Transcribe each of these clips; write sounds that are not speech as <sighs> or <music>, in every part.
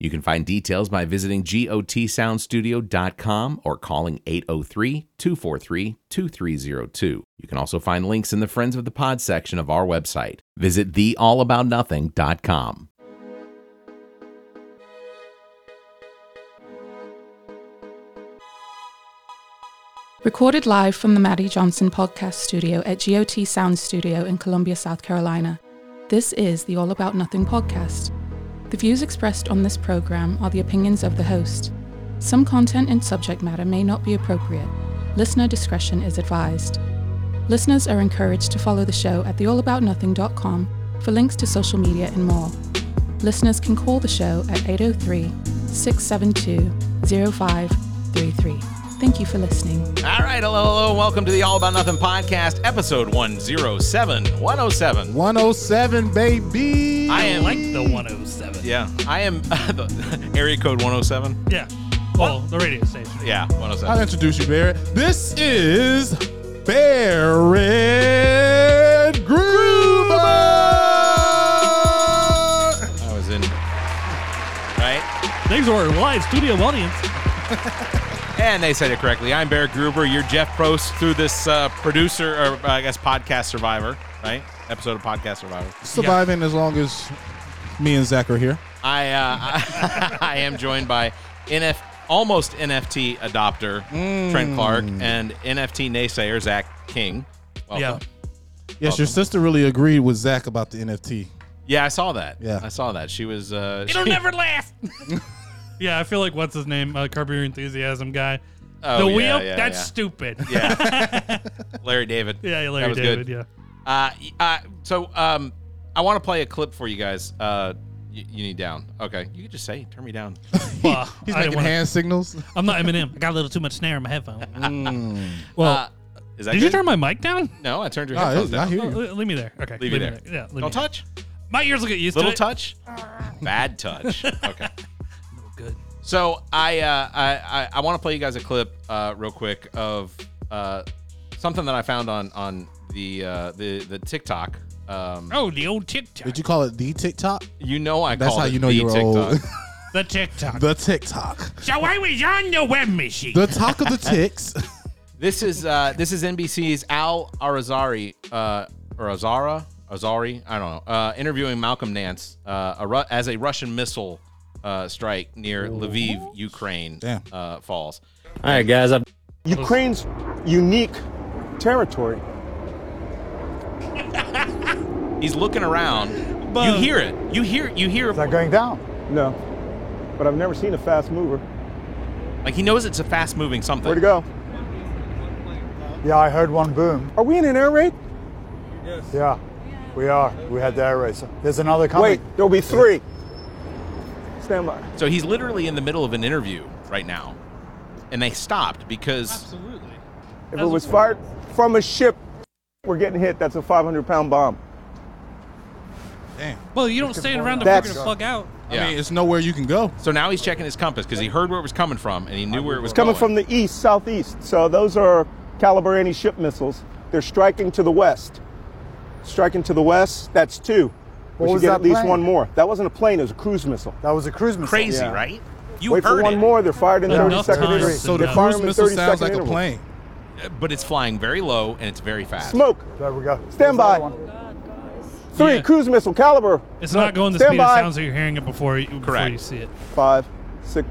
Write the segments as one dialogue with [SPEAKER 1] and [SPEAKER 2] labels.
[SPEAKER 1] You can find details by visiting gotsoundstudio.com or calling 803 243 2302. You can also find links in the Friends of the Pod section of our website. Visit theallaboutnothing.com.
[SPEAKER 2] Recorded live from the Maddie Johnson podcast studio at GOT Sound Studio in Columbia, South Carolina, this is the All About Nothing podcast. The views expressed on this program are the opinions of the host. Some content and subject matter may not be appropriate. Listener discretion is advised. Listeners are encouraged to follow the show at theallaboutnothing.com for links to social media and more. Listeners can call the show at 803 672 0533. Thank you for listening.
[SPEAKER 1] All right, hello, hello. Welcome to the All About Nothing podcast, episode 107 107.
[SPEAKER 3] 107, baby.
[SPEAKER 1] I
[SPEAKER 4] I
[SPEAKER 1] am
[SPEAKER 4] like the 107.
[SPEAKER 1] Yeah, I am <laughs> the area code 107.
[SPEAKER 4] Yeah. Well, the radio station.
[SPEAKER 1] Yeah,
[SPEAKER 3] I'll
[SPEAKER 1] 107.
[SPEAKER 3] introduce you, Barrett. This is Barrett Groover.
[SPEAKER 1] I was in. Right?
[SPEAKER 4] Thanks for our live studio audience.
[SPEAKER 1] And they said it correctly. I'm Barrett Gruber. You're Jeff Prost through this uh, producer, or uh, I guess podcast survivor, right? Episode of Podcast Survivor.
[SPEAKER 3] Surviving as long as me and Zach are here.
[SPEAKER 1] I uh, <laughs> I, I am joined by NF almost NFT adopter Trent Clark and NFT naysayer Zach King.
[SPEAKER 4] Yeah.
[SPEAKER 1] Welcome.
[SPEAKER 3] Yes, your sister really agreed with Zach about the NFT.
[SPEAKER 1] Yeah, I saw that.
[SPEAKER 3] Yeah.
[SPEAKER 1] I saw that. She was. Uh,
[SPEAKER 4] It'll
[SPEAKER 1] she-
[SPEAKER 4] never last.
[SPEAKER 1] <laughs>
[SPEAKER 4] yeah, I feel like what's his name? Uh, Curb Your Enthusiasm guy.
[SPEAKER 1] Oh,
[SPEAKER 4] the
[SPEAKER 1] yeah,
[SPEAKER 4] wheel?
[SPEAKER 1] yeah,
[SPEAKER 4] That's
[SPEAKER 1] yeah.
[SPEAKER 4] stupid.
[SPEAKER 1] Yeah. Larry David.
[SPEAKER 4] <laughs> yeah,
[SPEAKER 1] That
[SPEAKER 4] Larry
[SPEAKER 1] was
[SPEAKER 4] David.
[SPEAKER 1] good.
[SPEAKER 4] Yeah.
[SPEAKER 1] Uh, y- uh, so um, I want to play a clip for you guys. Uh, y- you need down. Okay. You could just say, turn me down.
[SPEAKER 4] Well,
[SPEAKER 3] He's
[SPEAKER 4] I didn't
[SPEAKER 3] making
[SPEAKER 4] wanna-
[SPEAKER 3] hand signals.
[SPEAKER 4] I'm not
[SPEAKER 1] <laughs>
[SPEAKER 4] Eminem. I got a little too much snare in my headphone. Well,
[SPEAKER 1] Uh, is that
[SPEAKER 4] did
[SPEAKER 1] good?
[SPEAKER 4] you turn my mic down?
[SPEAKER 1] No, I turned your
[SPEAKER 3] <laughs> Ah,
[SPEAKER 1] headphones
[SPEAKER 3] it- I
[SPEAKER 1] down.
[SPEAKER 3] hear
[SPEAKER 4] Oh,
[SPEAKER 3] you.
[SPEAKER 4] le- leave me there. Okay.
[SPEAKER 1] Leave,
[SPEAKER 4] me
[SPEAKER 1] it there.
[SPEAKER 4] Yeah. leave me
[SPEAKER 1] Don't touch.
[SPEAKER 4] there. My ears will get used
[SPEAKER 1] Little
[SPEAKER 4] to it.
[SPEAKER 1] touch. Bad touch. Okay.
[SPEAKER 4] Good.
[SPEAKER 1] So I uh, I I, I want to play you guys a clip uh, real quick of uh, something that I found on on the uh, the the TikTok. Um,
[SPEAKER 4] Oh, the old TikTok.
[SPEAKER 3] Did you call it the TikTok?
[SPEAKER 1] you know I
[SPEAKER 3] That's
[SPEAKER 1] called
[SPEAKER 3] how
[SPEAKER 1] it
[SPEAKER 3] you know
[SPEAKER 1] the
[SPEAKER 3] you're
[SPEAKER 1] TikTok.
[SPEAKER 3] old.
[SPEAKER 4] the
[SPEAKER 1] <laughs>
[SPEAKER 4] TikTok.
[SPEAKER 3] the TikTok.
[SPEAKER 4] so I was on the web machine.
[SPEAKER 3] The talk <laughs> of the ticks.
[SPEAKER 1] This is uh, this is NBC's Al Arazari uh, or Azara Azari I don't know uh, interviewing Malcolm Nance uh, a Ru- as a Russian missile uh, strike near Lviv, Ukraine
[SPEAKER 3] Damn.
[SPEAKER 1] uh, falls.
[SPEAKER 5] All right, guys. I've
[SPEAKER 6] Ukraine's unique territory.
[SPEAKER 1] He's looking around.
[SPEAKER 4] But-
[SPEAKER 1] you hear it. You hear you hear
[SPEAKER 6] It's not going down. No. But I've never seen a fast mover.
[SPEAKER 1] like he knows it's a fast moving something.
[SPEAKER 6] Where to go?
[SPEAKER 7] Yeah, I heard one boom.
[SPEAKER 6] Are we in an air raid?
[SPEAKER 7] Yeah, we are. We had the air raid. So There's another coming.
[SPEAKER 6] Wait, there'll be three. Stand by.
[SPEAKER 1] So he's literally in the middle of an interview right now, and they stopped because
[SPEAKER 6] If it was fired from a ship, we're getting hit. That's a 500 pound bomb.
[SPEAKER 3] Damn.
[SPEAKER 4] well, you don't stand around the
[SPEAKER 6] That's-
[SPEAKER 4] fucking plug out.
[SPEAKER 1] yeah.
[SPEAKER 3] I mean, it's nowhere you can go.
[SPEAKER 1] so now he's checking his compass because he heard where it was coming from and he knew where it was
[SPEAKER 6] It's coming from the east, southeast. So those are caliber anti ship missiles. They're striking to the west. Striking to the west, that's two. We
[SPEAKER 7] What
[SPEAKER 6] should
[SPEAKER 7] was
[SPEAKER 6] get
[SPEAKER 7] that
[SPEAKER 6] at least
[SPEAKER 7] plane?
[SPEAKER 6] one more. That wasn't a plane, it was a cruise missile.
[SPEAKER 7] That was a cruise missile.
[SPEAKER 1] crazy,
[SPEAKER 6] Yeah.
[SPEAKER 1] right? You
[SPEAKER 6] Wait
[SPEAKER 1] heard
[SPEAKER 6] for one
[SPEAKER 1] it,
[SPEAKER 6] more, they're fired in 30
[SPEAKER 4] Enough
[SPEAKER 6] second
[SPEAKER 4] time
[SPEAKER 6] intervals.
[SPEAKER 4] to
[SPEAKER 3] So the
[SPEAKER 6] They're
[SPEAKER 4] know.
[SPEAKER 6] firing
[SPEAKER 3] cruise
[SPEAKER 6] in
[SPEAKER 3] missile
[SPEAKER 6] 30
[SPEAKER 3] sounds
[SPEAKER 6] second
[SPEAKER 3] like a
[SPEAKER 6] intervals.
[SPEAKER 3] plane.
[SPEAKER 1] but it's flying very low and it's very fast.
[SPEAKER 6] Smoke.
[SPEAKER 7] There we go.
[SPEAKER 6] Stand by.
[SPEAKER 7] There's another one.
[SPEAKER 6] Three
[SPEAKER 4] Yeah.
[SPEAKER 6] cruise missile caliber.
[SPEAKER 4] It's not going the
[SPEAKER 6] Stand
[SPEAKER 4] speed
[SPEAKER 6] by.
[SPEAKER 4] it sounds like you're hearing it before you, before
[SPEAKER 1] Correct.
[SPEAKER 4] you see it.
[SPEAKER 6] Five, six,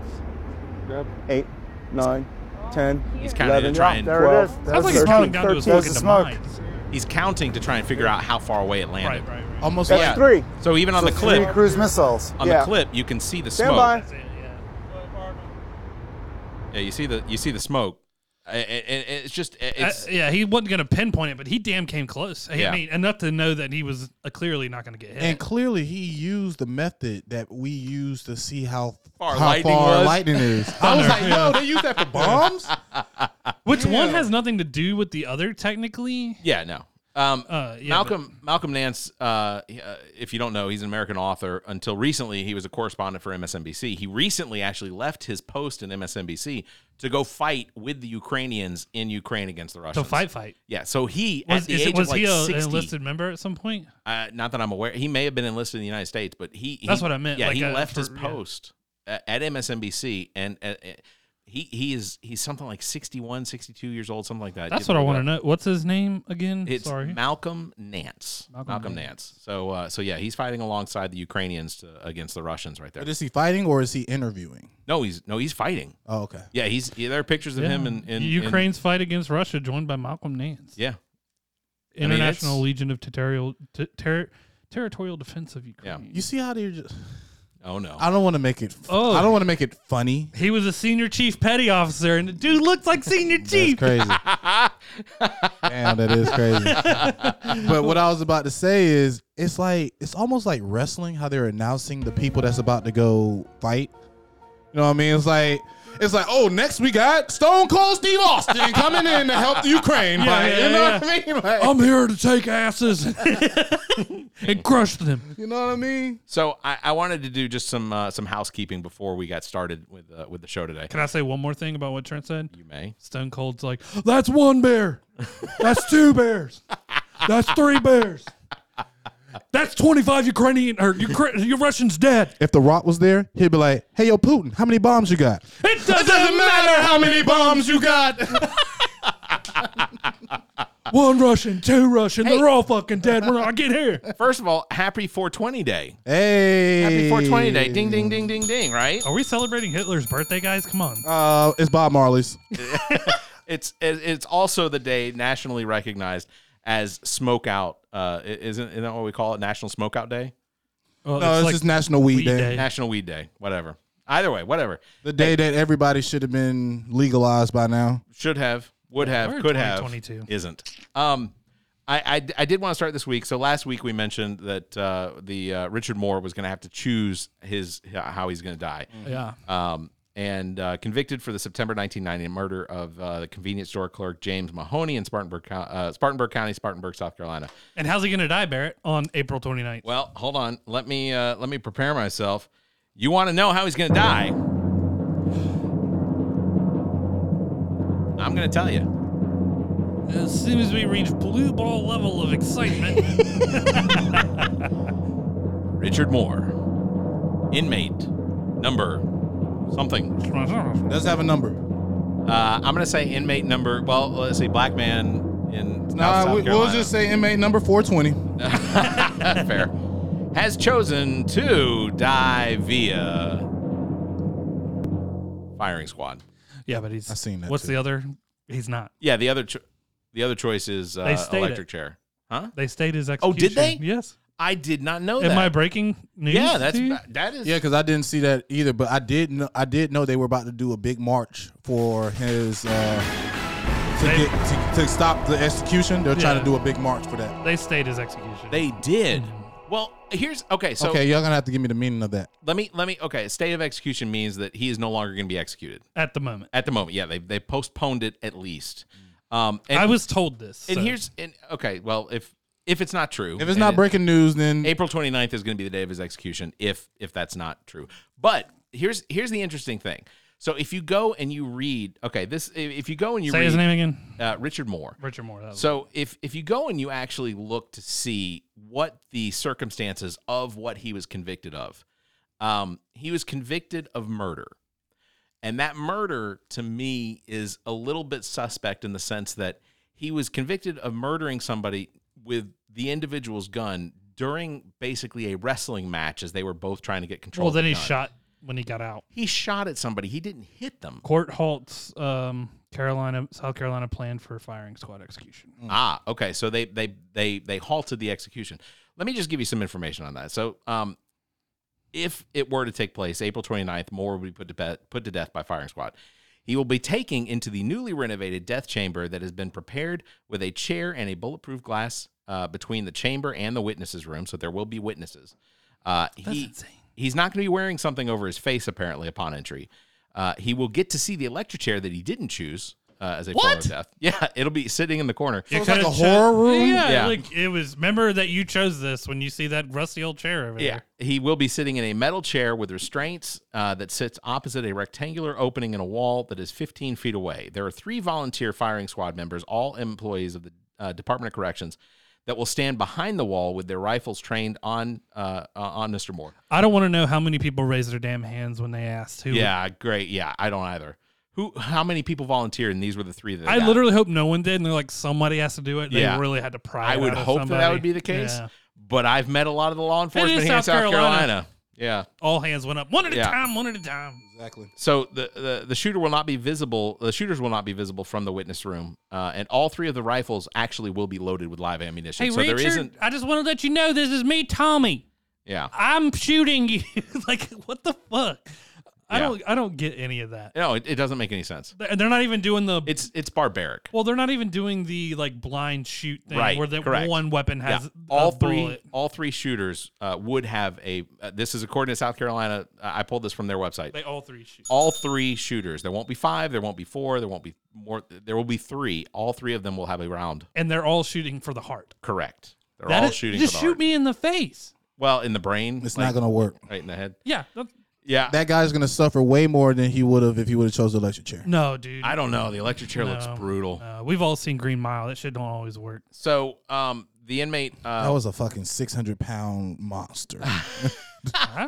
[SPEAKER 6] eight, nine, ten.
[SPEAKER 1] He's counting to
[SPEAKER 6] 11,
[SPEAKER 1] try and-
[SPEAKER 7] Oh, There it
[SPEAKER 6] 12,
[SPEAKER 7] is. Sounds
[SPEAKER 4] like he's
[SPEAKER 6] 13,
[SPEAKER 4] counting down to his
[SPEAKER 6] 13.
[SPEAKER 7] There's
[SPEAKER 4] fucking
[SPEAKER 7] the
[SPEAKER 6] That's
[SPEAKER 7] smoke.
[SPEAKER 4] demise.
[SPEAKER 1] He's counting to try and figure out how far away it
[SPEAKER 4] Right,
[SPEAKER 1] landed.
[SPEAKER 4] right, right.
[SPEAKER 3] Almost like
[SPEAKER 6] three.
[SPEAKER 1] So even on the
[SPEAKER 7] Three
[SPEAKER 1] clip,
[SPEAKER 7] cruise missiles.
[SPEAKER 1] on
[SPEAKER 6] Yeah.
[SPEAKER 1] the clip, you can see the
[SPEAKER 6] Stand
[SPEAKER 1] smoke.
[SPEAKER 6] by.
[SPEAKER 4] That's it, yeah.
[SPEAKER 1] Yeah, you see the you see the smoke. I- I- and it's just
[SPEAKER 5] I-
[SPEAKER 1] it's
[SPEAKER 5] Uh, yeah, he wasn't going to pinpoint it, but he damn came close. I
[SPEAKER 1] Yeah.
[SPEAKER 5] mean, enough to know that he was uh, clearly not going to get hit.
[SPEAKER 3] And clearly, he used the method that we use to see how
[SPEAKER 1] Far
[SPEAKER 3] how
[SPEAKER 1] lightning
[SPEAKER 3] far
[SPEAKER 1] was.
[SPEAKER 3] lightning <laughs> is. I was like,
[SPEAKER 5] Thunder.
[SPEAKER 3] yo, they use that
[SPEAKER 1] <laughs>
[SPEAKER 3] for bombs.
[SPEAKER 5] Which one has nothing to do with the other, technically?
[SPEAKER 1] yeah no. Um,
[SPEAKER 5] Uh, yeah,
[SPEAKER 1] Malcolm Malcolm Nance, uh, he- uh, if you don't know, he's an American author. Until recently, he was a correspondent for MSNBC. He recently actually left his post in MSNBC to go fight with the Ukrainians in Ukraine against the
[SPEAKER 5] To
[SPEAKER 1] Russians.
[SPEAKER 5] fight, fight.
[SPEAKER 1] Yeah, so he
[SPEAKER 5] Was,
[SPEAKER 1] at the
[SPEAKER 5] is-
[SPEAKER 1] age
[SPEAKER 5] was
[SPEAKER 1] of like
[SPEAKER 5] he a, an
[SPEAKER 1] 60,
[SPEAKER 5] enlisted member at some point?
[SPEAKER 1] uh, not that I'm aware, he may have been enlisted in the United States, but he, he-
[SPEAKER 5] That's what I meant,
[SPEAKER 1] Yeah,
[SPEAKER 5] like,
[SPEAKER 1] he
[SPEAKER 5] uh,
[SPEAKER 1] left his
[SPEAKER 5] for- yeah.
[SPEAKER 1] post uh, at MSNBC, and uh, uh, he he is he's something like 61, 62 years old, something like that.
[SPEAKER 5] That's what I want to know. What's his name again?
[SPEAKER 1] It's
[SPEAKER 5] Sorry.
[SPEAKER 1] Malcolm Nance. Malcolm,
[SPEAKER 5] Malcolm
[SPEAKER 1] Nance. So uh, so yeah, he's fighting alongside the Ukrainians to, against the Russians right there.
[SPEAKER 3] But is he fighting or is he interviewing?
[SPEAKER 1] no, he's no, he's fighting.
[SPEAKER 3] Oh, okay.
[SPEAKER 1] Yeah, he's yeah, there are pictures of
[SPEAKER 5] Yeah.
[SPEAKER 1] him in, in in-
[SPEAKER 5] Ukraine's fight against Russia, joined by Malcolm Nance,
[SPEAKER 1] yeah, mean,
[SPEAKER 5] International
[SPEAKER 1] it's-
[SPEAKER 5] Legion of Territorial Ter- Ter- Territorial Defense of Ukraine.
[SPEAKER 3] You see how they're just.
[SPEAKER 1] oh no,
[SPEAKER 3] I don't want to make it.
[SPEAKER 5] Oh.
[SPEAKER 3] I don't want to make it funny.
[SPEAKER 5] He was a senior chief petty officer, and the dude looks like senior
[SPEAKER 3] That's
[SPEAKER 5] chief. <laughs>
[SPEAKER 3] crazy. Damn, that is crazy. but what I was about to say is, it's like it's almost like wrestling how they're announcing the people that's about to go fight. You know what I mean? It's like it's like, oh, next we got Stone Cold Steve Austin coming in to help the Ukraine.
[SPEAKER 5] Yeah,
[SPEAKER 3] fight.
[SPEAKER 5] yeah,
[SPEAKER 3] you know
[SPEAKER 5] yeah.
[SPEAKER 3] what I mean? Like,
[SPEAKER 5] I'm here to take asses <laughs> and crush them. <laughs>
[SPEAKER 3] you know what I mean?
[SPEAKER 1] So I, I wanted to do just some uh, some housekeeping before we got started with uh, with the show today.
[SPEAKER 5] Can I say one more thing about what Trent said?
[SPEAKER 1] you may.
[SPEAKER 5] Stone Cold's like, that's one bear. That's two bears. That's three bears. That's 25 Ukrainian or Ukra- your Russians dead.
[SPEAKER 3] If The Rock was there, he'd be like, hey, yo, Putin, how many bombs you got?
[SPEAKER 5] It doesn't, matter.
[SPEAKER 3] how many bombs you got.
[SPEAKER 5] One Russian, two Russian. They're all fucking dead when I get here.
[SPEAKER 1] First of all, happy 420 day.
[SPEAKER 3] hey.
[SPEAKER 1] Happy 420 day. Ding ding ding ding ding. Right.
[SPEAKER 5] Are we celebrating Hitler's birthday, guys? Come on.
[SPEAKER 3] Uh, it's Bob Marley's.
[SPEAKER 1] It's it- it's also the day nationally recognized as Smoke Out. Uh, i- isn't isn't that what we call it? National Smoke Out Day.
[SPEAKER 5] Well,
[SPEAKER 3] No, it's,
[SPEAKER 5] Oh, like-
[SPEAKER 3] just National Weed,
[SPEAKER 5] Weed
[SPEAKER 3] Day.
[SPEAKER 5] Day.
[SPEAKER 1] National Weed Day. Whatever. Either way, whatever.
[SPEAKER 3] The day that everybody should have been legalized by now.
[SPEAKER 1] Should have, would have,
[SPEAKER 5] We're in
[SPEAKER 1] could have.
[SPEAKER 5] 2022.
[SPEAKER 1] Isn't. Um, I, I, I did want to start this week. So last week we mentioned that uh, the uh, Richard Moore was going to have to choose his how he's going to die.
[SPEAKER 5] yeah.
[SPEAKER 1] um, and uh, convicted for the September 1990 murder of uh, the convenience store clerk James Mahoney in Spartanburg, Co- uh, Spartanburg County, Spartanburg, South Carolina.
[SPEAKER 5] And how's he going to die, Barrett, on April 29th?
[SPEAKER 1] Well, hold on. Let me uh, let me prepare myself. You want to know how he's going to die? I'm going to tell you.
[SPEAKER 5] As soon as we reach blue ball level of excitement, <laughs>
[SPEAKER 1] Richard Moore, inmate number something.
[SPEAKER 3] Does have a number?
[SPEAKER 1] Uh, I'm going to say inmate number. Well, let's see, black man in South
[SPEAKER 3] Nah, we, we'll
[SPEAKER 1] Carolina.
[SPEAKER 3] just say inmate number 420.
[SPEAKER 1] That's fair. Has chosen to die via firing squad.
[SPEAKER 5] yeah, but he's.
[SPEAKER 3] I seen that
[SPEAKER 5] What's
[SPEAKER 3] too.
[SPEAKER 5] the other? He's not.
[SPEAKER 1] Yeah, the other cho- the other choice is uh,
[SPEAKER 5] They stated-
[SPEAKER 1] electric chair. Huh?
[SPEAKER 5] They stayed his
[SPEAKER 1] Oh,
[SPEAKER 5] execution.
[SPEAKER 1] did they?
[SPEAKER 5] Yes.
[SPEAKER 1] I did not know
[SPEAKER 5] Am
[SPEAKER 1] that.
[SPEAKER 5] I breaking news?
[SPEAKER 1] yeah, that's
[SPEAKER 5] to you?
[SPEAKER 1] that is.
[SPEAKER 3] Yeah, because I didn't see that either, but I did know, I did know they were about to do a big march for his uh, to,
[SPEAKER 5] They-
[SPEAKER 3] get, to, to stop the execution. They're trying
[SPEAKER 5] Yeah.
[SPEAKER 3] to do a big march for that.
[SPEAKER 5] They stayed his execution.
[SPEAKER 1] they did. Well, here's okay. So
[SPEAKER 3] okay, y'all gonna have to give me the meaning of that.
[SPEAKER 1] let me let me okay. State of execution means that he is no longer going to be executed
[SPEAKER 5] at the moment.
[SPEAKER 1] at the moment. Yeah, they they postponed it at least. Um, and,
[SPEAKER 5] I was told this.
[SPEAKER 1] and
[SPEAKER 5] so-
[SPEAKER 1] here's and okay. Well, if if it's not true,
[SPEAKER 3] If it's
[SPEAKER 1] and
[SPEAKER 3] not
[SPEAKER 1] it-
[SPEAKER 3] breaking news, then
[SPEAKER 1] April 29th is going to be the day of his execution if if that's not true. But here's here's the interesting thing. So if you go and you read, okay, this if you go and you
[SPEAKER 5] say
[SPEAKER 1] read
[SPEAKER 5] his name again.
[SPEAKER 1] Uh, Richard Moore.
[SPEAKER 5] Richard Moore. That was
[SPEAKER 1] So if if you go and you actually look to see what the circumstances of what he was convicted of, um, he was convicted of murder, and that murder to me is a little bit suspect in the sense that he was convicted of murdering somebody with the individual's gun during basically a wrestling match as they were both trying to get control.
[SPEAKER 5] well,
[SPEAKER 1] of
[SPEAKER 5] then
[SPEAKER 1] the
[SPEAKER 5] he
[SPEAKER 1] gun.
[SPEAKER 5] shot when he got out.
[SPEAKER 1] He shot at somebody. He didn't hit them.
[SPEAKER 5] Court halts um, Carolina, South Carolina plan for firing squad execution.
[SPEAKER 1] Ah, okay. So they they they they halted the execution. Let me just give you some information on that. So, um, if it were to take place April 29th, Moore would be put to be- put to death by firing squad. He will be taking into the newly renovated death chamber that has been prepared with a chair and a bulletproof glass uh, between the chamber and the witnesses room, so there will be witnesses. Uh, he, He's not going to be wearing something over his face apparently upon entry. Uh, he will get to see the electric chair that he didn't choose uh, as a form of death. <laughs> Yeah, it'll be sitting in the corner.
[SPEAKER 3] It's like a horror room.
[SPEAKER 5] Yeah,
[SPEAKER 1] Yeah.
[SPEAKER 5] like it was. Remember that you chose this when you see that rusty old chair over there.
[SPEAKER 1] He will be sitting in a metal chair with restraints uh, that sits opposite a rectangular opening in a wall that is 15 feet away. There are three volunteer firing squad members, all employees of the uh, Department of Corrections, that will stand behind the wall with their rifles trained on uh, uh, on Mr. Moore.
[SPEAKER 5] I don't want to know how many people raised their damn hands when they asked who.
[SPEAKER 1] Yeah, great. Yeah, I don't either. Who? How many people volunteered? And these were the three that they
[SPEAKER 5] I
[SPEAKER 1] got.
[SPEAKER 5] literally hope no one did, and they're like, somebody has to do it. They
[SPEAKER 1] Yeah.
[SPEAKER 5] really had to pry.
[SPEAKER 1] I
[SPEAKER 5] it
[SPEAKER 1] would
[SPEAKER 5] out of
[SPEAKER 1] hope that that
[SPEAKER 5] somebody.
[SPEAKER 1] would be the case.
[SPEAKER 5] Yeah.
[SPEAKER 1] But I've met a lot of the law enforcement here in
[SPEAKER 5] South
[SPEAKER 1] South Carolina.
[SPEAKER 5] Carolina.
[SPEAKER 1] Yeah.
[SPEAKER 5] All hands went up, one at
[SPEAKER 1] Yeah.
[SPEAKER 5] a time, one at a time.
[SPEAKER 3] Exactly.
[SPEAKER 1] So the, the the shooter will not be visible. The shooters will not be visible from the witness room, uh, and all three of the rifles actually will be loaded with live ammunition.
[SPEAKER 5] Hey,
[SPEAKER 1] so
[SPEAKER 5] Richard,
[SPEAKER 1] there isn't.
[SPEAKER 5] I just want to let you know this is me, Tommy.
[SPEAKER 1] Yeah.
[SPEAKER 5] I'm shooting you. <laughs> like, what the fuck? I
[SPEAKER 1] Yeah.
[SPEAKER 5] don't. I don't get any of that.
[SPEAKER 1] No, it, it doesn't make any sense.
[SPEAKER 5] They're they're not even doing the.
[SPEAKER 1] It's it's barbaric.
[SPEAKER 5] well, they're not even doing the like blind shoot thing
[SPEAKER 1] Right,
[SPEAKER 5] where that
[SPEAKER 1] correct.
[SPEAKER 5] one weapon has
[SPEAKER 1] yeah.
[SPEAKER 5] a
[SPEAKER 1] All three
[SPEAKER 5] bullet.
[SPEAKER 1] all three shooters uh, would have a. Uh, this is according to South Carolina. Uh, I pulled this from their website.
[SPEAKER 5] They all three shoot.
[SPEAKER 1] all three shooters. There won't be five. There won't be four. There won't be more. There will be three. All three of them will have a round.
[SPEAKER 5] and they're all shooting for the heart.
[SPEAKER 1] Correct. They're
[SPEAKER 5] That
[SPEAKER 1] all
[SPEAKER 5] is-
[SPEAKER 1] shooting.
[SPEAKER 5] Just
[SPEAKER 1] for the
[SPEAKER 5] shoot
[SPEAKER 1] heart.
[SPEAKER 5] me in the face.
[SPEAKER 1] Well, in the brain.
[SPEAKER 3] It's
[SPEAKER 1] like,
[SPEAKER 3] not gonna work.
[SPEAKER 1] right in the head.
[SPEAKER 5] Yeah. that-
[SPEAKER 1] Yeah.
[SPEAKER 3] That guy's gonna suffer way more than he would have if he would have chose the electric chair.
[SPEAKER 5] No, dude.
[SPEAKER 1] I don't know. The electric chair looks
[SPEAKER 5] No.
[SPEAKER 1] brutal.
[SPEAKER 5] Uh, we've all seen Green Mile. That shit don't
[SPEAKER 1] <laughs>
[SPEAKER 5] always work.
[SPEAKER 1] So, um, the inmate. Uh,
[SPEAKER 3] That
[SPEAKER 1] <laughs>
[SPEAKER 5] Oh,
[SPEAKER 3] was a fucking six hundred pound monster.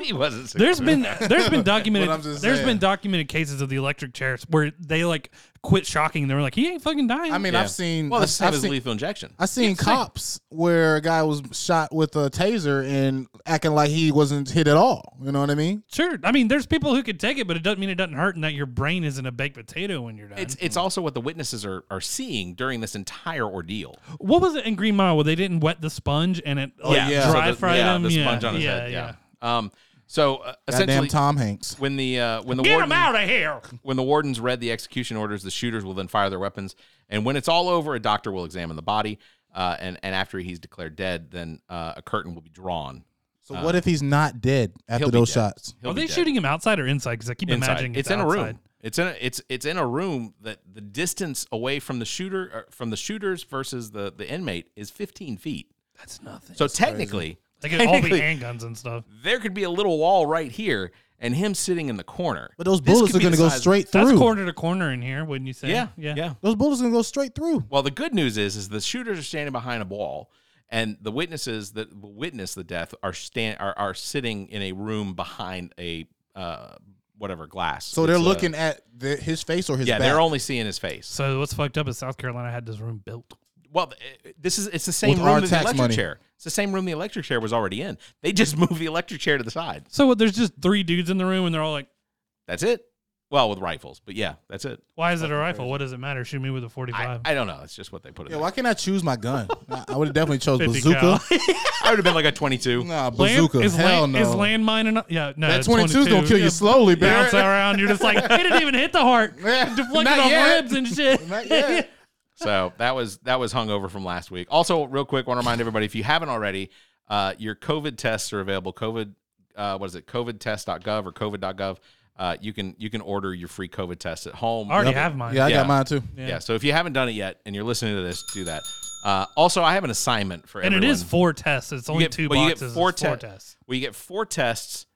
[SPEAKER 1] he wasn't. sick.
[SPEAKER 5] There's been there's been documented
[SPEAKER 3] But I'm just
[SPEAKER 5] there's been
[SPEAKER 3] saying.
[SPEAKER 5] documented cases of the electric chairs where they like quit shocking. They were like, he ain't fucking dying.
[SPEAKER 3] I mean,
[SPEAKER 1] Yeah.
[SPEAKER 3] I've seen.
[SPEAKER 1] Well,
[SPEAKER 3] I've,
[SPEAKER 1] the same
[SPEAKER 3] I've
[SPEAKER 1] as
[SPEAKER 3] seen,
[SPEAKER 1] lethal injection.
[SPEAKER 3] I seen cops where a guy was shot with a taser and acting like he wasn't hit at all. You know what I mean?
[SPEAKER 5] sure. I mean, there's people who could take it, but it doesn't mean it doesn't hurt, and that your brain isn't a baked potato when you're done.
[SPEAKER 1] It's it's also what the witnesses are are seeing during this entire ordeal.
[SPEAKER 5] what was it in Green Mile where they didn't wet the sponge and it like,
[SPEAKER 1] yeah. So
[SPEAKER 5] dry
[SPEAKER 1] the-
[SPEAKER 5] fried
[SPEAKER 1] yeah,
[SPEAKER 5] him?
[SPEAKER 1] the
[SPEAKER 5] yeah,
[SPEAKER 1] sponge on his
[SPEAKER 5] yeah,
[SPEAKER 1] head.
[SPEAKER 5] yeah.
[SPEAKER 1] Yeah. Um. So uh,
[SPEAKER 3] Goddamn
[SPEAKER 1] essentially,
[SPEAKER 3] Tom Hanks.
[SPEAKER 1] when the uh, when the
[SPEAKER 5] Get
[SPEAKER 1] warden
[SPEAKER 5] him out of here.
[SPEAKER 1] when the wardens read the execution orders, the shooters will then fire their weapons. And when it's all over, a doctor will examine the body. Uh, and and after he's declared dead, then uh, a curtain will be drawn.
[SPEAKER 3] So what if he's not dead after
[SPEAKER 1] uh, He'll be
[SPEAKER 3] those
[SPEAKER 1] dead.
[SPEAKER 3] shots?
[SPEAKER 1] He'll
[SPEAKER 5] Are
[SPEAKER 1] be
[SPEAKER 5] they
[SPEAKER 1] dead.
[SPEAKER 5] shooting him outside or inside? Because I keep
[SPEAKER 1] inside.
[SPEAKER 5] imagining
[SPEAKER 1] it's
[SPEAKER 5] it's,
[SPEAKER 1] in a
[SPEAKER 5] outside.
[SPEAKER 1] room. It's in a, it's it's in a room that the distance away from the shooter or from the shooters versus the the inmate is 15 feet.
[SPEAKER 5] That's nothing.
[SPEAKER 1] So technically,
[SPEAKER 5] They <laughs> could all be
[SPEAKER 1] technically,
[SPEAKER 5] handguns and stuff.
[SPEAKER 1] there could be a little wall right here and him sitting in the corner.
[SPEAKER 3] But those
[SPEAKER 1] This
[SPEAKER 3] bullets
[SPEAKER 1] could
[SPEAKER 3] are
[SPEAKER 1] be
[SPEAKER 3] going to
[SPEAKER 1] the
[SPEAKER 3] go
[SPEAKER 1] size-
[SPEAKER 3] straight
[SPEAKER 5] That's
[SPEAKER 3] through.
[SPEAKER 5] corner to corner in here, wouldn't you say?
[SPEAKER 1] Yeah, yeah, yeah.
[SPEAKER 3] Those bullets are going to go straight through.
[SPEAKER 1] Well, the good news is is the shooters are standing behind a wall, and the witnesses that will witness the death are stand are, are sitting in a room behind a uh, whatever glass.
[SPEAKER 3] So they're
[SPEAKER 1] It's, uh,
[SPEAKER 3] looking at the, his face or his
[SPEAKER 1] yeah,
[SPEAKER 3] back.
[SPEAKER 1] they're only seeing his face.
[SPEAKER 5] So what's fucked up is South Carolina had this room built.
[SPEAKER 1] Well, th- eh, this is it's the same
[SPEAKER 3] With our
[SPEAKER 1] room as the
[SPEAKER 3] tax
[SPEAKER 1] electric
[SPEAKER 3] money.
[SPEAKER 1] chair. It's the same room the electric chair was already in. They just moved the electric chair to the side.
[SPEAKER 5] So what, there's just three dudes in the room, and they're all like,
[SPEAKER 1] That's it. Well, with rifles, but yeah, that's it.
[SPEAKER 5] "Why is it a rifle? What does it matter? Shoot me with a
[SPEAKER 1] I,
[SPEAKER 5] forty-five.
[SPEAKER 1] I don't know. It's just what they put it.
[SPEAKER 3] yeah,
[SPEAKER 1] there.
[SPEAKER 3] why can't I choose
[SPEAKER 1] <laughs>
[SPEAKER 3] my gun? I, would have definitely chose
[SPEAKER 5] 50
[SPEAKER 3] bazooka.
[SPEAKER 1] I would have been like a twenty-two.
[SPEAKER 3] <laughs> Nah,
[SPEAKER 5] Land,
[SPEAKER 3] bazooka.
[SPEAKER 5] is,
[SPEAKER 3] Hell
[SPEAKER 5] land,
[SPEAKER 3] no.
[SPEAKER 5] is landmine enough? Yeah, no.
[SPEAKER 3] that
[SPEAKER 5] it's
[SPEAKER 3] 22 is going to kill
[SPEAKER 5] Yeah, <laughs>
[SPEAKER 3] you slowly,
[SPEAKER 5] Bounce
[SPEAKER 3] baby.
[SPEAKER 5] around. You're just like, it didn't even hit the heart.
[SPEAKER 3] <laughs> Yeah,
[SPEAKER 5] Deflected
[SPEAKER 3] not
[SPEAKER 5] off
[SPEAKER 3] yet.
[SPEAKER 5] ribs and shit.
[SPEAKER 3] <laughs> Not yet.
[SPEAKER 1] So that was that was hungover from last week. Also, real quick, want to remind everybody if you haven't already, uh, your COVID tests are available. COVID, uh, what is it? COVIDtest.gov or COVID.gov. Uh, you can you can order your free COVID test at home.
[SPEAKER 5] <laughs> I already
[SPEAKER 1] Yep.
[SPEAKER 5] have mine.
[SPEAKER 3] Yeah, I
[SPEAKER 1] Yeah.
[SPEAKER 3] got mine too.
[SPEAKER 1] Yeah. So if you haven't done it yet and you're listening to this, do that. Uh, also, I have an assignment for
[SPEAKER 5] and it
[SPEAKER 1] everyone.
[SPEAKER 5] is four tests. It's
[SPEAKER 1] You
[SPEAKER 5] only
[SPEAKER 1] get-
[SPEAKER 5] two
[SPEAKER 1] well, you get
[SPEAKER 5] boxes.
[SPEAKER 1] four
[SPEAKER 5] it's four
[SPEAKER 1] te-
[SPEAKER 5] tests.
[SPEAKER 1] Well, you get four tests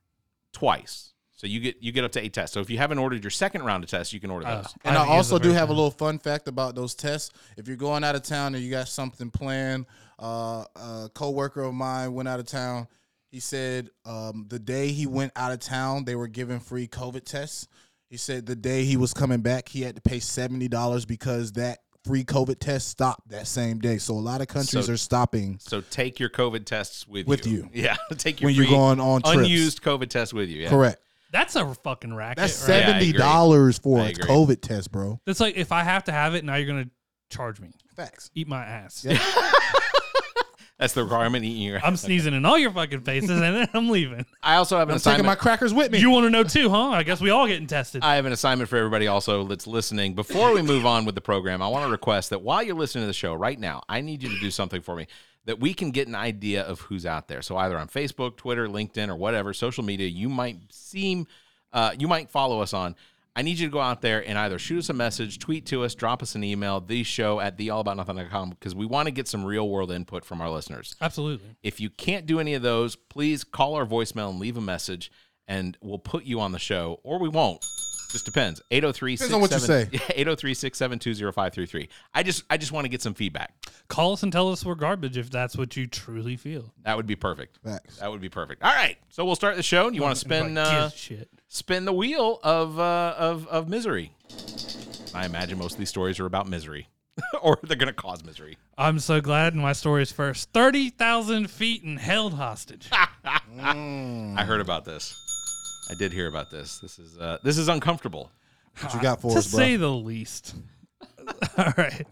[SPEAKER 1] twice. So you get you get up to eight tests. So if you haven't ordered your second round of tests, you can order those.
[SPEAKER 3] And I,
[SPEAKER 5] haven't Oh. used
[SPEAKER 3] also
[SPEAKER 5] the
[SPEAKER 3] do
[SPEAKER 5] first
[SPEAKER 3] have a
[SPEAKER 5] one.
[SPEAKER 3] little fun fact about those tests. If you're going out of town and you got something planned, uh, a coworker of mine went out of town. He said um, the day he went out of town, they were giving free COVID tests. He said the day he was coming back, he had to pay seventy dollars because that free COVID test stopped that same day. So a lot of countries
[SPEAKER 1] So-
[SPEAKER 3] are stopping.
[SPEAKER 1] So take your COVID tests with
[SPEAKER 3] With you.
[SPEAKER 1] <laughs> Yeah, take your
[SPEAKER 3] When you're
[SPEAKER 1] free
[SPEAKER 3] going on trips.
[SPEAKER 1] unused COVID test with you. Yeah.
[SPEAKER 3] Correct.
[SPEAKER 5] That's a fucking racket.
[SPEAKER 3] That's
[SPEAKER 5] right?
[SPEAKER 1] Yeah, I
[SPEAKER 3] seventy
[SPEAKER 1] agree.
[SPEAKER 3] dollars for
[SPEAKER 1] I
[SPEAKER 3] a
[SPEAKER 1] agree.
[SPEAKER 3] COVID test, bro.
[SPEAKER 5] That's like if I have to have it, now you're gonna charge me.
[SPEAKER 3] Facts.
[SPEAKER 5] Eat my ass.
[SPEAKER 1] That's the requirement. Eating your.
[SPEAKER 5] I'm sneezing in all your fucking faces, and then <laughs> I'm leaving.
[SPEAKER 1] <laughs> I also have an
[SPEAKER 3] I'm taking
[SPEAKER 1] assignment.
[SPEAKER 3] my crackers with me.
[SPEAKER 5] You want to know too, huh? I guess we all getting tested.
[SPEAKER 1] <laughs> I have an assignment for everybody also that's listening. Before we move on with the program, I want to request that while you're listening to the show right now, I need you to do something for me that we can get an idea of who's out there. So either on Facebook, Twitter, LinkedIn, or whatever social media you might seem, uh, you might follow us on. I need you to go out there and either shoot us a message, tweet to us, drop us an email, the show at theallaboutnothing.com, because we want to get some real world input from our listeners.
[SPEAKER 5] Absolutely.
[SPEAKER 1] If you can't do any of those, please call our voicemail and leave a message, and we'll put you on the show, or we won't. Just depends. 803
[SPEAKER 3] Depends on what
[SPEAKER 1] <laughs>
[SPEAKER 3] you say.
[SPEAKER 1] 803 672 0533. I just, I just want to get some feedback.
[SPEAKER 5] Call us and tell us we're garbage if that's what you truly feel.
[SPEAKER 1] That would be perfect.
[SPEAKER 3] Facts.
[SPEAKER 1] That would be perfect. All right. So we'll start the show, and you want to spin,
[SPEAKER 5] Like,
[SPEAKER 1] uh,
[SPEAKER 5] gives shit.
[SPEAKER 1] spin the wheel of, uh, of, of misery. I imagine most of these stories are about misery, <laughs> or they're going to cause misery.
[SPEAKER 5] I'm so glad my story is first. 30,000 feet and held hostage.
[SPEAKER 1] I heard about this. I did hear about this. This is, uh, this is uncomfortable.
[SPEAKER 3] What you got for
[SPEAKER 5] to
[SPEAKER 3] us, bro?
[SPEAKER 5] say the least. <laughs> All right.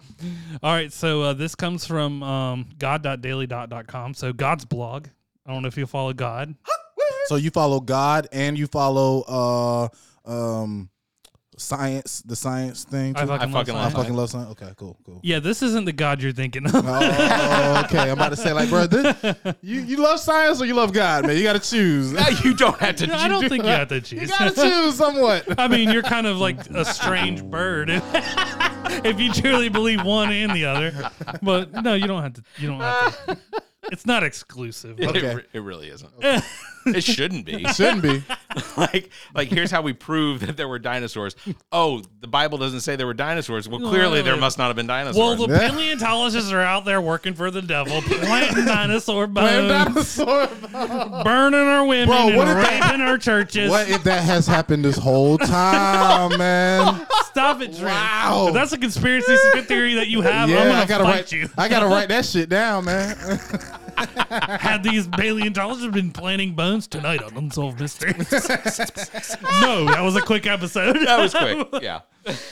[SPEAKER 5] All right. So uh, this comes from um, god.daily.com. So God's blog. I don't know if you follow God.
[SPEAKER 3] So you follow God and you follow uh um science, the science thing. Too?
[SPEAKER 5] I fucking,
[SPEAKER 1] fucking
[SPEAKER 5] love
[SPEAKER 3] I
[SPEAKER 1] love
[SPEAKER 5] science.
[SPEAKER 3] fucking love science. Okay, cool, cool.
[SPEAKER 5] Yeah, this isn't the God you're thinking of. <laughs>
[SPEAKER 3] <laughs> Oh, okay. I'm about to say like, bro, this, you you love science or you love God, man. You got to choose. you
[SPEAKER 1] you don't have to.
[SPEAKER 5] I don't think you have to choose.
[SPEAKER 3] <laughs> got to choose somewhat.
[SPEAKER 5] I mean, you're kind of like a strange bird <laughs> if you truly believe one and the other. But no, you don't have to. You don't have to. It's not exclusive.
[SPEAKER 1] It,
[SPEAKER 3] Okay.
[SPEAKER 1] re- it really isn't. it shouldn't
[SPEAKER 3] <laughs>
[SPEAKER 1] be.
[SPEAKER 3] Shouldn't be.
[SPEAKER 1] like, like here's how we prove that there were dinosaurs. Oh, the Bible doesn't say there were dinosaurs. Well, clearly there must not have been dinosaurs.
[SPEAKER 5] Well, the paleontologists are out there working for the devil, planting
[SPEAKER 3] <laughs>
[SPEAKER 5] dinosaur
[SPEAKER 3] Playing
[SPEAKER 5] bones,
[SPEAKER 3] dinosaur.
[SPEAKER 5] burning our women,
[SPEAKER 3] Bro, what
[SPEAKER 5] and
[SPEAKER 3] if that-
[SPEAKER 5] raping our churches.
[SPEAKER 3] What if that has happened this whole time, man?
[SPEAKER 5] Stop it, Trent.
[SPEAKER 3] <laughs> Wow.
[SPEAKER 5] If that's a conspiracy theory that you have, I'm
[SPEAKER 3] Yeah,
[SPEAKER 5] gonna
[SPEAKER 3] I gotta
[SPEAKER 5] fight
[SPEAKER 3] write.
[SPEAKER 5] you.
[SPEAKER 3] I gotta write that shit down, <laughs> man.
[SPEAKER 5] Had these paleontologists been planting bones tonight on Unsolved Mysteries? <laughs> no, that was a quick episode.
[SPEAKER 1] that was <laughs> quick. Yeah.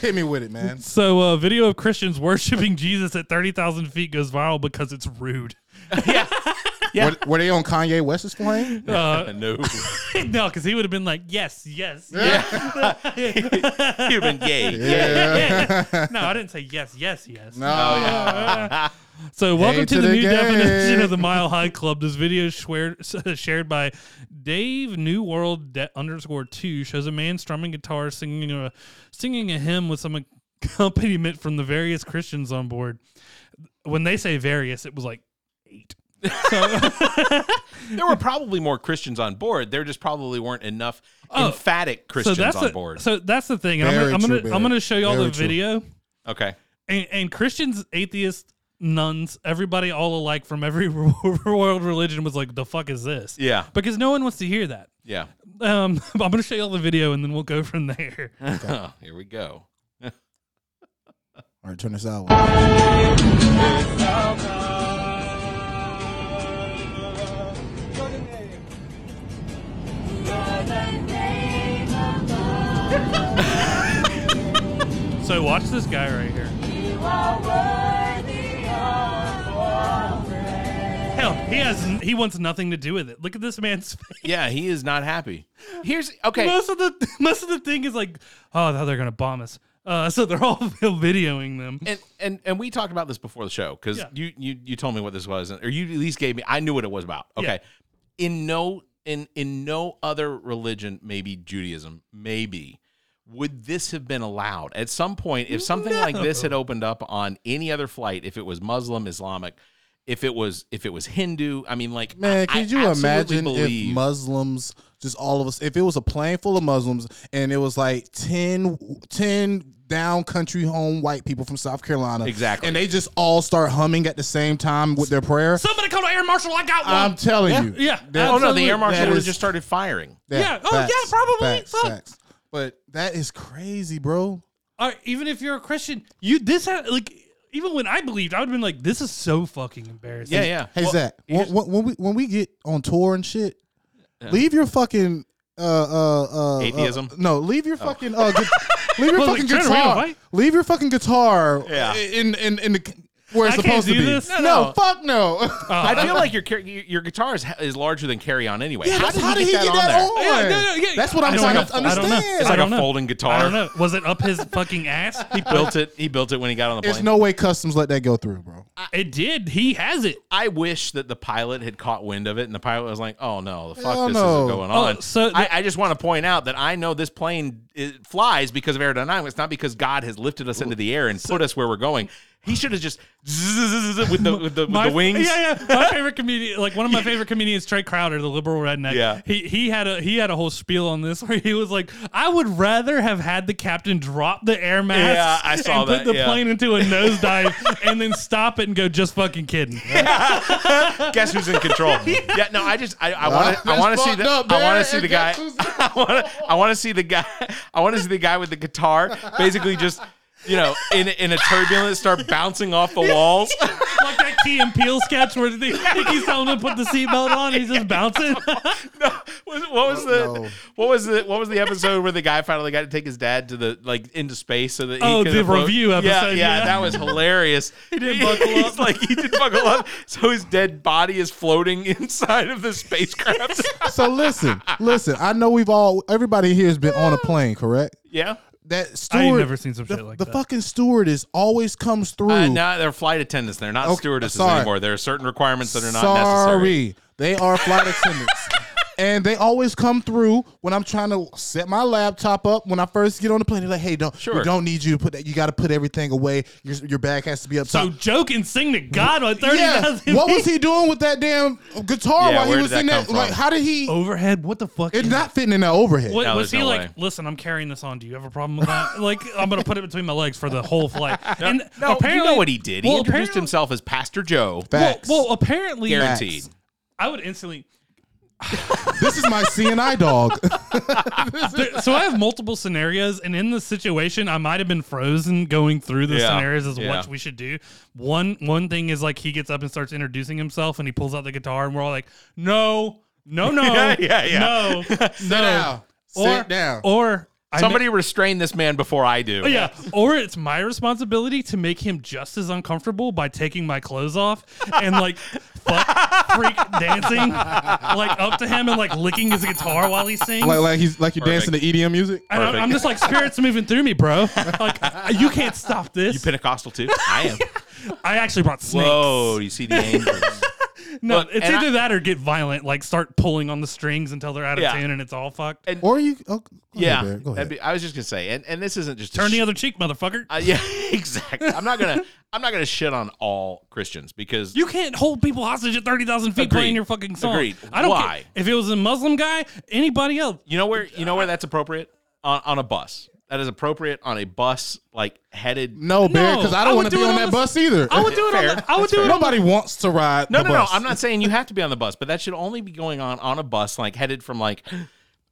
[SPEAKER 3] Hit me with it, man.
[SPEAKER 5] <laughs> So, a video of Christians worshiping Jesus at 30,000 feet goes viral because it's rude. <laughs>
[SPEAKER 3] Were, were they on Kanye West's plane?
[SPEAKER 5] Uh,
[SPEAKER 1] no.
[SPEAKER 5] no, because he would have been like, yes, yes,
[SPEAKER 1] Human gay.
[SPEAKER 3] <laughs>
[SPEAKER 5] yeah. no, I didn't say yes, yes, yes. Oh,
[SPEAKER 3] No. <laughs>
[SPEAKER 5] So, welcome
[SPEAKER 3] Hey
[SPEAKER 5] to,
[SPEAKER 3] to
[SPEAKER 5] the,
[SPEAKER 3] the
[SPEAKER 5] new
[SPEAKER 3] game.
[SPEAKER 5] definition of the Mile High Club. This video shared <laughs> shared by Dave New World de- underscore two shows a man strumming guitar, singing a singing a hymn with some accompaniment from the various Christians on board. When they say various, it was like eight.
[SPEAKER 1] There were probably more Christians on board. There just probably weren't enough
[SPEAKER 5] Oh,
[SPEAKER 1] emphatic Christians
[SPEAKER 5] so that's
[SPEAKER 1] on
[SPEAKER 5] the,
[SPEAKER 1] board.
[SPEAKER 5] So that's the thing. And
[SPEAKER 3] Very
[SPEAKER 5] I'm gonna I'm
[SPEAKER 3] true,
[SPEAKER 5] gonna, I'm
[SPEAKER 3] Barry.
[SPEAKER 5] gonna show y'all
[SPEAKER 3] Very
[SPEAKER 5] the
[SPEAKER 3] true.
[SPEAKER 5] video.
[SPEAKER 1] okay.
[SPEAKER 5] and, and Christians, atheists, nuns, everybody all alike from every <laughs> world religion was like, "The fuck is this?"
[SPEAKER 1] Yeah.
[SPEAKER 5] because no one wants to hear that.
[SPEAKER 1] Yeah.
[SPEAKER 5] Um, <laughs> but I'm gonna show you all the video and then we'll go
[SPEAKER 1] <laughs>
[SPEAKER 5] from there.
[SPEAKER 1] Oh, Here we go.
[SPEAKER 3] All right, turn this out.
[SPEAKER 5] So watch this guy right here. Hell, he has he wants nothing to do with it. Look at this man's face.
[SPEAKER 1] Yeah, he is not happy. Here's okay.
[SPEAKER 5] Most of the <laughs> most of the thing is like, oh, now they're gonna bomb us. Uh, so they're all <laughs> videoing them.
[SPEAKER 1] and and and we talked about this before the show because
[SPEAKER 5] Yeah.
[SPEAKER 1] you you you told me what this was, or you at least gave me. I knew what it was about. Okay,
[SPEAKER 5] Yeah.
[SPEAKER 1] in no in in no other religion, maybe Judaism, maybe would this have been allowed at some point if something like this had opened up on any other flight? If it was Muslim, Islamic, if it was if it was Hindu, I mean, like I-
[SPEAKER 3] Man,
[SPEAKER 1] I
[SPEAKER 3] could you
[SPEAKER 1] absolutely
[SPEAKER 3] imagine
[SPEAKER 1] believe- Oh,
[SPEAKER 3] if Muslims, just all of us, if it was a plane full of Muslims and it was like 10, 10 down country home white people from South Carolina.
[SPEAKER 1] Exactly.
[SPEAKER 3] And they just all start humming at the same time with their prayer.
[SPEAKER 5] Somebody call the air marshal. I got one.
[SPEAKER 3] I'm telling you.
[SPEAKER 5] yeah,
[SPEAKER 3] that-
[SPEAKER 1] Oh no! The air
[SPEAKER 5] absolutely.
[SPEAKER 1] marshal would
[SPEAKER 3] That
[SPEAKER 1] have
[SPEAKER 3] is-
[SPEAKER 1] just started firing.
[SPEAKER 3] that-
[SPEAKER 5] Yeah. Oh, yeah, probably.
[SPEAKER 3] Facts,
[SPEAKER 5] Fuck.
[SPEAKER 3] facts. But that is crazy, bro.
[SPEAKER 5] All right, even if you're a Christian, you this ha- like even when I believed, I would have been like, this is so fucking embarrassing.
[SPEAKER 1] Yeah, yeah.
[SPEAKER 3] Hey
[SPEAKER 1] Well,
[SPEAKER 3] Zach, when, when, when we when we get on tour and shit, leave your fucking uh uh uh
[SPEAKER 1] Atheism?
[SPEAKER 3] uh, no, leave your fucking uh, gu- <laughs> leave your
[SPEAKER 5] Oh. Well,
[SPEAKER 3] fucking
[SPEAKER 5] like, Trent, are we gonna
[SPEAKER 3] guitar.
[SPEAKER 5] fight?
[SPEAKER 3] Leave your fucking guitar.
[SPEAKER 1] Yeah.
[SPEAKER 3] In in in the. where it's
[SPEAKER 5] I can't
[SPEAKER 3] supposed to
[SPEAKER 5] do
[SPEAKER 3] be.
[SPEAKER 5] this? No, Oh.
[SPEAKER 3] No, fuck no.
[SPEAKER 1] I feel like your car- your your guitar is is larger than Carry On anyway.
[SPEAKER 3] <laughs> Yeah,
[SPEAKER 1] how
[SPEAKER 3] that's-
[SPEAKER 1] did he get that on there?
[SPEAKER 3] on?
[SPEAKER 5] Yeah, no, no, yeah.
[SPEAKER 3] That's what I'm
[SPEAKER 5] I don't
[SPEAKER 3] trying
[SPEAKER 5] know.
[SPEAKER 3] to
[SPEAKER 5] I don't know.
[SPEAKER 3] understand.
[SPEAKER 1] It's like
[SPEAKER 5] I don't
[SPEAKER 1] a
[SPEAKER 5] know.
[SPEAKER 1] folding
[SPEAKER 5] I
[SPEAKER 1] guitar.
[SPEAKER 5] don't know. Was it up his fucking ass?
[SPEAKER 1] He built it. He built it when he got on the plane.
[SPEAKER 3] There's no way customs let that go through, bro.
[SPEAKER 5] It did. He has it.
[SPEAKER 1] I wish that the pilot had caught wind of it, and the pilot was like, "Oh no, the fuck,
[SPEAKER 3] Hell
[SPEAKER 1] this
[SPEAKER 3] no.
[SPEAKER 1] isn't going on."
[SPEAKER 5] Oh, so the-
[SPEAKER 1] I, I just want to point out that I know this plane it flies because of aerodynamics, not because God has lifted us into the air and put us where we're going. He should have just zzzz with the with the, with
[SPEAKER 5] My-
[SPEAKER 1] the wings.
[SPEAKER 5] Yeah, yeah. My favorite comedian, like one of my favorite comedians, Trey Crowder, the liberal redneck.
[SPEAKER 1] Yeah.
[SPEAKER 5] He he had a he had a whole spiel on this where he was like, I would rather have had the captain drop the air mask
[SPEAKER 1] Yeah, I saw
[SPEAKER 5] and
[SPEAKER 1] that,
[SPEAKER 5] put the
[SPEAKER 1] yeah.
[SPEAKER 5] plane into a nosedive
[SPEAKER 1] <laughs>
[SPEAKER 5] and then stop it and go, just fucking kidding.
[SPEAKER 1] Guess who's in
[SPEAKER 5] <laughs>
[SPEAKER 1] control? yeah, no, I just I
[SPEAKER 3] <laughs>
[SPEAKER 1] want to I
[SPEAKER 3] that's
[SPEAKER 1] want to see
[SPEAKER 3] fucked
[SPEAKER 1] the
[SPEAKER 3] up,
[SPEAKER 1] I want
[SPEAKER 3] man.
[SPEAKER 1] to see the
[SPEAKER 3] <laughs>
[SPEAKER 1] guy. <laughs>
[SPEAKER 3] Guess who's-
[SPEAKER 1] <laughs> I want to I want to see the guy. <laughs> I want to see the guy with the guitar, basically just you know in in a turbulence start bouncing off the
[SPEAKER 5] <laughs>
[SPEAKER 1] walls. <laughs>
[SPEAKER 5] like that Key and Peel sketch where they, he's telling him to put the seatbelt on, he's just bouncing.
[SPEAKER 1] <laughs> Was- what was the
[SPEAKER 3] no.
[SPEAKER 1] what was the what was the episode where the guy finally got to take his dad to the like into space so that he
[SPEAKER 5] Oh,
[SPEAKER 1] could
[SPEAKER 5] the
[SPEAKER 1] float?
[SPEAKER 5] review
[SPEAKER 1] Yeah,
[SPEAKER 5] episode,
[SPEAKER 1] yeah,
[SPEAKER 5] yeah.
[SPEAKER 1] that was
[SPEAKER 5] <laughs>
[SPEAKER 1] hilarious. he
[SPEAKER 5] didn't buckle
[SPEAKER 1] he's
[SPEAKER 5] up.
[SPEAKER 1] Like he did buckle up, so his dead body is floating <laughs> inside of the spacecraft.
[SPEAKER 3] So listen, listen. I know we've all everybody here has been on a plane, correct?
[SPEAKER 1] <laughs> yeah.
[SPEAKER 3] That
[SPEAKER 5] I
[SPEAKER 3] steward.
[SPEAKER 5] ain't never seen some
[SPEAKER 3] the,
[SPEAKER 5] shit like
[SPEAKER 3] the
[SPEAKER 5] that.
[SPEAKER 3] fucking stewardess always comes through.
[SPEAKER 1] Uh, no, they're flight attendants. They're not
[SPEAKER 3] Okay,
[SPEAKER 1] stewardesses
[SPEAKER 3] sorry.
[SPEAKER 1] anymore. There are certain requirements that are not necessary.
[SPEAKER 3] Sorry, they are
[SPEAKER 1] <laughs>
[SPEAKER 3] flight attendants. And they always come through when I'm trying to set my laptop up. When I first get on the plane, they're like, "Hey, don't
[SPEAKER 1] Sure.
[SPEAKER 3] we don't need you to put that. You got to put everything away. Your, your bag has to be up
[SPEAKER 5] So
[SPEAKER 3] top."
[SPEAKER 5] joke and sing to God on 30
[SPEAKER 3] yeah, what was he doing with that damn guitar
[SPEAKER 1] Yeah,
[SPEAKER 3] while
[SPEAKER 1] where did
[SPEAKER 3] he was
[SPEAKER 1] that
[SPEAKER 3] in
[SPEAKER 1] come
[SPEAKER 3] that? Like,
[SPEAKER 1] from?
[SPEAKER 3] how did he?
[SPEAKER 5] <laughs> Overhead, what the fuck?
[SPEAKER 3] It's
[SPEAKER 5] is
[SPEAKER 3] not fitting in that overhead.
[SPEAKER 5] What,
[SPEAKER 1] No,
[SPEAKER 5] was he
[SPEAKER 1] there's no
[SPEAKER 5] like? Listen, I'm carrying this on. Do you have a problem with
[SPEAKER 3] <laughs>
[SPEAKER 5] that? like, I'm gonna put it between my legs for the whole flight. and
[SPEAKER 1] <laughs> No,
[SPEAKER 5] apparently,
[SPEAKER 1] you know what he did. He
[SPEAKER 5] well,
[SPEAKER 1] introduced
[SPEAKER 5] apparently-
[SPEAKER 1] himself as Pastor Joe.
[SPEAKER 5] Well,
[SPEAKER 3] Facts.
[SPEAKER 5] well, apparently,
[SPEAKER 1] Guaranteed.
[SPEAKER 5] I would instantly.
[SPEAKER 3] this is my
[SPEAKER 1] <laughs>
[SPEAKER 3] CNI dog.
[SPEAKER 5] There- so I have multiple scenarios, and in this situation, I might have been frozen going through the
[SPEAKER 1] Yeah,
[SPEAKER 5] scenarios as
[SPEAKER 1] yeah.
[SPEAKER 5] what we should do. One one thing is like he gets up and starts introducing himself, and he pulls out the guitar, and we're all like, "No,
[SPEAKER 1] <laughs>
[SPEAKER 5] no, no,
[SPEAKER 1] Yeah, yeah, yeah.
[SPEAKER 5] no,
[SPEAKER 1] <laughs>
[SPEAKER 5] no."
[SPEAKER 3] down.
[SPEAKER 5] Or,
[SPEAKER 3] Sit down.
[SPEAKER 5] Or I ma-
[SPEAKER 1] Somebody restrain this man before I do.
[SPEAKER 5] Oh, yeah, or it's my responsibility to make him just as uncomfortable by taking my clothes off
[SPEAKER 1] <laughs>
[SPEAKER 5] and like fuck freak dancing like up to him and like licking his guitar while he sings.
[SPEAKER 3] like like he's like you're
[SPEAKER 1] Perfect.
[SPEAKER 3] dancing to EDM music.
[SPEAKER 5] and I'm,
[SPEAKER 1] perfect.
[SPEAKER 5] I'm just like spirits moving through me, bro. Like you can't stop this.
[SPEAKER 1] You Pentecostal
[SPEAKER 5] <laughs>
[SPEAKER 1] too? I am.
[SPEAKER 5] I actually brought snakes.
[SPEAKER 1] Whoa, you see the angels.
[SPEAKER 5] No,
[SPEAKER 1] Look,
[SPEAKER 5] it's
[SPEAKER 1] and
[SPEAKER 5] either
[SPEAKER 1] I-
[SPEAKER 5] that or get violent. Like start pulling on the strings until they're out of
[SPEAKER 1] Yeah.
[SPEAKER 5] tune and it's all fucked.
[SPEAKER 3] Or you? Oh, go
[SPEAKER 1] Yeah,
[SPEAKER 3] ahead, Barrett, go
[SPEAKER 1] that'd
[SPEAKER 3] ahead.
[SPEAKER 1] be- I was just gonna say, and, and this isn't just a
[SPEAKER 5] Turn the
[SPEAKER 1] sh-
[SPEAKER 5] other cheek, motherfucker.
[SPEAKER 1] uh, <laughs> yeah, exactly. I'm not gonna I'm not gonna shit on all Christians because
[SPEAKER 5] You can't hold people hostage at 30,000 feet
[SPEAKER 1] Agreed.
[SPEAKER 5] playing your fucking song.
[SPEAKER 1] Agreed.
[SPEAKER 5] I don't
[SPEAKER 1] Why?
[SPEAKER 5] care. If it was a Muslim guy, anybody else.
[SPEAKER 1] you
[SPEAKER 5] <laughs>
[SPEAKER 1] know where you know where that's appropriate on, on a bus. That is appropriate on a bus like headed.
[SPEAKER 3] no,
[SPEAKER 5] No,
[SPEAKER 3] Barrett, because I
[SPEAKER 5] I
[SPEAKER 3] don't
[SPEAKER 5] would
[SPEAKER 3] want to
[SPEAKER 5] do
[SPEAKER 3] be
[SPEAKER 5] it
[SPEAKER 3] on
[SPEAKER 5] on
[SPEAKER 3] that
[SPEAKER 5] the-
[SPEAKER 3] bus either.
[SPEAKER 1] <laughs>
[SPEAKER 5] I would do it
[SPEAKER 1] Fair.
[SPEAKER 5] on the, I would do it on
[SPEAKER 3] Nobody wants to ride.
[SPEAKER 1] No,
[SPEAKER 3] the
[SPEAKER 1] no, no.
[SPEAKER 3] bus.
[SPEAKER 1] I'm not saying you have to be on the bus, but that should only be going on on a bus like headed from like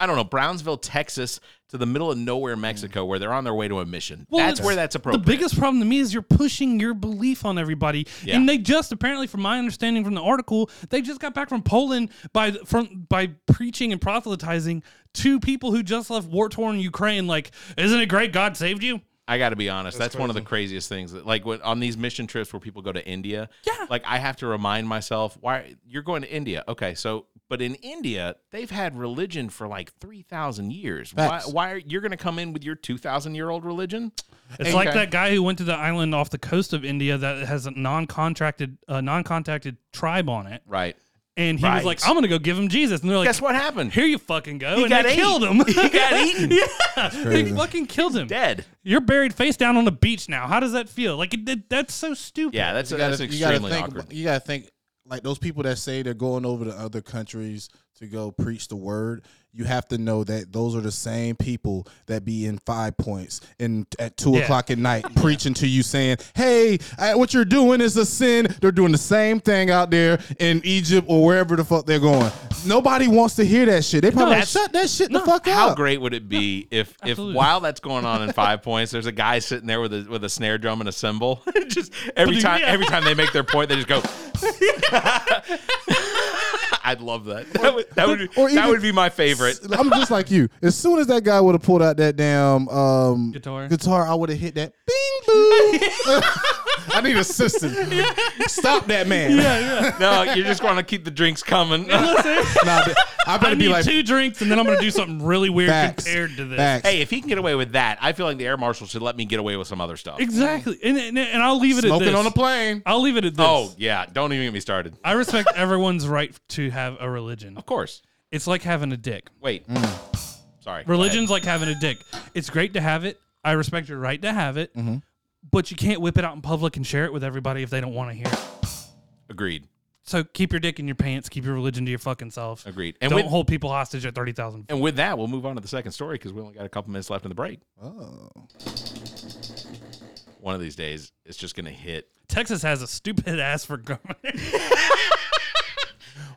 [SPEAKER 1] I don't know Brownsville, Texas, to the middle of nowhere, Mexico, where they're on their way to a mission.
[SPEAKER 5] Well,
[SPEAKER 1] that's
[SPEAKER 5] it's-
[SPEAKER 1] where that's appropriate.
[SPEAKER 5] The biggest problem to me is you're pushing your belief on everybody,
[SPEAKER 1] Yeah.
[SPEAKER 5] and they just apparently, from my understanding from the article, they just got back from Poland by from by preaching and proselytizing to people who just left war torn Ukraine. Like, isn't it great God saved you?
[SPEAKER 1] I got to be honest. That's, one of the craziest things. That, like when, on these mission trips where people go to India,
[SPEAKER 5] Yeah.
[SPEAKER 1] Like I have to remind myself why you're going to India. Okay, so but in India they've had religion for like three thousand years. Why,
[SPEAKER 3] Facts.
[SPEAKER 1] why are you're going to come in with your two thousand year old religion?
[SPEAKER 5] It's like that guy who went to the island off the coast of India that has a non-contracted, uh, non-contacted tribe on it,
[SPEAKER 1] Right.
[SPEAKER 5] and he
[SPEAKER 1] Right.
[SPEAKER 5] was like, "I'm gonna go give him Jesus," and they're like,
[SPEAKER 1] Guess what happened?
[SPEAKER 5] "Here you fucking go," and
[SPEAKER 1] got
[SPEAKER 5] they
[SPEAKER 1] ate.
[SPEAKER 5] killed him.
[SPEAKER 1] He got
[SPEAKER 5] <laughs>
[SPEAKER 1] eaten.
[SPEAKER 5] yeah, they fucking killed him.
[SPEAKER 1] Dead.
[SPEAKER 5] You're buried face down on the beach now. How does that feel? Like it, that, that's so stupid.
[SPEAKER 1] Yeah, that's
[SPEAKER 3] You
[SPEAKER 1] that's
[SPEAKER 3] gotta- you gotta
[SPEAKER 1] extremely
[SPEAKER 3] think,
[SPEAKER 1] awkward.
[SPEAKER 3] You got to think like those people that say they're going over to other countries to go preach the word. You have to know that those are the same people that be in five points and at two
[SPEAKER 5] Yeah.
[SPEAKER 3] o'clock at night preaching to you, saying, "Hey, I- what you're doing is a sin." They're doing the same thing out there in Egypt or wherever the fuck they're going. Nobody wants to hear that shit. They probably like,
[SPEAKER 1] that's-
[SPEAKER 3] shut that shit the fuck
[SPEAKER 1] How
[SPEAKER 3] up.
[SPEAKER 1] great would it be if if
[SPEAKER 5] Absolutely.
[SPEAKER 1] while that's going on in Five Points, there's a guy sitting there with a with a snare drum and a cymbal. <laughs> just every time
[SPEAKER 5] Yeah.
[SPEAKER 1] every time they make their point, they just
[SPEAKER 3] <laughs>
[SPEAKER 1] go. I'd love that. That would that would, be-
[SPEAKER 3] or
[SPEAKER 1] that
[SPEAKER 3] even-
[SPEAKER 1] would be my favorite.
[SPEAKER 3] I'm just like you. As soon as that guy would have pulled out that damn um,
[SPEAKER 5] Guitar.
[SPEAKER 3] guitar, I would have hit that bing boo. <laughs> I need assistance. Stop that man.
[SPEAKER 1] No, you're just going to keep the drinks
[SPEAKER 3] <laughs>
[SPEAKER 1] coming.
[SPEAKER 3] Nah, I
[SPEAKER 5] I
[SPEAKER 3] better
[SPEAKER 5] need
[SPEAKER 3] be like
[SPEAKER 5] two drinks, and then I'm going to do something really weird
[SPEAKER 3] <laughs> facts.
[SPEAKER 5] compared to this.
[SPEAKER 3] Facts.
[SPEAKER 1] hey, if he can get away with that, I feel like the air marshal should let me get away with some other stuff.
[SPEAKER 5] Exactly, and, and and I'll leave it at
[SPEAKER 3] smoking
[SPEAKER 5] this.
[SPEAKER 3] on a plane.
[SPEAKER 5] I'll leave it at this.
[SPEAKER 1] Oh yeah, don't even get me started.
[SPEAKER 5] I respect everyone's right to have a religion.
[SPEAKER 1] Of course.
[SPEAKER 5] It's like having a dick.
[SPEAKER 1] Wait.
[SPEAKER 3] Mm.
[SPEAKER 1] Sorry.
[SPEAKER 5] Religion's like having a dick. It's great to have it. I respect your right to have it,
[SPEAKER 3] Mm-hmm.
[SPEAKER 5] but you can't whip it out in public and share it with everybody if they don't want to hear it.
[SPEAKER 1] Agreed.
[SPEAKER 5] So keep your dick in your pants. Keep your religion to your fucking self.
[SPEAKER 1] Agreed. And
[SPEAKER 5] And don't
[SPEAKER 1] with-
[SPEAKER 5] hold people hostage at thirty thousand.
[SPEAKER 1] And with that, we'll move on to the second story because we only got a couple minutes left in the break.
[SPEAKER 3] Oh.
[SPEAKER 1] One of these days, it's just going to hit.
[SPEAKER 5] Texas has a stupid ass for government.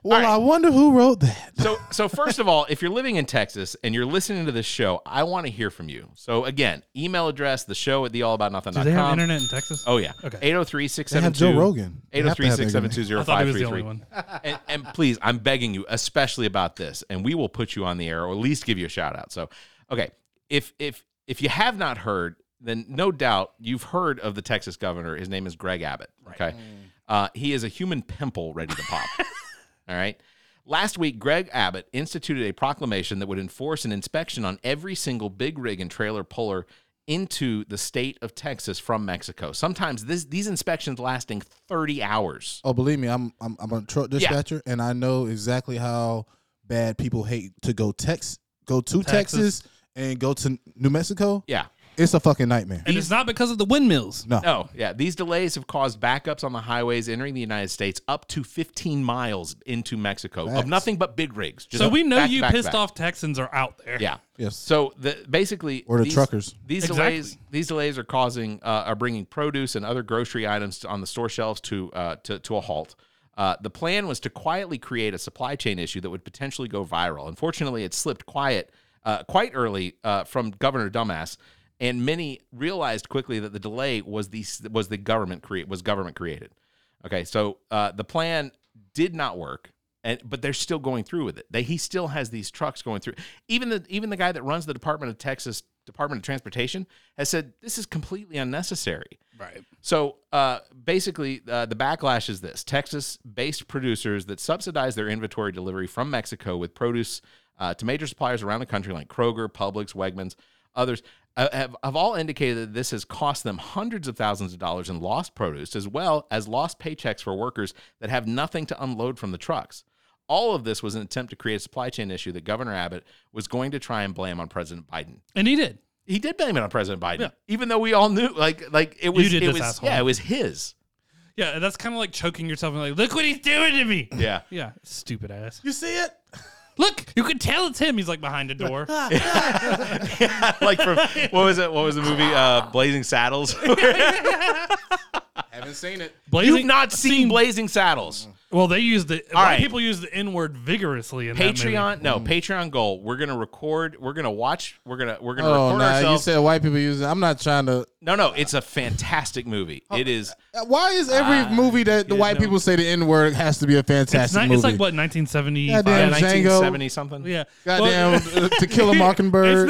[SPEAKER 3] Well, I wonder who wrote that.
[SPEAKER 1] So, so first of all, if you're living in Texas and you're listening to this show, I want to hear from you. So again, email address the show at the all about nothing.
[SPEAKER 5] Do they have internet in Texas?
[SPEAKER 1] Oh yeah.
[SPEAKER 5] Okay.
[SPEAKER 1] 803
[SPEAKER 3] They have
[SPEAKER 1] 672
[SPEAKER 3] Joe Rogan. They have to have
[SPEAKER 1] 803 672
[SPEAKER 5] I thought he was the only one.
[SPEAKER 1] and, and please, I'm begging you, especially about this, and we will put you on the air or at least give you a shout out. So, okay, if if if you have not heard, then no doubt you've heard of the Texas governor. His name is Greg Abbott. Okay, uh, he is a human pimple ready to pop. All right. Last week, Greg Abbott instituted a proclamation that would enforce an inspection on every single big rig and trailer puller into the state of Texas from Mexico. Sometimes this, these inspections lasting 30 hours.
[SPEAKER 3] Oh, believe me, I'm I'm, I'm a truck dispatcher, and I know exactly how bad people hate to go Tex go to Texas,
[SPEAKER 5] Texas.
[SPEAKER 3] and go to New Mexico.
[SPEAKER 1] Yeah.
[SPEAKER 3] It's a fucking nightmare.
[SPEAKER 5] And it's not because of the windmills.
[SPEAKER 3] No,
[SPEAKER 1] No, Oh, yeah. These delays have caused backups on the highways entering the United States up to 15 miles into Mexico of
[SPEAKER 3] Facts.
[SPEAKER 1] nothing but big rigs. Just
[SPEAKER 5] So we know
[SPEAKER 1] back to
[SPEAKER 5] you
[SPEAKER 1] back to
[SPEAKER 5] pissed
[SPEAKER 1] back.
[SPEAKER 5] off Texans are out there.
[SPEAKER 1] Yeah.
[SPEAKER 3] Yes.
[SPEAKER 1] So the basically
[SPEAKER 3] Or the truckers.
[SPEAKER 1] These
[SPEAKER 5] Exactly.
[SPEAKER 1] delays these delays are causing uh, are bringing produce and other grocery items on the store shelves to uh, to, to a halt. Uh, the plan was to quietly create a supply chain issue that would potentially go viral. Unfortunately, it slipped quiet uh, quite early uh, from Governor Dumbass, and many realized quickly that the delay was the was the government create was government created. Okay, so uh, the plan did not work, and but they're still going through with it. They, he still has these trucks going through. Even the even the guy that runs the Department of Texas Department of Transportation has said this is completely unnecessary.
[SPEAKER 5] Right.
[SPEAKER 1] So uh, basically, uh, the backlash is this Texas based producers that subsidize their inventory delivery from Mexico with produce uh, to major suppliers around the country like Kroger, Publix, Wegmans, others. uh, Have, have all indicated that this has cost them hundreds of thousands of dollars in lost produce, as well as lost paychecks for workers that have nothing to unload from the trucks. All of this was an attempt to create a supply chain issue that Governor Abbott was going to try and blame on President Biden
[SPEAKER 5] And he did.
[SPEAKER 1] he did blame it on President Biden,
[SPEAKER 5] Yeah.
[SPEAKER 1] even though we all knew, like, like it was,
[SPEAKER 5] did
[SPEAKER 1] it
[SPEAKER 5] this,
[SPEAKER 1] was,
[SPEAKER 5] asshole.
[SPEAKER 1] yeah, it was his.
[SPEAKER 5] Yeah, and that's kind of like choking yourself and like, look what he's doing to me.
[SPEAKER 1] Yeah,
[SPEAKER 5] <laughs> Yeah, stupid ass.
[SPEAKER 3] you see it?
[SPEAKER 5] Look, you can tell it's him. He's like behind
[SPEAKER 1] <laughs>
[SPEAKER 5] a door.
[SPEAKER 1] <laughs> like from what was it? What was the movie? Uh, Blazing
[SPEAKER 5] <laughs>
[SPEAKER 1] Saddles. <laughs>
[SPEAKER 3] Haven't seen it.
[SPEAKER 1] You've
[SPEAKER 5] Blazing.
[SPEAKER 1] not seen Blazing Saddles.
[SPEAKER 5] well, they use the.
[SPEAKER 1] All
[SPEAKER 5] white
[SPEAKER 1] right.
[SPEAKER 5] People use the N word vigorously in That
[SPEAKER 1] Patreon, no Patreon goal. We're gonna record. We're gonna watch. We're gonna we're gonna
[SPEAKER 3] Oh,
[SPEAKER 1] record
[SPEAKER 3] nah, you
[SPEAKER 1] ourselves.
[SPEAKER 3] said white people using. I'm not trying to.
[SPEAKER 1] no, no, it's a fantastic movie. It is.
[SPEAKER 3] Why is every movie that the
[SPEAKER 5] yeah,
[SPEAKER 3] white
[SPEAKER 5] no.
[SPEAKER 3] people say the N word has to be a
[SPEAKER 5] movie.
[SPEAKER 3] fantastic
[SPEAKER 5] Ah, It's, not,
[SPEAKER 3] movie?
[SPEAKER 5] it's like what 1975.
[SPEAKER 1] Yeah,
[SPEAKER 3] Goddamn. Django.
[SPEAKER 1] 1970 something.
[SPEAKER 5] Yeah.
[SPEAKER 1] <laughs>
[SPEAKER 3] Goddamn, <laughs> uh, To Kill a Mockingbird.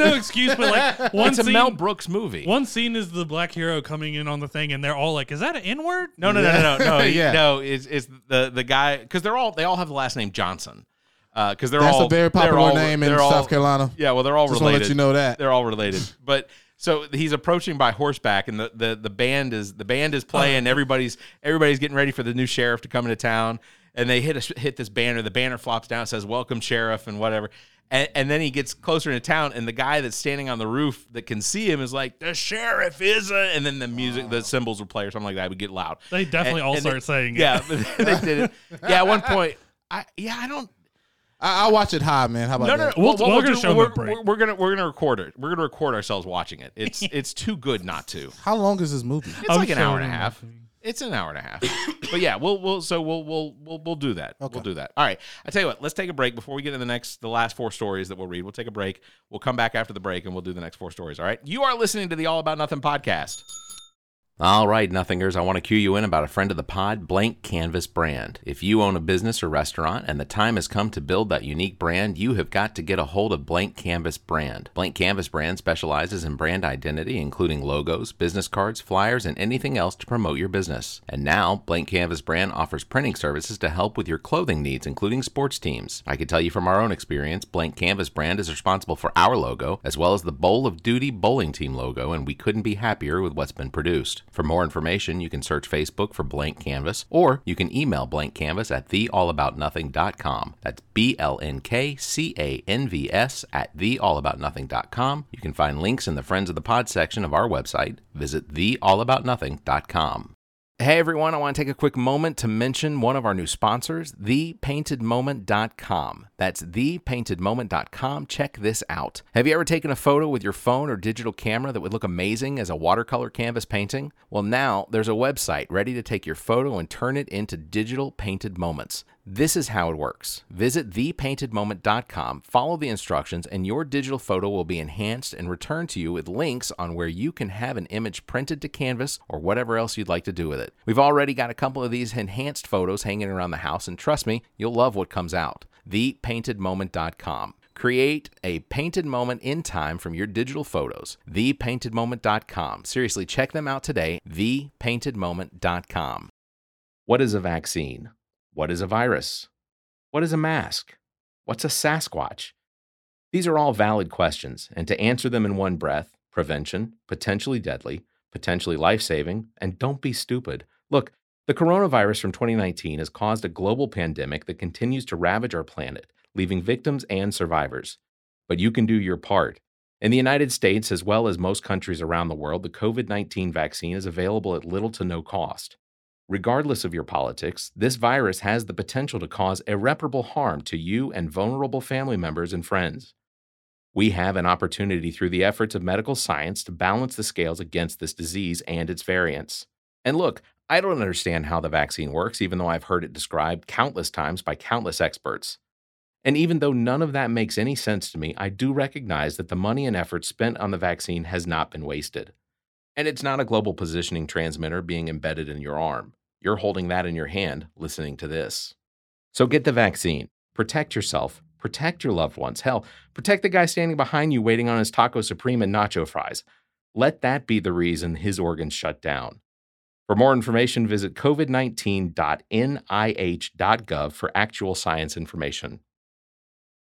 [SPEAKER 5] <laughs> It's no excuse, but like one
[SPEAKER 1] it's a
[SPEAKER 5] scene.
[SPEAKER 1] Mel Brooks movie.
[SPEAKER 5] one scene is the black hero coming in on the thing, and they're all like, "Is that an N word?"
[SPEAKER 1] No, no, no, no, no,
[SPEAKER 5] <laughs>
[SPEAKER 1] no.
[SPEAKER 3] Yeah.
[SPEAKER 1] No, it's, it's the the guy because they're all they all have the last name Johnson. Because they're
[SPEAKER 3] That's
[SPEAKER 1] all
[SPEAKER 3] a very
[SPEAKER 1] they're
[SPEAKER 3] popular
[SPEAKER 1] all-
[SPEAKER 3] name in
[SPEAKER 1] they're all-
[SPEAKER 3] South Carolina.
[SPEAKER 1] Yeah, well, they're all
[SPEAKER 3] Just wanna let
[SPEAKER 1] related.
[SPEAKER 3] you know that.
[SPEAKER 1] they're all
[SPEAKER 3] <laughs>
[SPEAKER 1] related. But so he's approaching by horseback, and the, the, the band is the band is playing.
[SPEAKER 3] Uh-huh.
[SPEAKER 1] Everybody's everybody's getting ready for the new sheriff to come into town, and they hit a, hit this banner. The banner flops down, says "Welcome, Sheriff" and whatever. And, and then he gets closer into town, and the guy that's standing on the roof that can see him is like, "The sheriff is a," and then the music, the cymbals would play or something like that. It would get loud.
[SPEAKER 5] They definitely all start saying it.
[SPEAKER 1] yeah, <laughs> Yeah, but they did it. Yeah, at one point, I yeah, I don't.
[SPEAKER 3] I, I watch it high, man. How about
[SPEAKER 1] No,
[SPEAKER 3] that?
[SPEAKER 1] no, no.
[SPEAKER 5] We'll-
[SPEAKER 1] What
[SPEAKER 5] we're
[SPEAKER 1] we'll
[SPEAKER 5] gonna
[SPEAKER 1] do-
[SPEAKER 5] show them a
[SPEAKER 1] we're,
[SPEAKER 5] break.
[SPEAKER 1] we're- we're gonna we're gonna record it. We're gonna record ourselves watching it.
[SPEAKER 5] <laughs>
[SPEAKER 1] It's it's too good not to.
[SPEAKER 3] How long is this movie?
[SPEAKER 1] It's
[SPEAKER 5] I'm
[SPEAKER 1] like an
[SPEAKER 5] sure
[SPEAKER 1] hour and a
[SPEAKER 5] we're
[SPEAKER 1] half. It's an hour and a half. but yeah, we'll we'll so we'll we'll we'll we'll do that. We'll do that. All right. I tell you what. Let's take a break before we get into the next the last four stories that we'll read. We'll take a break. We'll come back after the break and we'll do the next four stories. All right. You are listening to the All About Nothing podcast. All right, nothingers, I want to cue you in about a friend of the pod, Blank Canvas Brand. If you own a business or restaurant and the time has come to build that unique brand, you have got to get a hold of Blank Canvas Brand. Blank Canvas Brand specializes in brand identity, including logos, business cards, flyers, and anything else to promote your business. And now, Blank Canvas Brand offers printing services to help with your clothing needs, including sports teams. I can tell you from our own experience, Blank Canvas Brand is responsible for our logo, as well as the Bowl of Duty bowling team logo, and we couldn't be happier with what's been produced. For more information, you can search Facebook for Blank Canvas, or you can email Blank Canvas at theallaboutnothing.com. That's B L N K C A N V S at theallaboutnothing.com. You can find links in the Friends of the Pod section of our website. Visit theallaboutnothing.com. Hey everyone, I want to take a quick moment to mention one of our new sponsors, thepaintedmoment.com. That's thepaintedmoment.com. Check this out. Have you ever taken a photo with your phone or digital camera that would look amazing as a watercolor canvas painting? Well, now there's a website ready to take your photo and turn it into digital painted moments. This is how it works. Visit thepaintedmoment.com, follow the instructions, and your digital photo will be enhanced and returned to you with links on where you can have an image printed to canvas or whatever else you'd like to do with it. We've already got a couple of these enhanced photos hanging around the house, and trust me, you'll love what comes out. Thepaintedmoment.com. Create a painted moment in time from your digital photos. Thepaintedmoment.com. Seriously, check them out today. Thepaintedmoment.com. What is a vaccine? What is a virus? What is a mask? What's a Sasquatch? These are all valid questions, and to answer them in one breath prevention, potentially deadly, potentially life saving, and don't be stupid. Look, the coronavirus from 2019 has caused a global pandemic that continues to ravage our planet, leaving victims and survivors. But you can do your part. In the United States, as well as most countries around the world, the COVID 19 vaccine is available at little to no cost. Regardless of your politics, this virus has the potential to cause irreparable harm to you and vulnerable family members and friends. We have an opportunity through the efforts of medical science to balance the scales against this disease and its variants. And look, I don't understand how the vaccine works, even though I've heard it described countless times by countless experts. And even though none of that makes any sense to me, I do recognize that the money and effort spent on the vaccine has not been wasted. And it's not a global positioning transmitter being embedded in your arm. You're holding that in your hand listening to this. So get the vaccine, protect yourself, protect your loved ones. Hell, protect the guy standing behind you waiting on his Taco Supreme and nacho fries. Let that be the reason his organs shut down. For more information, visit covid19.nih.gov for actual science information.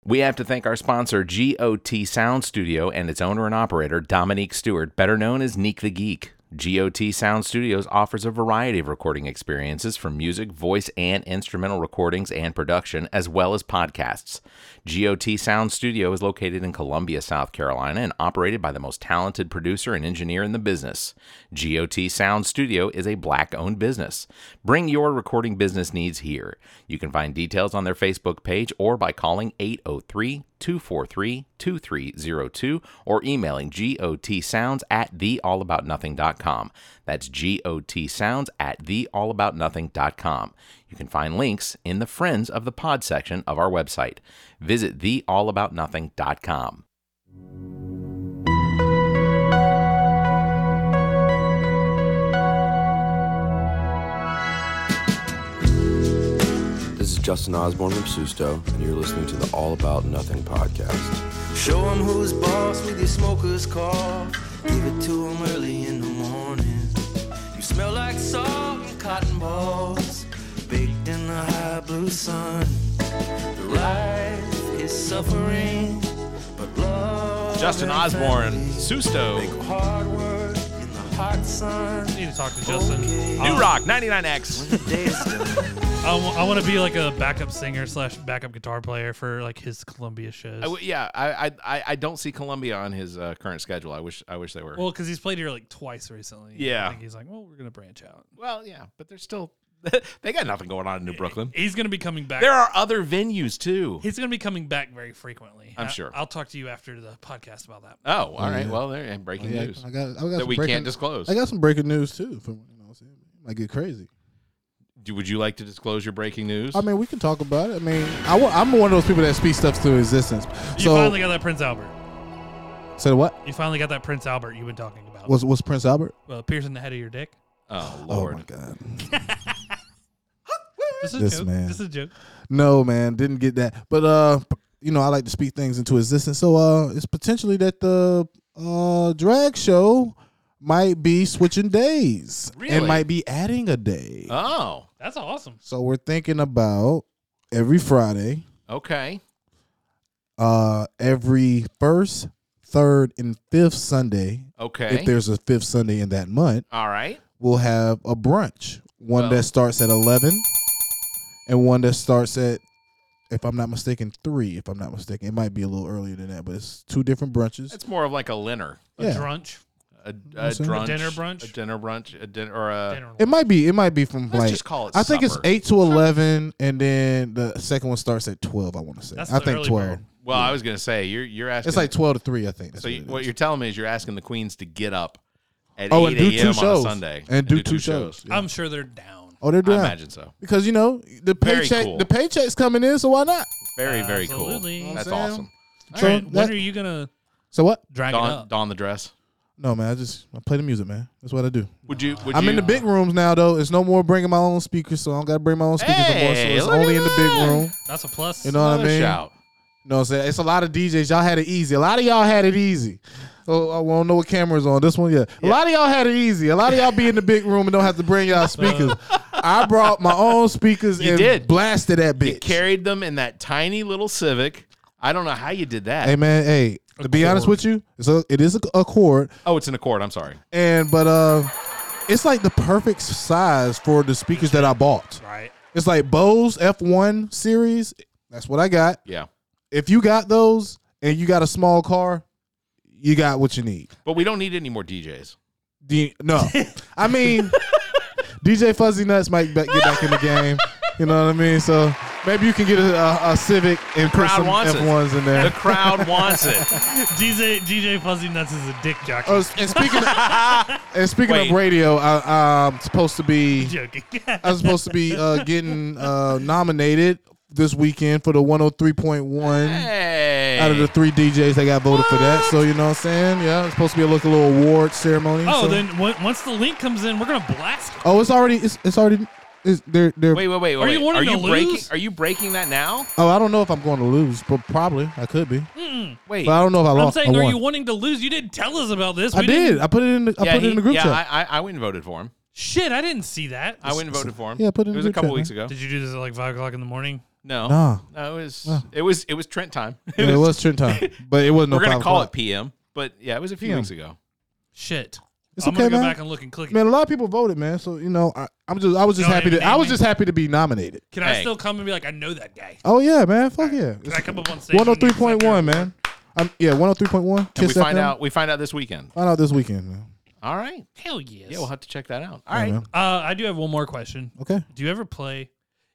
[SPEAKER 1] We have to thank our sponsor, GOT Sound Studio, and its owner and operator, Dominique Stewart, better known as Neek the Geek. GOT Sound Studios offers a variety of recording experiences from music, voice, and instrumental recordings and production, as well as podcasts. GOT Sound Studio is located in Columbia, South Carolina, and operated by the most talented producer and engineer in the business. GOT Sound Studio is a black owned business. Bring your recording business needs here. You can find details on their Facebook page or by calling 803 243 2302 or emailing gotsounds at theallaboutnothing.com. That's gotsounds at theallaboutnothing.com. You can find links in the Friends of the Pod section of our website. Visit theallaboutnothing.com.
[SPEAKER 8] This is Justin Osborne from Susto, and you're listening to the All About Nothing podcast.
[SPEAKER 9] Show 'em who's boss with your smoker's call. Give it to 'em early in the morning. You smell like salt and cotton balls, baked in the high blue sun. Life is suffering, but love
[SPEAKER 1] Justin Osborne, Susto,
[SPEAKER 9] hard work in the hot sun.
[SPEAKER 5] I need to talk to Justin.
[SPEAKER 1] New Rock 99X.
[SPEAKER 9] The day is done.
[SPEAKER 5] I want to be like a backup singer slash backup guitar player for like his Columbia shows.
[SPEAKER 1] I w- yeah, I, I- I I don't see Columbia on his uh, current schedule. I wish I wish they were.
[SPEAKER 5] well, because he's played here like twice recently.
[SPEAKER 1] Yeah.
[SPEAKER 5] I think he's like, well, we're gonna branch out.
[SPEAKER 1] Well, yeah, but they're still <laughs> they got nothing going on in New <laughs> Brooklyn.
[SPEAKER 5] He's gonna be coming back.
[SPEAKER 1] There are other venues too.
[SPEAKER 5] He's gonna be coming back very frequently.
[SPEAKER 1] I'm
[SPEAKER 5] I-
[SPEAKER 1] sure.
[SPEAKER 5] I'll talk to you after the podcast about that.
[SPEAKER 1] Oh, all right. Well, there and breaking
[SPEAKER 3] Oh, Yeah,
[SPEAKER 1] news
[SPEAKER 3] I got, I got
[SPEAKER 1] that
[SPEAKER 3] some
[SPEAKER 1] we
[SPEAKER 3] breaking,
[SPEAKER 1] can't disclose.
[SPEAKER 3] I got some breaking news too. From you know, what I'm saying? It might get crazy.
[SPEAKER 1] Do- Would you like to disclose your breaking news?
[SPEAKER 3] I mean, we can talk about it. I mean, I w- I'm one of those people that speak stuff to existence.
[SPEAKER 5] You
[SPEAKER 3] so,
[SPEAKER 5] finally got that Prince Albert.
[SPEAKER 3] so what?
[SPEAKER 5] You finally got that Prince Albert you've been talking about. Albert.
[SPEAKER 3] Was was Prince Albert?
[SPEAKER 5] Well, piercing the head of your dick.
[SPEAKER 1] Oh
[SPEAKER 3] Oh my
[SPEAKER 1] Lord.
[SPEAKER 3] god.
[SPEAKER 5] This is
[SPEAKER 3] This
[SPEAKER 5] a joke.
[SPEAKER 3] man.
[SPEAKER 5] This is a joke.
[SPEAKER 3] No, man, didn't get that. But uh, you know, I like to speak things into existence. So uh, it's potentially that the uh drag show might be switching days
[SPEAKER 1] Really?
[SPEAKER 3] and might be adding a day.
[SPEAKER 1] oh.
[SPEAKER 5] That's awesome.
[SPEAKER 3] So we're thinking about every Friday,
[SPEAKER 1] Okay.
[SPEAKER 3] uh, every first, third, and fifth Sunday.
[SPEAKER 1] Okay.
[SPEAKER 3] If there's a fifth Sunday in that month,
[SPEAKER 1] All right.
[SPEAKER 3] we'll have a brunch. One
[SPEAKER 1] Well.
[SPEAKER 3] that starts at eleven, and one that starts at, if I'm not mistaken, three. If I'm not mistaken, it might be a little earlier than that, but it's two different brunches.
[SPEAKER 1] It's more of like a linner,
[SPEAKER 5] A
[SPEAKER 3] Yeah.
[SPEAKER 5] drunch.
[SPEAKER 1] a, a,
[SPEAKER 3] saying?
[SPEAKER 1] drunch,
[SPEAKER 5] A dinner brunch?
[SPEAKER 1] a dinner brunch, a dinner or a
[SPEAKER 5] Dinner.
[SPEAKER 3] It might be. It might be from
[SPEAKER 1] Let's
[SPEAKER 3] like.
[SPEAKER 1] just call it
[SPEAKER 3] I think it's
[SPEAKER 1] supper.
[SPEAKER 3] eight to eleven, and then the second one starts at twelve. I want to say.
[SPEAKER 5] That's
[SPEAKER 3] I
[SPEAKER 5] the
[SPEAKER 3] think
[SPEAKER 5] early
[SPEAKER 3] twelve.
[SPEAKER 5] bird.
[SPEAKER 1] Well, I was gonna say you're you're asking.
[SPEAKER 3] It's like twelve to three. I think. That's
[SPEAKER 1] so. You,
[SPEAKER 3] it
[SPEAKER 1] what
[SPEAKER 3] is.
[SPEAKER 1] you're telling me is you're asking the queens to get up at
[SPEAKER 3] Oh, and
[SPEAKER 1] eight a.m.
[SPEAKER 3] do two
[SPEAKER 1] on a
[SPEAKER 3] shows.
[SPEAKER 1] Sunday
[SPEAKER 3] And do two shows.
[SPEAKER 5] I'm sure they're down.
[SPEAKER 3] Oh, they're
[SPEAKER 1] I
[SPEAKER 3] doing. that.
[SPEAKER 1] imagine so.
[SPEAKER 3] because you know the
[SPEAKER 1] Very
[SPEAKER 3] paycheck.
[SPEAKER 1] cool.
[SPEAKER 3] The paycheck's coming in, so why not?
[SPEAKER 1] Very very
[SPEAKER 5] Absolutely.
[SPEAKER 1] cool.
[SPEAKER 5] I'm
[SPEAKER 1] That's
[SPEAKER 3] saying.
[SPEAKER 1] awesome.
[SPEAKER 5] All right, when
[SPEAKER 3] that-
[SPEAKER 5] are you gonna
[SPEAKER 3] So what?
[SPEAKER 5] drag it
[SPEAKER 1] Don
[SPEAKER 5] up?
[SPEAKER 1] don the dress.
[SPEAKER 3] No man, I just I play the music, man. That's what I do.
[SPEAKER 1] Would you? Would
[SPEAKER 3] I'm
[SPEAKER 1] you,
[SPEAKER 3] in the big rooms now, though. It's no more bringing my own speakers, so I don't got to bring my own speakers anymore. So
[SPEAKER 1] Hey,
[SPEAKER 3] it's
[SPEAKER 1] look
[SPEAKER 3] only
[SPEAKER 1] at
[SPEAKER 3] in the big
[SPEAKER 1] that.
[SPEAKER 3] room.
[SPEAKER 5] That's a plus.
[SPEAKER 3] You know what I
[SPEAKER 1] another
[SPEAKER 3] mean?
[SPEAKER 1] shout.
[SPEAKER 3] You know what I'm saying? It's a lot of DJs. Y'all had it easy. A lot of y'all had it easy. Oh, I don't know what camera's on. This one, yeah. A lot of y'all had it easy. A lot of y'all be in the big room and don't have to bring y'all speakers. I brought my own speakers
[SPEAKER 1] Uh-huh. You
[SPEAKER 3] and
[SPEAKER 1] did.
[SPEAKER 3] blasted that
[SPEAKER 1] You
[SPEAKER 3] bitch.
[SPEAKER 1] carried them in that tiny little Civic. I don't know how you did that.
[SPEAKER 3] hey man, hey. To be honest
[SPEAKER 5] Accord.
[SPEAKER 3] with you, it's a, it is a, a cord,
[SPEAKER 1] Oh, it's an Accord. I'm sorry.
[SPEAKER 3] and but uh, it's like the perfect size for the speakers that I bought.
[SPEAKER 5] right.
[SPEAKER 3] It's like Bose F1 series. That's what I got.
[SPEAKER 1] Yeah,
[SPEAKER 3] If you got those and you got a small car, you got what you need.
[SPEAKER 1] but we don't need any more DJs.
[SPEAKER 3] D- no, I mean DJ Fuzzy Nuts might be- get back in the game. You know what I mean? So maybe you can get a, a, a Civic and put
[SPEAKER 1] crowd
[SPEAKER 3] some
[SPEAKER 1] wants it.
[SPEAKER 3] F1s in there.
[SPEAKER 1] The crowd wants it.
[SPEAKER 5] DJ DJ Fuzzy Nuts is a dick jockey. <laughs>
[SPEAKER 3] Oh, s- and speaking of,
[SPEAKER 1] <laughs>
[SPEAKER 3] and speaking
[SPEAKER 1] Wait.
[SPEAKER 3] of radio, I, I'm supposed to be
[SPEAKER 5] joking. <laughs>
[SPEAKER 3] I was supposed to be uh, getting uh, nominated this weekend for the 103.1.
[SPEAKER 1] <laughs> Hey.
[SPEAKER 3] out of the three DJs that got voted for that. So you know what I'm saying? Yeah, it's supposed to be like a little award ceremony.
[SPEAKER 5] oh,
[SPEAKER 3] so-
[SPEAKER 5] then w- once the link comes in, we're gonna blast. it.
[SPEAKER 3] oh, it's already it's, it's already it's, they're they're.
[SPEAKER 1] Wait, wait, wait, wait.
[SPEAKER 5] Are you
[SPEAKER 1] wait.
[SPEAKER 5] wanting
[SPEAKER 1] are
[SPEAKER 5] to
[SPEAKER 1] you breaking?
[SPEAKER 5] lose?
[SPEAKER 1] Are you breaking that now?
[SPEAKER 3] Oh, I don't know if I'm going to lose, but probably I could be.
[SPEAKER 1] Wait.
[SPEAKER 3] But I don't know if I
[SPEAKER 5] I'm
[SPEAKER 3] lost.
[SPEAKER 5] saying,
[SPEAKER 3] I
[SPEAKER 5] are
[SPEAKER 3] won.
[SPEAKER 5] you wanting to lose? You didn't tell us about this.
[SPEAKER 3] I
[SPEAKER 5] We didn't-
[SPEAKER 3] did. I put it in. The, I
[SPEAKER 1] yeah,
[SPEAKER 3] put it
[SPEAKER 1] he-
[SPEAKER 3] in the group
[SPEAKER 1] yeah,
[SPEAKER 3] chat.
[SPEAKER 1] I, I, I went and voted for him.
[SPEAKER 5] Shit, I didn't see that.
[SPEAKER 1] I went and voted for him.
[SPEAKER 3] yeah, put it in
[SPEAKER 1] It was
[SPEAKER 3] the
[SPEAKER 1] a couple
[SPEAKER 3] group
[SPEAKER 1] weeks
[SPEAKER 3] chat,
[SPEAKER 1] ago.
[SPEAKER 5] Did you do this at like five o'clock in the morning?
[SPEAKER 1] No,
[SPEAKER 3] Nah.
[SPEAKER 1] <laughs> no, it was it was it was Trent time.
[SPEAKER 3] Yeah, it was Trent time, but it wasn't.
[SPEAKER 1] We're
[SPEAKER 3] no
[SPEAKER 1] gonna
[SPEAKER 3] five
[SPEAKER 1] call it
[SPEAKER 3] o'clock.
[SPEAKER 1] PM, but yeah, it was a few weeks ago.
[SPEAKER 5] Shit.
[SPEAKER 3] It's
[SPEAKER 5] I'm
[SPEAKER 3] okay,
[SPEAKER 5] gonna go
[SPEAKER 3] man.
[SPEAKER 5] back and look and click it.
[SPEAKER 3] Man, a lot of people voted, man. So you know, I, I'm just I was just
[SPEAKER 5] Don't
[SPEAKER 3] happy to
[SPEAKER 5] entertain
[SPEAKER 3] I was
[SPEAKER 5] me.
[SPEAKER 3] just happy to be nominated.
[SPEAKER 5] Can
[SPEAKER 1] Hey.
[SPEAKER 5] I still come and be like, I know that guy?
[SPEAKER 3] Oh yeah, man. Fuck yeah.
[SPEAKER 5] Can I come up on stage? and accept
[SPEAKER 3] 103.1,
[SPEAKER 5] your-
[SPEAKER 3] man. I'm, yeah, 103.1.
[SPEAKER 1] And
[SPEAKER 3] Kiss
[SPEAKER 1] we find
[SPEAKER 3] FM.
[SPEAKER 1] out we find out this weekend.
[SPEAKER 3] Find out this weekend, man.
[SPEAKER 1] All right.
[SPEAKER 5] Hell yes.
[SPEAKER 1] Yeah, we'll have to check that out. All
[SPEAKER 3] Yeah,
[SPEAKER 1] right.
[SPEAKER 3] man.
[SPEAKER 5] uh, I do have one more question.
[SPEAKER 3] Okay.
[SPEAKER 5] Do you ever play?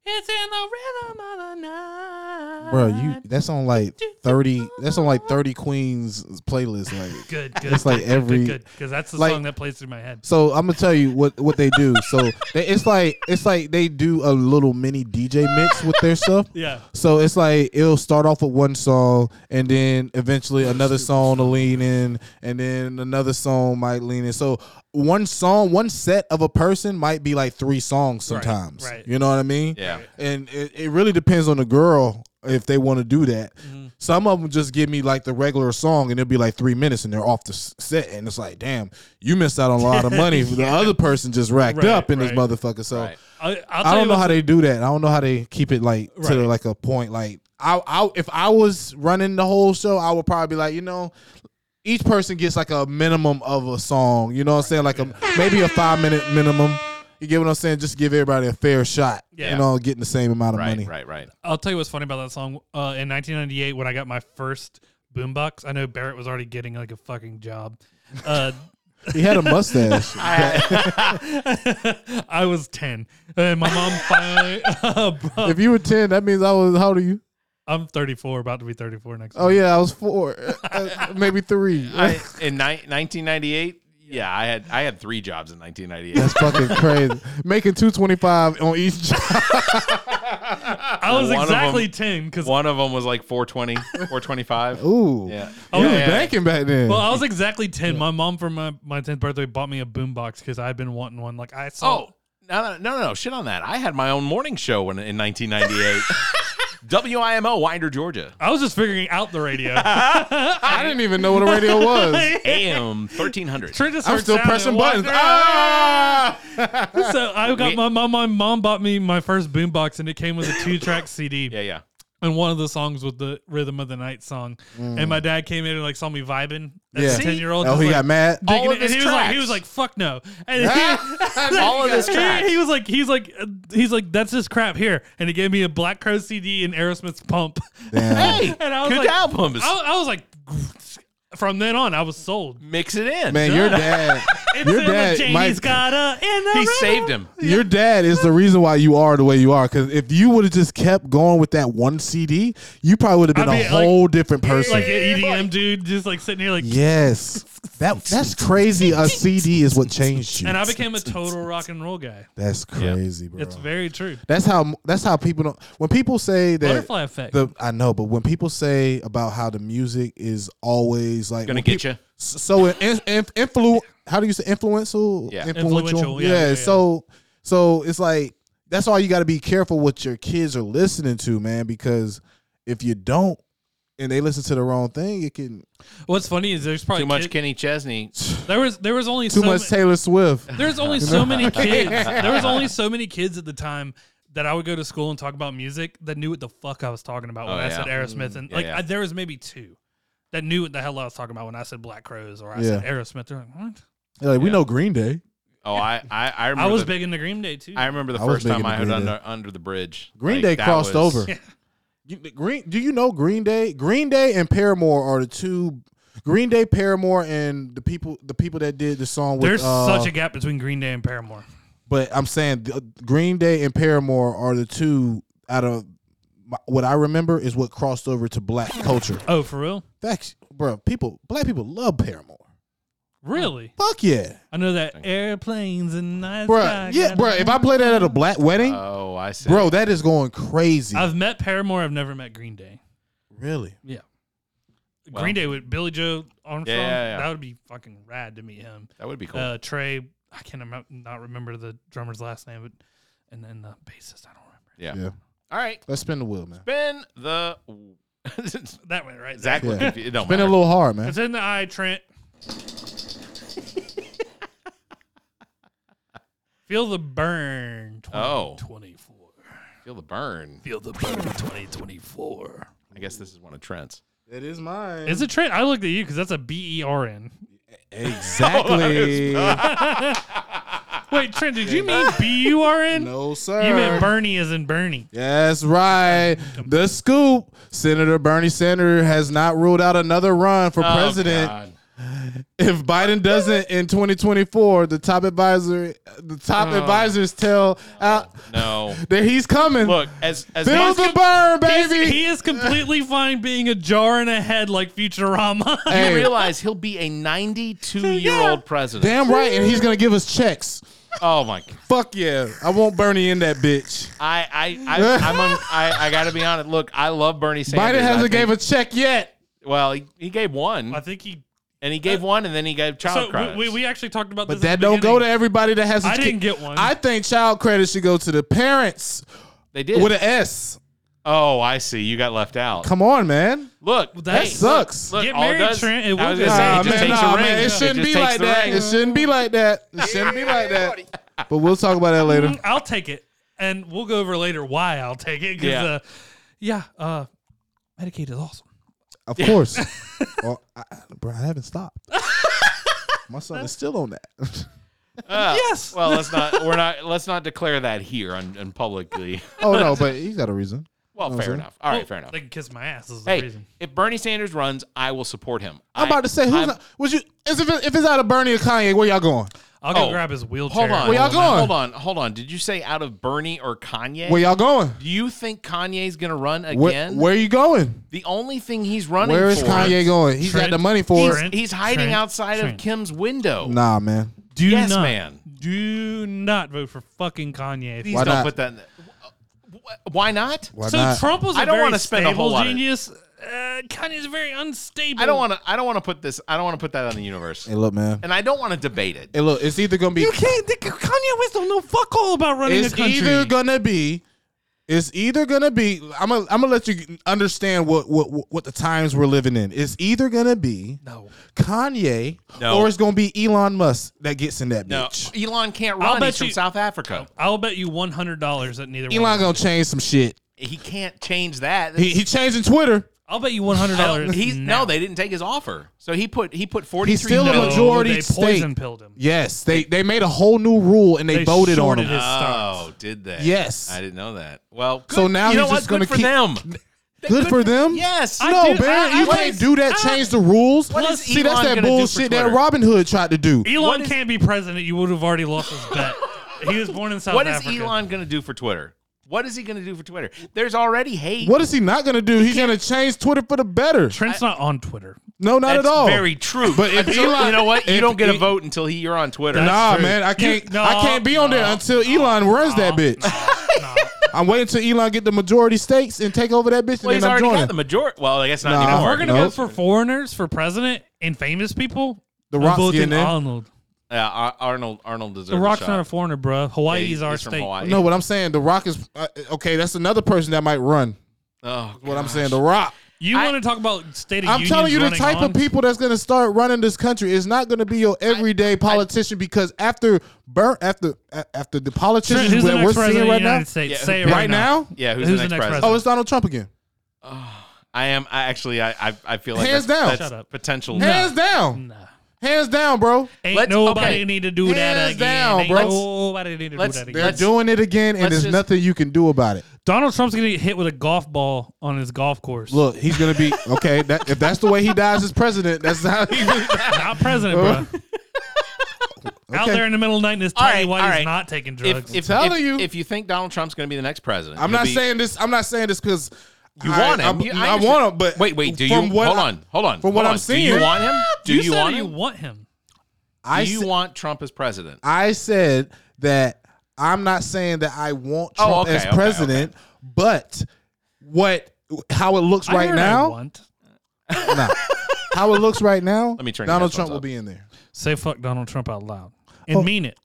[SPEAKER 5] It's in the rhythm of the night.
[SPEAKER 3] Bro, you that's on like thirty. That's on like thirty Queens playlist. Like,
[SPEAKER 5] Good, good.
[SPEAKER 3] It's like
[SPEAKER 5] good,
[SPEAKER 3] every-
[SPEAKER 5] good because that's the
[SPEAKER 3] like-
[SPEAKER 5] song that plays through my head.
[SPEAKER 3] so I'm gonna tell you what what they do. So they, it's like it's like they do a little mini DJ mix with their stuff.
[SPEAKER 5] <laughs> Yeah.
[SPEAKER 3] So it's like it'll start off with one song, and then eventually another song to lean in, and then another song might lean in. So one song, one set of a person might be like three songs sometimes.
[SPEAKER 5] right.
[SPEAKER 3] You know what I mean?
[SPEAKER 1] Yeah.
[SPEAKER 3] And it, it really depends on the girl if they want to do that.
[SPEAKER 5] Mm-hmm.
[SPEAKER 3] Some of them just give me like the regular song, and it'll be like three minutes, and they're off the s- set, and it's like, damn, you missed out on a lot of
[SPEAKER 5] <laughs>
[SPEAKER 3] money. The other person just racked
[SPEAKER 5] Right,
[SPEAKER 3] up in this
[SPEAKER 5] right.
[SPEAKER 3] motherfucker. So.
[SPEAKER 1] Right.
[SPEAKER 5] I, I'll tell
[SPEAKER 3] I
[SPEAKER 5] you
[SPEAKER 3] don't know
[SPEAKER 5] what's-
[SPEAKER 3] how they do that. I don't know how they keep it like to
[SPEAKER 5] Right.
[SPEAKER 3] like a point. Like I, I, if I was running the whole show, I would probably be like, you know, each person gets like a minimum of a song. You know what I'm saying? Like a maybe a five minute minimum. You get what I'm saying? Just give everybody a fair shot.
[SPEAKER 5] Yeah.
[SPEAKER 3] You know, getting the same amount of
[SPEAKER 1] Right.
[SPEAKER 3] money.
[SPEAKER 1] Right. Right.
[SPEAKER 5] I'll tell you what's funny about that song. Uh, in 1998, when I got my first boombox, I know Barrett was already getting like a fucking job. Uh, <laughs>
[SPEAKER 3] He had a mustache.
[SPEAKER 5] I was 10, and my mom finally. <laughs> oh,
[SPEAKER 3] if you were ten, that means I was. How old are you?
[SPEAKER 5] I'm 34, about to be 34 next.
[SPEAKER 3] Oh yeah, I was four, <laughs> Uh, maybe three.
[SPEAKER 1] I, in ni- 1998, yeah, I had I had three jobs in 1998.
[SPEAKER 3] That's fucking crazy. Making two twenty five on each job.
[SPEAKER 5] I
[SPEAKER 1] One
[SPEAKER 5] was
[SPEAKER 1] of 'em-
[SPEAKER 5] exactly 10 because
[SPEAKER 1] One of them was like
[SPEAKER 3] <laughs>
[SPEAKER 1] 420, 425.
[SPEAKER 3] Ooh,
[SPEAKER 1] Yeah.
[SPEAKER 3] you
[SPEAKER 5] yeah,
[SPEAKER 3] was
[SPEAKER 5] yeah.
[SPEAKER 3] banking back then.
[SPEAKER 5] Well, I was exactly 10. My mom for my, my 10th birthday bought me a boombox because I've been wanting one. Like, I saw.
[SPEAKER 1] Oh, no, no, no, no, shit on that. I had my own morning show in, in
[SPEAKER 3] <laughs>
[SPEAKER 1] 1998. WIMO, Winder, Georgia.
[SPEAKER 5] I was just figuring out
[SPEAKER 1] <laughs>
[SPEAKER 5] the radio.
[SPEAKER 3] I didn't even know what a radio
[SPEAKER 5] <laughs>
[SPEAKER 3] was.
[SPEAKER 1] AM
[SPEAKER 3] <laughs>
[SPEAKER 1] 1300.
[SPEAKER 5] Trent just
[SPEAKER 3] I'm
[SPEAKER 5] started
[SPEAKER 3] still
[SPEAKER 5] sounding
[SPEAKER 3] pressing
[SPEAKER 5] and
[SPEAKER 3] buttons.
[SPEAKER 5] walked
[SPEAKER 3] Ah!
[SPEAKER 5] around. So I got
[SPEAKER 1] We-
[SPEAKER 5] my mom. My mom bought me my first boombox, and it came with
[SPEAKER 1] <laughs>
[SPEAKER 5] a two-track CD.
[SPEAKER 1] Yeah, yeah.
[SPEAKER 5] And one of the songs was the Rhythm of the Night song. And my dad came in and like saw me vibing as
[SPEAKER 3] Mm. Yeah.
[SPEAKER 5] a ten-year-old.
[SPEAKER 3] Oh,
[SPEAKER 5] just,
[SPEAKER 3] he
[SPEAKER 5] like,
[SPEAKER 3] got mad.
[SPEAKER 5] digging
[SPEAKER 1] All of
[SPEAKER 5] it.
[SPEAKER 1] his
[SPEAKER 5] and he was like, he
[SPEAKER 1] tracks.
[SPEAKER 5] was like, "Fuck no!" And he,
[SPEAKER 1] <laughs>
[SPEAKER 5] <laughs>
[SPEAKER 1] All of his
[SPEAKER 5] he-
[SPEAKER 1] tracks.
[SPEAKER 5] he was like, he's like, uh, he's like, that's just crap here. And he gave me a Black Crow CD and Aerosmith's Pump. <laughs>
[SPEAKER 3] Damn.
[SPEAKER 1] Hey,
[SPEAKER 5] And I was
[SPEAKER 1] good
[SPEAKER 5] like-
[SPEAKER 1] albums.
[SPEAKER 5] I, I was like, from then on, I was sold.
[SPEAKER 1] Mix it in.
[SPEAKER 3] Oh, Man, your dad,
[SPEAKER 5] <laughs> It's
[SPEAKER 3] your
[SPEAKER 5] in the
[SPEAKER 3] dad,
[SPEAKER 5] Janie's
[SPEAKER 3] Mike,
[SPEAKER 5] gotta in the
[SPEAKER 1] he
[SPEAKER 5] rhythm.
[SPEAKER 1] saved him.
[SPEAKER 3] your dad is the reason why you are the way you are. Because if you would have just kept going with that one CD, you probably would have been
[SPEAKER 5] I'd be
[SPEAKER 3] a
[SPEAKER 5] like-
[SPEAKER 3] whole different person.
[SPEAKER 5] Like an EDM dude, just like sitting here, like.
[SPEAKER 3] yes, that that's crazy. A CD is what changed you.
[SPEAKER 5] And I became a
[SPEAKER 3] <laughs>
[SPEAKER 5] total rock and roll guy.
[SPEAKER 3] That's crazy, bro.
[SPEAKER 5] It's very true.
[SPEAKER 3] That's how that's how people don't when people say that
[SPEAKER 5] Butterfly effect.
[SPEAKER 3] The I know, but when people say about how the music is always like
[SPEAKER 1] Gonna
[SPEAKER 3] when
[SPEAKER 1] get
[SPEAKER 3] peop-
[SPEAKER 1] ya.
[SPEAKER 3] s- So in, in, influ how do you say influential?
[SPEAKER 1] Yeah.
[SPEAKER 5] Influential, yeah, yeah, yeah.
[SPEAKER 3] So so it's like that's why you got to be careful what your kids are listening to, man, because if you don't and they listen to the wrong thing, it can
[SPEAKER 5] What's funny is there's probably
[SPEAKER 1] Too much
[SPEAKER 5] kid-
[SPEAKER 1] Kenny Chesney.
[SPEAKER 5] There was there was only
[SPEAKER 3] too
[SPEAKER 5] so
[SPEAKER 3] much
[SPEAKER 5] ma-
[SPEAKER 1] <laughs>
[SPEAKER 3] Taylor Swift.
[SPEAKER 5] There's
[SPEAKER 3] <laughs>
[SPEAKER 5] only so many kids. There was only so many kids at the time that I would go to school and talk about music that knew what the fuck I was talking about when
[SPEAKER 1] Oh,
[SPEAKER 5] I
[SPEAKER 1] yeah.
[SPEAKER 5] said Aerosmith, and
[SPEAKER 1] Yeah,
[SPEAKER 5] like
[SPEAKER 1] yeah.
[SPEAKER 5] I, there was maybe two that knew what the hell I was talking about when I said Black Crows or I said
[SPEAKER 3] Yeah.
[SPEAKER 5] Aerosmith. They're like, what?
[SPEAKER 3] Like we know Green Day.
[SPEAKER 1] Oh, I, I, I
[SPEAKER 5] I
[SPEAKER 1] remember.
[SPEAKER 5] was
[SPEAKER 1] the,
[SPEAKER 5] big into Green Day too.
[SPEAKER 1] I remember the
[SPEAKER 3] I was
[SPEAKER 1] first
[SPEAKER 3] big
[SPEAKER 1] time
[SPEAKER 3] into
[SPEAKER 1] I heard
[SPEAKER 3] Green Day.
[SPEAKER 1] under, under the bridge.
[SPEAKER 3] Green
[SPEAKER 1] Like,
[SPEAKER 3] Day
[SPEAKER 1] that
[SPEAKER 3] crossed
[SPEAKER 1] was- <laughs>
[SPEAKER 3] over. You- the Green, do you know Green Day? Green Day and Paramore are the two. Green Day, Paramore, and the people the people that did the song with.
[SPEAKER 5] There's
[SPEAKER 3] uh,
[SPEAKER 5] such a gap between Green Day and Paramore.
[SPEAKER 3] But I'm saying the, Green Day and Paramore are the two out of my, what I remember is what crossed over to black culture.
[SPEAKER 5] Oh, for real?
[SPEAKER 3] That's bro, people, black people love Paramore.
[SPEAKER 5] Really?
[SPEAKER 3] Fuck yeah,
[SPEAKER 5] I know that airplanes and night
[SPEAKER 3] bro.
[SPEAKER 5] sky
[SPEAKER 3] Yeah,
[SPEAKER 5] got-
[SPEAKER 3] bro. If I play that at a black wedding,
[SPEAKER 1] Oh, I see.
[SPEAKER 3] bro, that is going crazy.
[SPEAKER 5] I've met Paramore. I've never met Green Day.
[SPEAKER 3] really,
[SPEAKER 5] Yeah.
[SPEAKER 1] Well-
[SPEAKER 5] Green Day with Billy Joe Armstrong.
[SPEAKER 1] Yeah, yeah, yeah.
[SPEAKER 5] That would be fucking rad to meet him.
[SPEAKER 1] That would be cool.
[SPEAKER 5] Uh, Trey, I can't remem- not remember the drummer's last name, but and then the bassist, I don't remember.
[SPEAKER 1] yeah.
[SPEAKER 3] yeah.
[SPEAKER 1] All right.
[SPEAKER 3] Let's spin the wheel, man.
[SPEAKER 1] Spin <laughs> the.
[SPEAKER 5] That went right.
[SPEAKER 1] Zach looked
[SPEAKER 3] Yeah.
[SPEAKER 1] confused. It don't
[SPEAKER 3] Spin it a
[SPEAKER 1] matter.
[SPEAKER 3] little hard, man.
[SPEAKER 5] It's in the eye,
[SPEAKER 1] <laughs>
[SPEAKER 5] Trent. Feel the burn.
[SPEAKER 1] Oh.
[SPEAKER 5] 2024.
[SPEAKER 1] Feel the burn.
[SPEAKER 5] Feel the burn. 2024.
[SPEAKER 1] I guess this is one of Trent's.
[SPEAKER 3] It is mine.
[SPEAKER 5] Is it Trent? I looked at you because that's a B E R N.
[SPEAKER 3] <laughs>
[SPEAKER 5] <laughs>
[SPEAKER 3] Exactly.
[SPEAKER 5] Wait, Trent, did you mean B U R N?
[SPEAKER 3] no, sir.
[SPEAKER 5] You meant Bernie as in Bernie.
[SPEAKER 3] That's right. The scoop. Senator Bernie Sanders has not ruled out another run for
[SPEAKER 1] Oh,
[SPEAKER 3] <laughs> president.
[SPEAKER 1] God.
[SPEAKER 3] If Biden doesn't in 2024, the top advisor, the top
[SPEAKER 5] Oh.
[SPEAKER 3] advisors tell out <laughs>
[SPEAKER 1] No.
[SPEAKER 3] that he's coming.
[SPEAKER 1] Look, as as
[SPEAKER 3] Feel
[SPEAKER 1] much
[SPEAKER 3] the burn,
[SPEAKER 5] He's-
[SPEAKER 3] baby.
[SPEAKER 5] He is completely fine being a jar and a head like
[SPEAKER 1] <laughs>
[SPEAKER 5] Futurama.
[SPEAKER 1] you
[SPEAKER 3] Hey,
[SPEAKER 1] realize he'll be a 92 year old president.
[SPEAKER 3] damn right, and he's gonna give us checks.
[SPEAKER 1] Oh my! God.
[SPEAKER 3] Fuck yeah, I want Bernie in that bitch.
[SPEAKER 1] I I I I'm on, I, I got to be honest. Look, I love Bernie Sanders.
[SPEAKER 3] Biden
[SPEAKER 1] I think-
[SPEAKER 3] hasn't gave a check yet.
[SPEAKER 1] well, he, he gave one,
[SPEAKER 5] I think he.
[SPEAKER 1] and he gave one, and then he gave child
[SPEAKER 5] So
[SPEAKER 1] credits.
[SPEAKER 5] we, we, we actually talked about
[SPEAKER 3] But
[SPEAKER 5] this. at
[SPEAKER 3] that
[SPEAKER 5] the
[SPEAKER 3] don't go to
[SPEAKER 5] beginning.
[SPEAKER 3] everybody that hasn't.
[SPEAKER 5] I didn't get one.
[SPEAKER 3] I think child credit should go to the parents
[SPEAKER 1] they did.
[SPEAKER 3] with an S.
[SPEAKER 1] oh, I see. You got left out.
[SPEAKER 3] Come on, man.
[SPEAKER 1] Look,
[SPEAKER 5] that
[SPEAKER 1] hey,
[SPEAKER 3] sucks.
[SPEAKER 1] Look,
[SPEAKER 5] Get
[SPEAKER 1] all
[SPEAKER 5] married,
[SPEAKER 1] it does,
[SPEAKER 5] Trent. It
[SPEAKER 1] I was
[SPEAKER 5] would-
[SPEAKER 1] gonna say,
[SPEAKER 5] Nah,
[SPEAKER 1] it just
[SPEAKER 5] man,
[SPEAKER 1] takes
[SPEAKER 5] nah,
[SPEAKER 1] a ring.
[SPEAKER 5] man,
[SPEAKER 3] it shouldn't
[SPEAKER 1] just
[SPEAKER 3] be
[SPEAKER 1] takes
[SPEAKER 3] like
[SPEAKER 1] the
[SPEAKER 3] that.
[SPEAKER 1] ring.
[SPEAKER 3] It shouldn't be like that. It shouldn't be like that. But we'll talk about that <laughs> later.
[SPEAKER 5] Mm, I'll take it, and we'll go over later why I'll take it. 'cause,
[SPEAKER 1] Yeah.
[SPEAKER 5] Uh, yeah. Uh, Medicaid is awesome.
[SPEAKER 3] Of <laughs> course. Well, I, bro, I haven't <laughs> stopped. My son is still on that.
[SPEAKER 1] Uh,
[SPEAKER 5] Yes. <laughs>
[SPEAKER 1] Well, let's not. We're not. Let's not declare that here and, and publicly.
[SPEAKER 3] oh <laughs> no, but he's got a reason.
[SPEAKER 1] Well,
[SPEAKER 3] No,
[SPEAKER 1] fair
[SPEAKER 3] sir.
[SPEAKER 1] enough. All right, fair enough.
[SPEAKER 5] They can kiss my ass. Is the
[SPEAKER 1] Hey,
[SPEAKER 5] reason.
[SPEAKER 1] if Bernie Sanders runs, I will support him.
[SPEAKER 3] I'm about to say, who's
[SPEAKER 1] I'm-
[SPEAKER 3] not, was you? Is if, it, if it's out of Bernie or Kanye, where y'all going?
[SPEAKER 5] I'll go
[SPEAKER 1] oh,
[SPEAKER 5] grab his wheelchair.
[SPEAKER 1] Hold on.
[SPEAKER 3] Where y'all
[SPEAKER 1] hold on,
[SPEAKER 3] going?
[SPEAKER 1] Hold on. Hold on. Did you say out of Bernie or Kanye?
[SPEAKER 3] Where y'all going?
[SPEAKER 1] Do you think Kanye's going to run
[SPEAKER 3] Where,
[SPEAKER 1] again?
[SPEAKER 3] where are you going?
[SPEAKER 1] the only thing he's running
[SPEAKER 3] Where is
[SPEAKER 1] for
[SPEAKER 3] Kanye going? He's got
[SPEAKER 5] Trent.
[SPEAKER 3] the money for it.
[SPEAKER 5] Trent.
[SPEAKER 1] He's hiding
[SPEAKER 5] Trent.
[SPEAKER 1] outside
[SPEAKER 5] Trent.
[SPEAKER 1] of Kim's window.
[SPEAKER 3] Nah, man.
[SPEAKER 5] Do
[SPEAKER 1] Yes,
[SPEAKER 5] not,
[SPEAKER 1] man.
[SPEAKER 5] Do not vote for fucking Kanye.
[SPEAKER 1] Please
[SPEAKER 3] Why
[SPEAKER 1] don't
[SPEAKER 3] not?
[SPEAKER 1] put that in there. Wh- Why not?
[SPEAKER 3] Why
[SPEAKER 5] so
[SPEAKER 3] not?
[SPEAKER 5] Trump was a
[SPEAKER 1] I don't
[SPEAKER 5] very
[SPEAKER 1] wanna spend a
[SPEAKER 5] stable
[SPEAKER 1] whole lot of-
[SPEAKER 5] genius. Uh, Kanye's very unstable.
[SPEAKER 1] I don't want to. I don't want to put this. I don't want to put that on the universe,
[SPEAKER 3] Hey, look, man.
[SPEAKER 1] and I don't want to debate it.
[SPEAKER 3] Hey, look, it's either gonna be
[SPEAKER 5] You can't. Think, Kanye West don't know fuck all about running
[SPEAKER 3] it's
[SPEAKER 5] a country.
[SPEAKER 3] either gonna be it's either gonna be I'm gonna I'm gonna let you understand what what what the times we're living in. It's either gonna be
[SPEAKER 5] No.
[SPEAKER 3] Kanye
[SPEAKER 1] No.
[SPEAKER 3] or it's gonna be Elon Musk that gets in that
[SPEAKER 1] No,
[SPEAKER 3] bitch.
[SPEAKER 1] Elon can't
[SPEAKER 5] I'll
[SPEAKER 1] run.
[SPEAKER 5] bet
[SPEAKER 1] He's from
[SPEAKER 5] you-
[SPEAKER 1] South Africa.
[SPEAKER 5] I'll bet you one hundred dollars that neither one.
[SPEAKER 3] Elon gonna change some shit.
[SPEAKER 1] He can't change that.
[SPEAKER 3] He he changing Twitter.
[SPEAKER 5] I'll bet you one hundred
[SPEAKER 1] I don't-
[SPEAKER 5] dollars.
[SPEAKER 1] he's- no, they didn't take his offer. So he put he put forty
[SPEAKER 3] He's
[SPEAKER 1] three.
[SPEAKER 3] still a
[SPEAKER 5] no,
[SPEAKER 3] majority
[SPEAKER 5] They
[SPEAKER 3] state.
[SPEAKER 5] poison pilled him.
[SPEAKER 3] Yes, they they made a whole new rule and they,
[SPEAKER 5] They
[SPEAKER 3] voted on
[SPEAKER 5] shorted
[SPEAKER 3] him.
[SPEAKER 5] his stocks.
[SPEAKER 1] Oh, did they?
[SPEAKER 3] Yes.
[SPEAKER 1] I didn't know that. Well, good.
[SPEAKER 3] So now
[SPEAKER 1] you know
[SPEAKER 3] he's
[SPEAKER 1] what?
[SPEAKER 3] just
[SPEAKER 1] Good
[SPEAKER 3] gonna
[SPEAKER 1] for
[SPEAKER 3] keep-
[SPEAKER 1] them.
[SPEAKER 3] Good for them.
[SPEAKER 1] Yes.
[SPEAKER 5] I
[SPEAKER 3] No,
[SPEAKER 5] do-
[SPEAKER 3] Barry,
[SPEAKER 5] I-
[SPEAKER 3] you
[SPEAKER 5] I-
[SPEAKER 3] can't do that.
[SPEAKER 5] I-
[SPEAKER 3] change the rules.
[SPEAKER 1] What is
[SPEAKER 3] See, that's
[SPEAKER 1] Elon
[SPEAKER 3] that
[SPEAKER 1] gonna do for
[SPEAKER 3] bullshit that
[SPEAKER 1] Twitter?
[SPEAKER 3] Robin Hood tried to do.
[SPEAKER 5] Elon
[SPEAKER 1] is-
[SPEAKER 5] can't be president. You would have already lost his bet. he was born in South
[SPEAKER 1] What is
[SPEAKER 5] Africa.
[SPEAKER 1] Elon going to do for Twitter? What is he going to do for Twitter? There's already hate.
[SPEAKER 3] What is he not gonna do? He's gonna change Twitter for the better.
[SPEAKER 5] Trent's not on Twitter.
[SPEAKER 3] No, not
[SPEAKER 1] That's
[SPEAKER 3] at all.
[SPEAKER 1] very true.
[SPEAKER 3] But if
[SPEAKER 1] Until-
[SPEAKER 3] Elon-
[SPEAKER 1] you know what, you
[SPEAKER 3] if
[SPEAKER 1] don't get a
[SPEAKER 3] he-
[SPEAKER 1] vote until he, you're on Twitter.
[SPEAKER 3] nah,
[SPEAKER 5] true.
[SPEAKER 3] man, I can't.
[SPEAKER 5] no,
[SPEAKER 3] I can't be on there
[SPEAKER 5] no,
[SPEAKER 3] until Elon runs that bitch.
[SPEAKER 5] <laughs>
[SPEAKER 3] I'm waiting till Elon get the majority stakes and take over that bitch,
[SPEAKER 1] well,
[SPEAKER 3] and
[SPEAKER 1] he's
[SPEAKER 3] then I'm
[SPEAKER 1] already got
[SPEAKER 3] joining.
[SPEAKER 1] the majority. Well, I guess not
[SPEAKER 3] Nah.
[SPEAKER 5] If
[SPEAKER 1] anymore.
[SPEAKER 5] we're gonna
[SPEAKER 3] no.
[SPEAKER 5] go for foreigners for president and famous people,
[SPEAKER 3] The
[SPEAKER 5] I'm
[SPEAKER 3] Rock's
[SPEAKER 5] voting
[SPEAKER 3] getting in.
[SPEAKER 5] Arnold.
[SPEAKER 1] Yeah, Ar- Arnold Arnold deserves
[SPEAKER 5] The Rock's
[SPEAKER 1] a shot.
[SPEAKER 5] not a foreigner, bro. Hawaii
[SPEAKER 1] Yeah,
[SPEAKER 5] is our
[SPEAKER 1] he's from
[SPEAKER 5] state.
[SPEAKER 1] Hawaii.
[SPEAKER 3] No, what I'm saying, The Rock is uh, okay. That's another person that might run.
[SPEAKER 1] Oh,
[SPEAKER 3] What I'm saying, The Rock.
[SPEAKER 5] You
[SPEAKER 1] I-
[SPEAKER 5] want to talk about state of
[SPEAKER 3] I'm
[SPEAKER 5] unions
[SPEAKER 3] telling you, the
[SPEAKER 5] running
[SPEAKER 3] type
[SPEAKER 5] on?
[SPEAKER 3] of people that's going to start running this country is not going to be your everyday politician because after burn after a- after the
[SPEAKER 5] Trent,
[SPEAKER 3] politicians
[SPEAKER 5] who's the
[SPEAKER 3] that
[SPEAKER 5] next
[SPEAKER 3] we're
[SPEAKER 5] president
[SPEAKER 3] seeing
[SPEAKER 5] of
[SPEAKER 3] right
[SPEAKER 5] the United
[SPEAKER 3] now.
[SPEAKER 5] States?
[SPEAKER 1] Yeah,
[SPEAKER 5] Say it
[SPEAKER 1] who-
[SPEAKER 5] right,
[SPEAKER 3] Right now?
[SPEAKER 1] Yeah, who's, the next, president?
[SPEAKER 3] Oh, it's Donald Trump again.
[SPEAKER 1] I am. I actually, I, I, I feel like
[SPEAKER 3] Hands
[SPEAKER 1] that's,
[SPEAKER 3] down.
[SPEAKER 1] that's
[SPEAKER 5] Shut up.
[SPEAKER 1] potential.
[SPEAKER 3] Hands down,
[SPEAKER 5] Nah.
[SPEAKER 3] hands down, bro.
[SPEAKER 5] Ain't
[SPEAKER 1] Let's-
[SPEAKER 5] nobody
[SPEAKER 1] okay.
[SPEAKER 5] need to do that
[SPEAKER 3] Hands
[SPEAKER 5] again.
[SPEAKER 3] down,
[SPEAKER 5] Ain't
[SPEAKER 3] bro.
[SPEAKER 5] nobody need to do
[SPEAKER 1] Let's-
[SPEAKER 5] that
[SPEAKER 3] They're
[SPEAKER 5] again.
[SPEAKER 1] let's-
[SPEAKER 3] doing it again,
[SPEAKER 1] let's
[SPEAKER 3] and there's
[SPEAKER 1] just-
[SPEAKER 3] nothing you can do about it.
[SPEAKER 5] Donald Trump's gonna get hit with a golf ball on his golf course.
[SPEAKER 3] Look, he's gonna be <laughs> okay. That, if that's the way he dies as president, that's how
[SPEAKER 1] <laughs>
[SPEAKER 3] he.
[SPEAKER 5] not president, bro. Out
[SPEAKER 3] Okay. <laughs>
[SPEAKER 5] there in the middle of the night, in his
[SPEAKER 1] All
[SPEAKER 5] tiny
[SPEAKER 1] right,
[SPEAKER 5] white
[SPEAKER 1] all
[SPEAKER 5] is
[SPEAKER 1] right.
[SPEAKER 5] not taking drugs.
[SPEAKER 1] If, if,
[SPEAKER 3] telling
[SPEAKER 1] if-
[SPEAKER 3] you.
[SPEAKER 1] if you think Donald Trump's going to be the next president,
[SPEAKER 3] I'm
[SPEAKER 1] he'll
[SPEAKER 3] not
[SPEAKER 1] be-
[SPEAKER 3] saying this. I'm not saying this because
[SPEAKER 1] you want him.
[SPEAKER 3] I, I'm-
[SPEAKER 1] You-
[SPEAKER 3] I,
[SPEAKER 1] understand.
[SPEAKER 3] want him, but
[SPEAKER 1] wait, wait. Do you
[SPEAKER 3] from what
[SPEAKER 1] hold
[SPEAKER 3] I-
[SPEAKER 1] on? Hold on.
[SPEAKER 3] from what
[SPEAKER 1] hold on.
[SPEAKER 3] I'm
[SPEAKER 1] do
[SPEAKER 3] seeing-
[SPEAKER 1] you want him? Do you,
[SPEAKER 5] you, said
[SPEAKER 1] want
[SPEAKER 5] you
[SPEAKER 1] him?
[SPEAKER 5] want him?
[SPEAKER 3] I
[SPEAKER 1] do you
[SPEAKER 3] said-
[SPEAKER 1] want Trump as president?
[SPEAKER 3] I said that I'm not saying that I want Trump
[SPEAKER 1] Oh, okay,
[SPEAKER 3] as
[SPEAKER 1] okay,
[SPEAKER 3] president, but what how it looks
[SPEAKER 5] I
[SPEAKER 3] right
[SPEAKER 5] heard I
[SPEAKER 3] now,
[SPEAKER 5] want.
[SPEAKER 3] nah.
[SPEAKER 1] <laughs>
[SPEAKER 3] how it looks right now,
[SPEAKER 1] Let me turn your
[SPEAKER 3] Donald
[SPEAKER 1] headphones
[SPEAKER 3] Trump will
[SPEAKER 1] up.
[SPEAKER 3] be in there.
[SPEAKER 5] Say fuck Donald Trump out loud and
[SPEAKER 3] Oh.
[SPEAKER 5] mean it.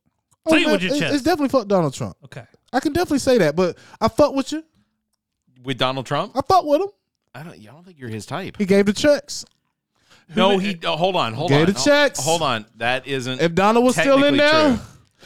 [SPEAKER 5] Say it
[SPEAKER 3] man,
[SPEAKER 5] with your
[SPEAKER 3] it's-
[SPEAKER 5] chest.
[SPEAKER 3] It's definitely fuck Donald Trump.
[SPEAKER 5] okay.
[SPEAKER 3] I can definitely say that, but I fuck with you.
[SPEAKER 1] With Donald Trump?
[SPEAKER 3] I fuck with him.
[SPEAKER 1] I don't. I don't think you're his type.
[SPEAKER 3] He gave the checks.
[SPEAKER 1] No, he. oh, hold on. Hold
[SPEAKER 3] Get
[SPEAKER 1] on.
[SPEAKER 3] the
[SPEAKER 1] Hol-
[SPEAKER 3] checks.
[SPEAKER 1] Hold on. That isn't.
[SPEAKER 3] If Donald was still in
[SPEAKER 1] technically
[SPEAKER 3] there,
[SPEAKER 1] true.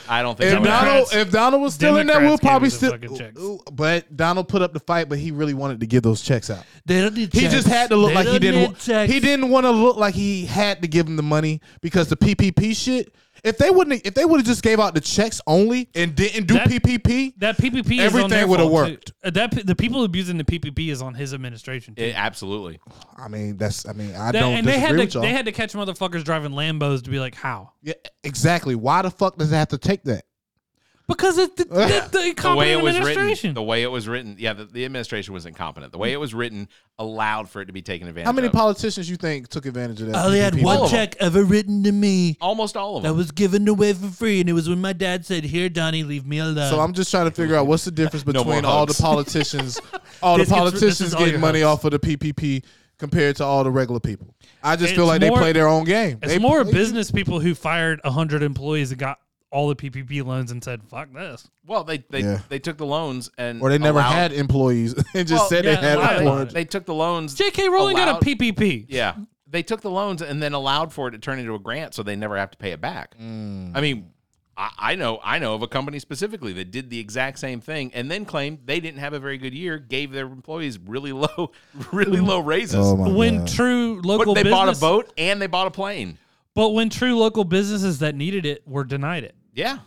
[SPEAKER 1] I don't think.
[SPEAKER 3] if
[SPEAKER 1] that would happen.
[SPEAKER 3] Donald,
[SPEAKER 5] Democrats-
[SPEAKER 3] if Donald was still in there, we'll
[SPEAKER 5] Democrats gave him
[SPEAKER 3] probably
[SPEAKER 5] the
[SPEAKER 3] still.
[SPEAKER 5] fucking checks.
[SPEAKER 3] Ooh, But Donald put up the fight, but he really wanted to give those checks out.
[SPEAKER 5] He
[SPEAKER 3] He just had to look like he didn't. Wa- he didn't want to look like he had to give him the money because the PPP shit. If they wouldn't, if they would have just gave out the checks only and didn't do
[SPEAKER 5] That-
[SPEAKER 3] PPP,
[SPEAKER 5] That PPP is on
[SPEAKER 3] Everything
[SPEAKER 5] their
[SPEAKER 3] would've
[SPEAKER 5] fault,
[SPEAKER 3] worked.
[SPEAKER 5] too. Uh, That p- the people abusing the PPP is on his administration. Too.
[SPEAKER 1] It- absolutely.
[SPEAKER 3] I mean that's. I mean I
[SPEAKER 5] That-
[SPEAKER 3] don't
[SPEAKER 5] and they
[SPEAKER 3] disagree
[SPEAKER 5] had to
[SPEAKER 3] with y'all.
[SPEAKER 5] they had to catch motherfuckers driving Lambos to be like how
[SPEAKER 3] yeah, exactly. Why the fuck does it have to take that?
[SPEAKER 5] because it,
[SPEAKER 3] <laughs>
[SPEAKER 5] the, the, the
[SPEAKER 1] the way
[SPEAKER 5] incompetent
[SPEAKER 1] it was written,
[SPEAKER 5] administration.
[SPEAKER 1] the way it was written, yeah, the, the administration was incompetent. The way it was written allowed for it to be taken advantage.
[SPEAKER 3] How many
[SPEAKER 1] of.
[SPEAKER 3] politicians you think took advantage of that?
[SPEAKER 10] I only had
[SPEAKER 3] PPP?
[SPEAKER 10] one
[SPEAKER 1] of 'em.
[SPEAKER 10] check ever written to me
[SPEAKER 1] Almost all of
[SPEAKER 10] that
[SPEAKER 1] them.
[SPEAKER 10] was given away for free, and it was when my dad said, "Here, Donnie, leave me alone."
[SPEAKER 3] So I'm just trying to figure out what's the difference
[SPEAKER 1] No more
[SPEAKER 3] between all the
[SPEAKER 1] hugs. <laughs>
[SPEAKER 3] politicians, all the
[SPEAKER 10] This gets- this
[SPEAKER 3] politicians
[SPEAKER 10] is all
[SPEAKER 3] getting
[SPEAKER 10] your
[SPEAKER 3] money
[SPEAKER 10] hugs.
[SPEAKER 3] off of the PPP compared to all the regular people. I just feel
[SPEAKER 5] It's
[SPEAKER 3] like
[SPEAKER 5] more-
[SPEAKER 3] they play their own game.
[SPEAKER 5] It's
[SPEAKER 3] They-
[SPEAKER 5] more
[SPEAKER 3] they-
[SPEAKER 5] business people who fired hundred employees and got all the PPP loans and said fuck this.
[SPEAKER 1] well, they they,
[SPEAKER 3] Yeah.
[SPEAKER 1] they took the loans and
[SPEAKER 3] or they never
[SPEAKER 1] allowed-
[SPEAKER 3] had employees <laughs> and just
[SPEAKER 1] Well,
[SPEAKER 3] said
[SPEAKER 5] yeah,
[SPEAKER 3] they had
[SPEAKER 5] a lot of
[SPEAKER 1] Well,
[SPEAKER 3] employees.
[SPEAKER 1] they, they took the loans.
[SPEAKER 5] J.K. Rowling
[SPEAKER 1] allowed,
[SPEAKER 5] got a PPP.
[SPEAKER 1] Yeah, they took the loans and then allowed for it to turn into a grant, so they never have to pay it back.
[SPEAKER 3] Mm.
[SPEAKER 1] I mean. I I know, I know of a company specifically that did the exact same thing, and then claimed they didn't have a very good year, gave their employees really low, <laughs> really low raises.
[SPEAKER 3] Oh,
[SPEAKER 5] When true
[SPEAKER 1] but
[SPEAKER 5] local
[SPEAKER 1] they
[SPEAKER 5] business,
[SPEAKER 1] bought a boat and they bought a plane.
[SPEAKER 5] but when true local businesses that needed it were denied it.
[SPEAKER 1] Yeah,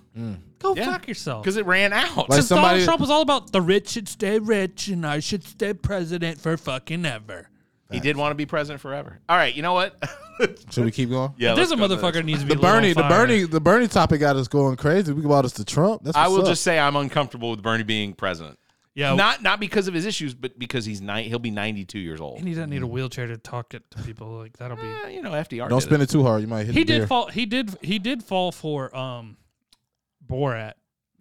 [SPEAKER 5] Go
[SPEAKER 1] Yeah.
[SPEAKER 5] fuck yourself.
[SPEAKER 1] because it ran out.
[SPEAKER 3] Like
[SPEAKER 5] Because
[SPEAKER 3] somebody-
[SPEAKER 5] Donald Trump was all about the rich.
[SPEAKER 10] rich should stay rich, and I should stay president for fucking ever.
[SPEAKER 1] <laughs> He did want to be president forever. All right, you know what? <laughs>
[SPEAKER 3] Should we keep going?
[SPEAKER 1] yeah,
[SPEAKER 5] There's
[SPEAKER 1] let's
[SPEAKER 5] a
[SPEAKER 1] go to the
[SPEAKER 5] motherfucker
[SPEAKER 1] next.
[SPEAKER 5] needs to be
[SPEAKER 3] The
[SPEAKER 5] lit on
[SPEAKER 3] Bernie, the
[SPEAKER 5] fire.
[SPEAKER 3] Bernie, the Bernie topic got us going crazy. We brought us to Trump. That's
[SPEAKER 1] I
[SPEAKER 3] what's
[SPEAKER 1] will
[SPEAKER 3] up.
[SPEAKER 1] just say I'm uncomfortable with Bernie being president.
[SPEAKER 5] Yeah,
[SPEAKER 4] Oh.
[SPEAKER 1] Not not because of his issues, but because he's nine. He'll be 92 years old.
[SPEAKER 5] and he doesn't need a wheelchair to talk it to people. Like that'll be.
[SPEAKER 1] Eh, you know, FDR.
[SPEAKER 3] Don't
[SPEAKER 1] did
[SPEAKER 3] spin
[SPEAKER 1] it.
[SPEAKER 3] it too hard. You might hit.
[SPEAKER 5] He
[SPEAKER 3] the
[SPEAKER 5] did
[SPEAKER 3] deer.
[SPEAKER 5] fall. He did. He did fall for um, Borat.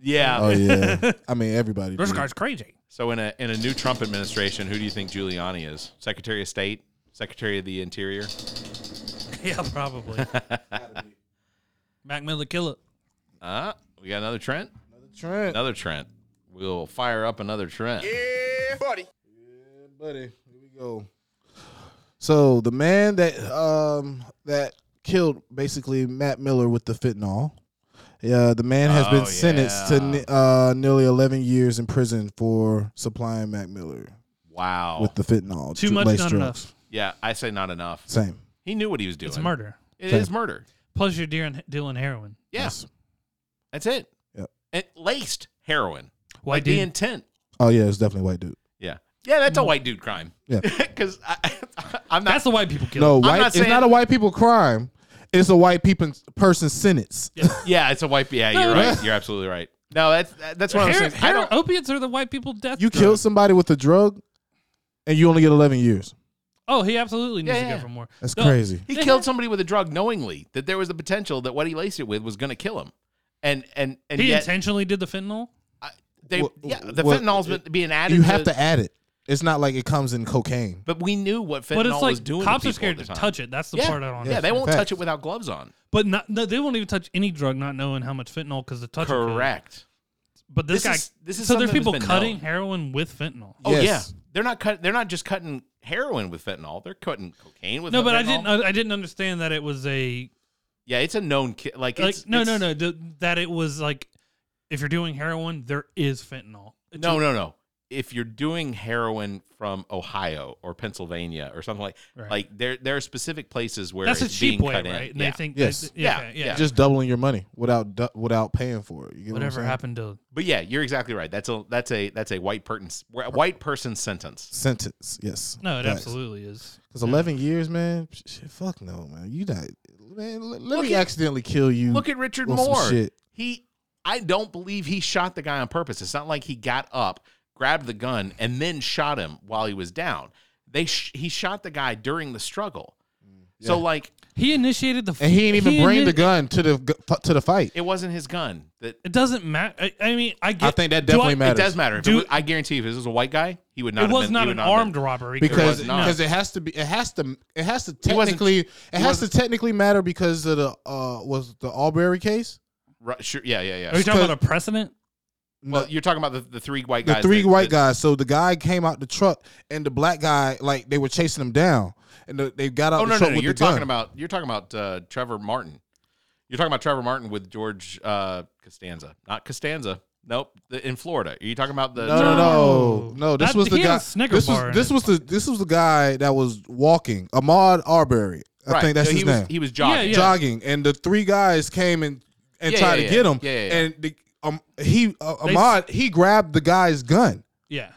[SPEAKER 1] Yeah.
[SPEAKER 3] Oh yeah. I mean everybody.
[SPEAKER 5] This
[SPEAKER 3] did.
[SPEAKER 5] guy's crazy.
[SPEAKER 1] So in a in a new Trump administration, who do you think Giuliani is? Secretary of State, Secretary of the Interior.
[SPEAKER 5] <laughs> yeah,
[SPEAKER 3] <laughs>
[SPEAKER 5] probably. Mac Miller killer.
[SPEAKER 1] Ah, we got another Trent. Another
[SPEAKER 3] Trent.
[SPEAKER 1] Another Trent. We'll fire up another Trent.
[SPEAKER 9] Yeah, buddy.
[SPEAKER 3] buddy. Here we go. So the man that um that killed basically Matt Miller with the fentanyl. Yeah, the man has
[SPEAKER 1] Oh,
[SPEAKER 3] been sentenced to
[SPEAKER 1] yeah.
[SPEAKER 3] ne- uh, nearly 11 years in prison for supplying Matt Miller
[SPEAKER 1] Wow.
[SPEAKER 3] with the fentanyl.
[SPEAKER 5] Too
[SPEAKER 3] dr-
[SPEAKER 5] much,
[SPEAKER 3] laced
[SPEAKER 5] not
[SPEAKER 3] drugs.
[SPEAKER 5] enough.
[SPEAKER 1] Yeah, I say not enough.
[SPEAKER 3] Same.
[SPEAKER 1] He knew what he was doing.
[SPEAKER 5] It's murder.
[SPEAKER 1] It is
[SPEAKER 3] Same.
[SPEAKER 1] murder.
[SPEAKER 5] Plus, you're dealing, dealing heroin.
[SPEAKER 1] Yeah. That's it.
[SPEAKER 3] Yep.
[SPEAKER 1] It laced heroin.
[SPEAKER 5] Why
[SPEAKER 1] like the
[SPEAKER 5] didn't-
[SPEAKER 1] intent.
[SPEAKER 3] Oh yeah, it's definitely a white dude.
[SPEAKER 1] Yeah. Yeah, that's a white dude crime. <laughs>
[SPEAKER 3] Yeah.
[SPEAKER 1] Because I'm not.
[SPEAKER 5] That's the white people killer.
[SPEAKER 3] No,
[SPEAKER 1] not
[SPEAKER 3] white. it's
[SPEAKER 1] saying-
[SPEAKER 3] not a white people crime. It's a white people person sentence.
[SPEAKER 1] Yeah, it's a white. Yeah, you're
[SPEAKER 5] <laughs>
[SPEAKER 1] right. You're absolutely right. No, that's that's one of those
[SPEAKER 5] Her-
[SPEAKER 1] things. I
[SPEAKER 5] her-
[SPEAKER 1] don't.
[SPEAKER 5] opiates are the white people death.
[SPEAKER 3] <laughs> You
[SPEAKER 5] drug.
[SPEAKER 3] kill somebody with a drug, and you only get 11 years.
[SPEAKER 5] Oh, he absolutely needs
[SPEAKER 1] Yeah,
[SPEAKER 5] to
[SPEAKER 1] yeah.
[SPEAKER 5] go for more.
[SPEAKER 3] That's
[SPEAKER 5] No,
[SPEAKER 3] crazy.
[SPEAKER 1] He killed somebody with a drug knowingly that there was the potential that what he laced it with was going to kill him, and and and
[SPEAKER 5] <laughs> He
[SPEAKER 1] yet
[SPEAKER 5] intentionally did the fentanyl.
[SPEAKER 1] I, they
[SPEAKER 3] Wh-
[SPEAKER 1] yeah the
[SPEAKER 3] what-
[SPEAKER 1] fentanyl's been being added.
[SPEAKER 3] You have to add it. It's not like it comes in cocaine.
[SPEAKER 1] But we knew what fentanyl
[SPEAKER 5] But it's like
[SPEAKER 1] was doing.
[SPEAKER 5] cops
[SPEAKER 1] to
[SPEAKER 5] are
[SPEAKER 1] people
[SPEAKER 5] scared
[SPEAKER 1] at
[SPEAKER 5] to
[SPEAKER 1] the time.
[SPEAKER 5] touch it. That's the
[SPEAKER 1] yeah.
[SPEAKER 5] part I don't
[SPEAKER 1] Yeah, they
[SPEAKER 5] understand.
[SPEAKER 1] won't
[SPEAKER 3] Facts.
[SPEAKER 1] touch it without gloves on.
[SPEAKER 5] But not, no, they won't even touch any drug, not knowing how much fentanyl because the touch. will kill.
[SPEAKER 1] Correct.
[SPEAKER 5] But
[SPEAKER 1] This
[SPEAKER 5] this, guy.
[SPEAKER 1] is- this is
[SPEAKER 5] so there's
[SPEAKER 1] something that's
[SPEAKER 5] people
[SPEAKER 1] been
[SPEAKER 5] cutting
[SPEAKER 1] known.
[SPEAKER 5] heroin with fentanyl.
[SPEAKER 1] Oh
[SPEAKER 3] Yes.
[SPEAKER 1] yeah, they're not cut. They're not just cutting heroin with fentanyl. They're cutting cocaine with.
[SPEAKER 5] No, but I
[SPEAKER 1] fentanyl.
[SPEAKER 5] didn't. uh, I didn't understand that it was a
[SPEAKER 1] Yeah, it's a known ki- like.
[SPEAKER 5] like.
[SPEAKER 1] it's,
[SPEAKER 5] no,
[SPEAKER 1] it's-
[SPEAKER 5] no, no. th- That it was like, if you're doing heroin, there is fentanyl.
[SPEAKER 1] No, no, no. If you're doing heroin from Ohio or Pennsylvania or something like
[SPEAKER 5] Right.
[SPEAKER 1] like there there are specific places where
[SPEAKER 5] That's a
[SPEAKER 1] it's
[SPEAKER 5] cheap
[SPEAKER 1] being
[SPEAKER 5] way,
[SPEAKER 1] cut
[SPEAKER 5] right?
[SPEAKER 1] in.
[SPEAKER 5] And
[SPEAKER 1] Yeah.
[SPEAKER 5] they think.
[SPEAKER 3] Yes.
[SPEAKER 1] Yeah,
[SPEAKER 5] yeah.
[SPEAKER 1] yeah.
[SPEAKER 5] Yeah.
[SPEAKER 3] Just doubling your money without du- without paying for it. You get what I'm
[SPEAKER 5] Whatever
[SPEAKER 3] saying?
[SPEAKER 5] happened to
[SPEAKER 1] but yeah, you're exactly right. That's a that's a that's a white person white person sentence.
[SPEAKER 3] Sentence. Yes.
[SPEAKER 5] No, it
[SPEAKER 3] Facts.
[SPEAKER 5] absolutely is.
[SPEAKER 3] Cause 11 years, man. sh- Shit, fuck no, man. You not. Man, let, let
[SPEAKER 1] Look
[SPEAKER 3] me
[SPEAKER 1] at-
[SPEAKER 3] accidentally kill you.
[SPEAKER 1] Look at Richard
[SPEAKER 3] on some
[SPEAKER 1] Moore.
[SPEAKER 3] shit.
[SPEAKER 1] He I don't believe he shot the guy on purpose. It's not like he got up, grabbed the gun and then shot him while he was down. They sh- he shot the guy during the struggle.
[SPEAKER 3] Mm.
[SPEAKER 1] So like
[SPEAKER 5] He initiated the.
[SPEAKER 3] And he ain't even bring the
[SPEAKER 5] initi-
[SPEAKER 3] gun to the gu- to the fight.
[SPEAKER 1] it wasn't his gun that
[SPEAKER 5] It doesn't matter. I, I mean, I get.
[SPEAKER 3] I think that
[SPEAKER 5] do
[SPEAKER 3] definitely
[SPEAKER 5] I-
[SPEAKER 1] It
[SPEAKER 3] matters.
[SPEAKER 1] does matter. If it
[SPEAKER 5] Do-
[SPEAKER 1] was, I guarantee if this was a white guy, he would not.
[SPEAKER 5] It
[SPEAKER 1] have
[SPEAKER 5] was
[SPEAKER 1] been,
[SPEAKER 5] not
[SPEAKER 1] he would
[SPEAKER 5] an
[SPEAKER 1] have
[SPEAKER 5] armed
[SPEAKER 1] been-
[SPEAKER 5] robbery
[SPEAKER 3] because
[SPEAKER 1] was not.
[SPEAKER 3] because it has to be it has to it has to
[SPEAKER 1] wasn't-
[SPEAKER 3] technically it
[SPEAKER 1] he
[SPEAKER 3] has to
[SPEAKER 1] wasn't-
[SPEAKER 3] technically matter because of the uh was the Albury case.
[SPEAKER 1] Ru- sure, yeah, yeah, yeah.
[SPEAKER 5] Are you talking about a precedent?
[SPEAKER 1] well, you're talking about the, the three white
[SPEAKER 3] the
[SPEAKER 1] guys.
[SPEAKER 3] three
[SPEAKER 1] that-
[SPEAKER 3] white
[SPEAKER 1] that-
[SPEAKER 3] guys. So the guy came out the truck, and the black guy, like they were chasing him down, and the, they got out.
[SPEAKER 1] Oh
[SPEAKER 3] the
[SPEAKER 1] no, no,
[SPEAKER 3] truck
[SPEAKER 1] no.
[SPEAKER 3] with
[SPEAKER 1] You're
[SPEAKER 3] the
[SPEAKER 1] talking
[SPEAKER 3] gun.
[SPEAKER 1] about you're talking about uh, Trevor Martin. You're talking about Trevor Martin with George uh, Costanza, not Costanza. Nope, the, in Florida. Are you talking about the?
[SPEAKER 3] No, no, no, no. This
[SPEAKER 5] That-
[SPEAKER 3] was the
[SPEAKER 5] he had a
[SPEAKER 3] guy.
[SPEAKER 5] Snicker
[SPEAKER 3] this
[SPEAKER 5] bar in
[SPEAKER 3] was this
[SPEAKER 5] it.
[SPEAKER 3] was the this was the guy that was walking. Ahmad Arbery, I
[SPEAKER 1] Right.
[SPEAKER 3] think that's
[SPEAKER 1] So
[SPEAKER 3] his
[SPEAKER 1] he was,
[SPEAKER 3] name.
[SPEAKER 1] He was jogging.
[SPEAKER 5] yeah.
[SPEAKER 3] Jogging, and the three guys came and and
[SPEAKER 1] Yeah,
[SPEAKER 3] tried
[SPEAKER 1] yeah,
[SPEAKER 3] to
[SPEAKER 1] yeah.
[SPEAKER 3] get him.
[SPEAKER 1] Yeah, yeah, yeah.
[SPEAKER 3] And the, um, he uh,
[SPEAKER 5] They-
[SPEAKER 3] Ahmad he grabbed the guy's gun.
[SPEAKER 5] Yeah.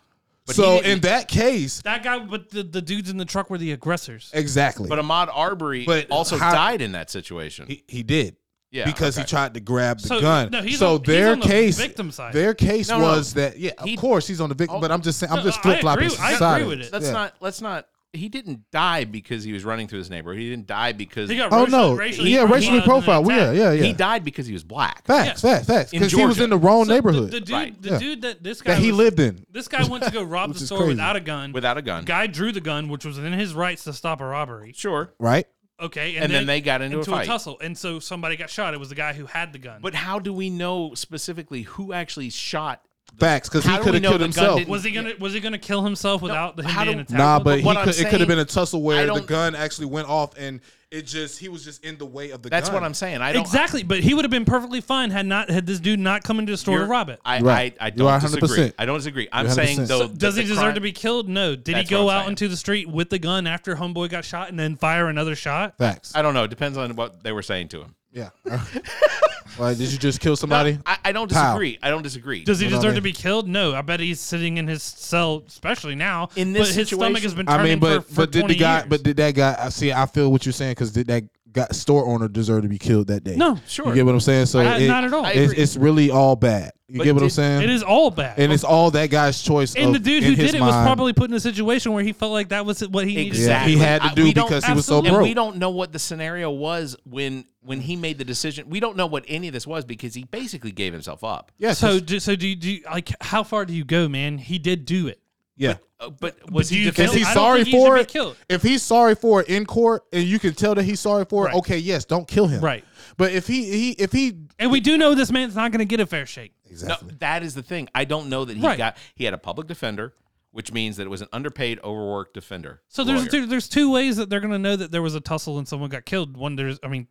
[SPEAKER 1] But he
[SPEAKER 3] so
[SPEAKER 1] didn't- e
[SPEAKER 3] in that case,
[SPEAKER 5] That guy, but the, the dudes in the truck were the aggressors.
[SPEAKER 3] exactly.
[SPEAKER 5] um,
[SPEAKER 1] But Ahmad Arbery
[SPEAKER 3] But
[SPEAKER 1] also
[SPEAKER 3] how-
[SPEAKER 1] died in that situation.
[SPEAKER 3] he, he did.
[SPEAKER 1] yeah,
[SPEAKER 3] because he
[SPEAKER 1] okay.
[SPEAKER 3] tried to grab the
[SPEAKER 5] So,
[SPEAKER 3] gun.
[SPEAKER 5] no, he's
[SPEAKER 3] so
[SPEAKER 5] on- he's
[SPEAKER 3] their
[SPEAKER 5] on the
[SPEAKER 3] case,
[SPEAKER 5] victim side.
[SPEAKER 3] their case
[SPEAKER 1] No, no.
[SPEAKER 3] was that yeah, of
[SPEAKER 1] He-
[SPEAKER 3] course he's on the victim.
[SPEAKER 1] Oh.
[SPEAKER 3] but I'm just saying, I'm
[SPEAKER 5] No,
[SPEAKER 3] just
[SPEAKER 5] I
[SPEAKER 3] flip flopping.
[SPEAKER 5] agree with- I agree with it.
[SPEAKER 1] Let's
[SPEAKER 3] Yeah.
[SPEAKER 1] not. Let's not. He didn't die because he was running through his neighborhood. He didn't die because
[SPEAKER 5] He got
[SPEAKER 3] Oh
[SPEAKER 5] racially,
[SPEAKER 3] no,
[SPEAKER 5] racially uh,
[SPEAKER 3] yeah, racially
[SPEAKER 5] profiled in
[SPEAKER 3] profiled.
[SPEAKER 5] an
[SPEAKER 3] Yeah,
[SPEAKER 5] attack.
[SPEAKER 3] yeah, yeah.
[SPEAKER 1] he died because he was black.
[SPEAKER 3] Facts, facts, facts.
[SPEAKER 1] In
[SPEAKER 3] Because he was
[SPEAKER 1] Georgia.
[SPEAKER 3] in the wrong
[SPEAKER 5] So the-
[SPEAKER 3] neighborhood
[SPEAKER 5] The, dude,
[SPEAKER 1] Right.
[SPEAKER 5] the
[SPEAKER 3] Yeah.
[SPEAKER 5] dude that this guy
[SPEAKER 3] that he
[SPEAKER 5] was-
[SPEAKER 3] lived in.
[SPEAKER 5] This guy went
[SPEAKER 3] <laughs>
[SPEAKER 5] to go rob
[SPEAKER 3] Which
[SPEAKER 5] the
[SPEAKER 3] is
[SPEAKER 5] store
[SPEAKER 3] crazy.
[SPEAKER 5] without a gun.
[SPEAKER 1] Without a gun.
[SPEAKER 5] guy drew the gun, which was within his rights to stop a robbery.
[SPEAKER 1] Sure.
[SPEAKER 3] Right?
[SPEAKER 5] Okay, and,
[SPEAKER 1] And then they got into a fight.
[SPEAKER 5] tussle, and so somebody got shot. It was the guy who had the gun.
[SPEAKER 1] But how do we know specifically who actually shot?
[SPEAKER 3] Facts, because he
[SPEAKER 1] How do we
[SPEAKER 3] could have
[SPEAKER 1] know
[SPEAKER 3] killed
[SPEAKER 1] the gun
[SPEAKER 3] himself.
[SPEAKER 1] didn't-
[SPEAKER 5] was he gonna was he gonna kill himself without the him
[SPEAKER 1] how do-
[SPEAKER 5] being attacked?
[SPEAKER 3] Nah,
[SPEAKER 5] with?
[SPEAKER 3] but,
[SPEAKER 1] what
[SPEAKER 3] he
[SPEAKER 1] I'm
[SPEAKER 3] could, it could
[SPEAKER 1] saying-
[SPEAKER 3] have been a tussle
[SPEAKER 1] I
[SPEAKER 3] where the
[SPEAKER 1] don't-
[SPEAKER 3] gun actually went off, and it just he was just in the way of the
[SPEAKER 1] That's
[SPEAKER 3] gun.
[SPEAKER 1] what I'm saying. I don't
[SPEAKER 5] exactly. But he would have been perfectly fine had not had this dude not come into the store to
[SPEAKER 1] you're-
[SPEAKER 5] rob it.
[SPEAKER 1] I,
[SPEAKER 3] Right.
[SPEAKER 1] I, I
[SPEAKER 3] You
[SPEAKER 1] don't
[SPEAKER 3] are
[SPEAKER 1] disagree.
[SPEAKER 3] 100%.
[SPEAKER 1] I don't disagree. I'm
[SPEAKER 3] You're
[SPEAKER 1] saying
[SPEAKER 3] 100%.
[SPEAKER 1] though,
[SPEAKER 3] So
[SPEAKER 1] that
[SPEAKER 5] Does he
[SPEAKER 1] the
[SPEAKER 5] deserve
[SPEAKER 1] crime-
[SPEAKER 5] to be killed? No. Did
[SPEAKER 1] That's
[SPEAKER 5] he
[SPEAKER 1] what
[SPEAKER 5] go
[SPEAKER 1] I'm
[SPEAKER 5] out
[SPEAKER 1] saying.
[SPEAKER 5] into the street with the gun after homeboy got shot and then fire another shot?
[SPEAKER 3] Facts.
[SPEAKER 1] I don't know. It depends on what they were saying to him.
[SPEAKER 3] yeah. Uh-huh.
[SPEAKER 1] <laughs>
[SPEAKER 3] Why did you just kill somebody?
[SPEAKER 1] I, I don't
[SPEAKER 3] How?
[SPEAKER 1] disagree. I don't disagree.
[SPEAKER 5] Does he
[SPEAKER 3] You know what I
[SPEAKER 5] deserve to
[SPEAKER 3] mean?
[SPEAKER 5] be killed? No. I bet he's sitting in his cell, especially now.
[SPEAKER 1] In this
[SPEAKER 5] but his stomach
[SPEAKER 1] situation-
[SPEAKER 5] has been
[SPEAKER 3] I
[SPEAKER 5] turning
[SPEAKER 3] mean, but
[SPEAKER 5] for, for
[SPEAKER 3] but did
[SPEAKER 5] 20
[SPEAKER 3] the guy?
[SPEAKER 5] years.
[SPEAKER 3] But did that guy? I see. I feel what you're saying because did that guy, store owner deserve to be killed that day?
[SPEAKER 5] No,
[SPEAKER 1] sure.
[SPEAKER 3] You get what I'm saying? So
[SPEAKER 5] I-
[SPEAKER 3] it-
[SPEAKER 5] not at all. I
[SPEAKER 3] It's,
[SPEAKER 1] agree.
[SPEAKER 3] it's really all bad. You
[SPEAKER 5] But
[SPEAKER 3] get what I'm
[SPEAKER 5] it-
[SPEAKER 3] saying?
[SPEAKER 5] it is all bad.
[SPEAKER 3] and it's all that guy's choice.
[SPEAKER 5] And
[SPEAKER 3] of-
[SPEAKER 5] the dude
[SPEAKER 3] in
[SPEAKER 5] who
[SPEAKER 3] his
[SPEAKER 5] did it was
[SPEAKER 3] mind.
[SPEAKER 5] probably put in a situation where he felt like that was what he needed to
[SPEAKER 3] Exactly. Yeah, he had to
[SPEAKER 1] I-
[SPEAKER 3] do
[SPEAKER 1] we don't-
[SPEAKER 3] because he was so
[SPEAKER 1] absolutely. And
[SPEAKER 3] broke.
[SPEAKER 1] we don't know what the scenario was when when he made the decision. We don't know what any of this was because he basically gave himself up.
[SPEAKER 3] Yeah.
[SPEAKER 5] So, do, so do you, do you, like how far do you go, man? He did do it.
[SPEAKER 3] Yeah.
[SPEAKER 1] Uh, But was
[SPEAKER 5] do
[SPEAKER 1] he
[SPEAKER 5] you
[SPEAKER 1] defensive?
[SPEAKER 5] feel-
[SPEAKER 3] Is he
[SPEAKER 5] I don't
[SPEAKER 3] sorry
[SPEAKER 5] think he should
[SPEAKER 3] for
[SPEAKER 5] be
[SPEAKER 3] it?
[SPEAKER 5] killed.
[SPEAKER 3] If he's sorry for it in court, and you can tell that he's sorry for
[SPEAKER 5] Right.
[SPEAKER 3] it, okay, yes, don't kill him.
[SPEAKER 5] Right.
[SPEAKER 3] But if he he if he
[SPEAKER 5] And we do know this man's not going to get a fair shake.
[SPEAKER 1] No,
[SPEAKER 3] exactly
[SPEAKER 1] that is the thing. I don't know that he
[SPEAKER 5] Right.
[SPEAKER 1] got. He had a public defender, which means that it was an underpaid, overworked defender.
[SPEAKER 5] So there's
[SPEAKER 1] lawyer.
[SPEAKER 5] two, there's two ways that they're going to know that there was a tussle and someone got killed. One there's I mean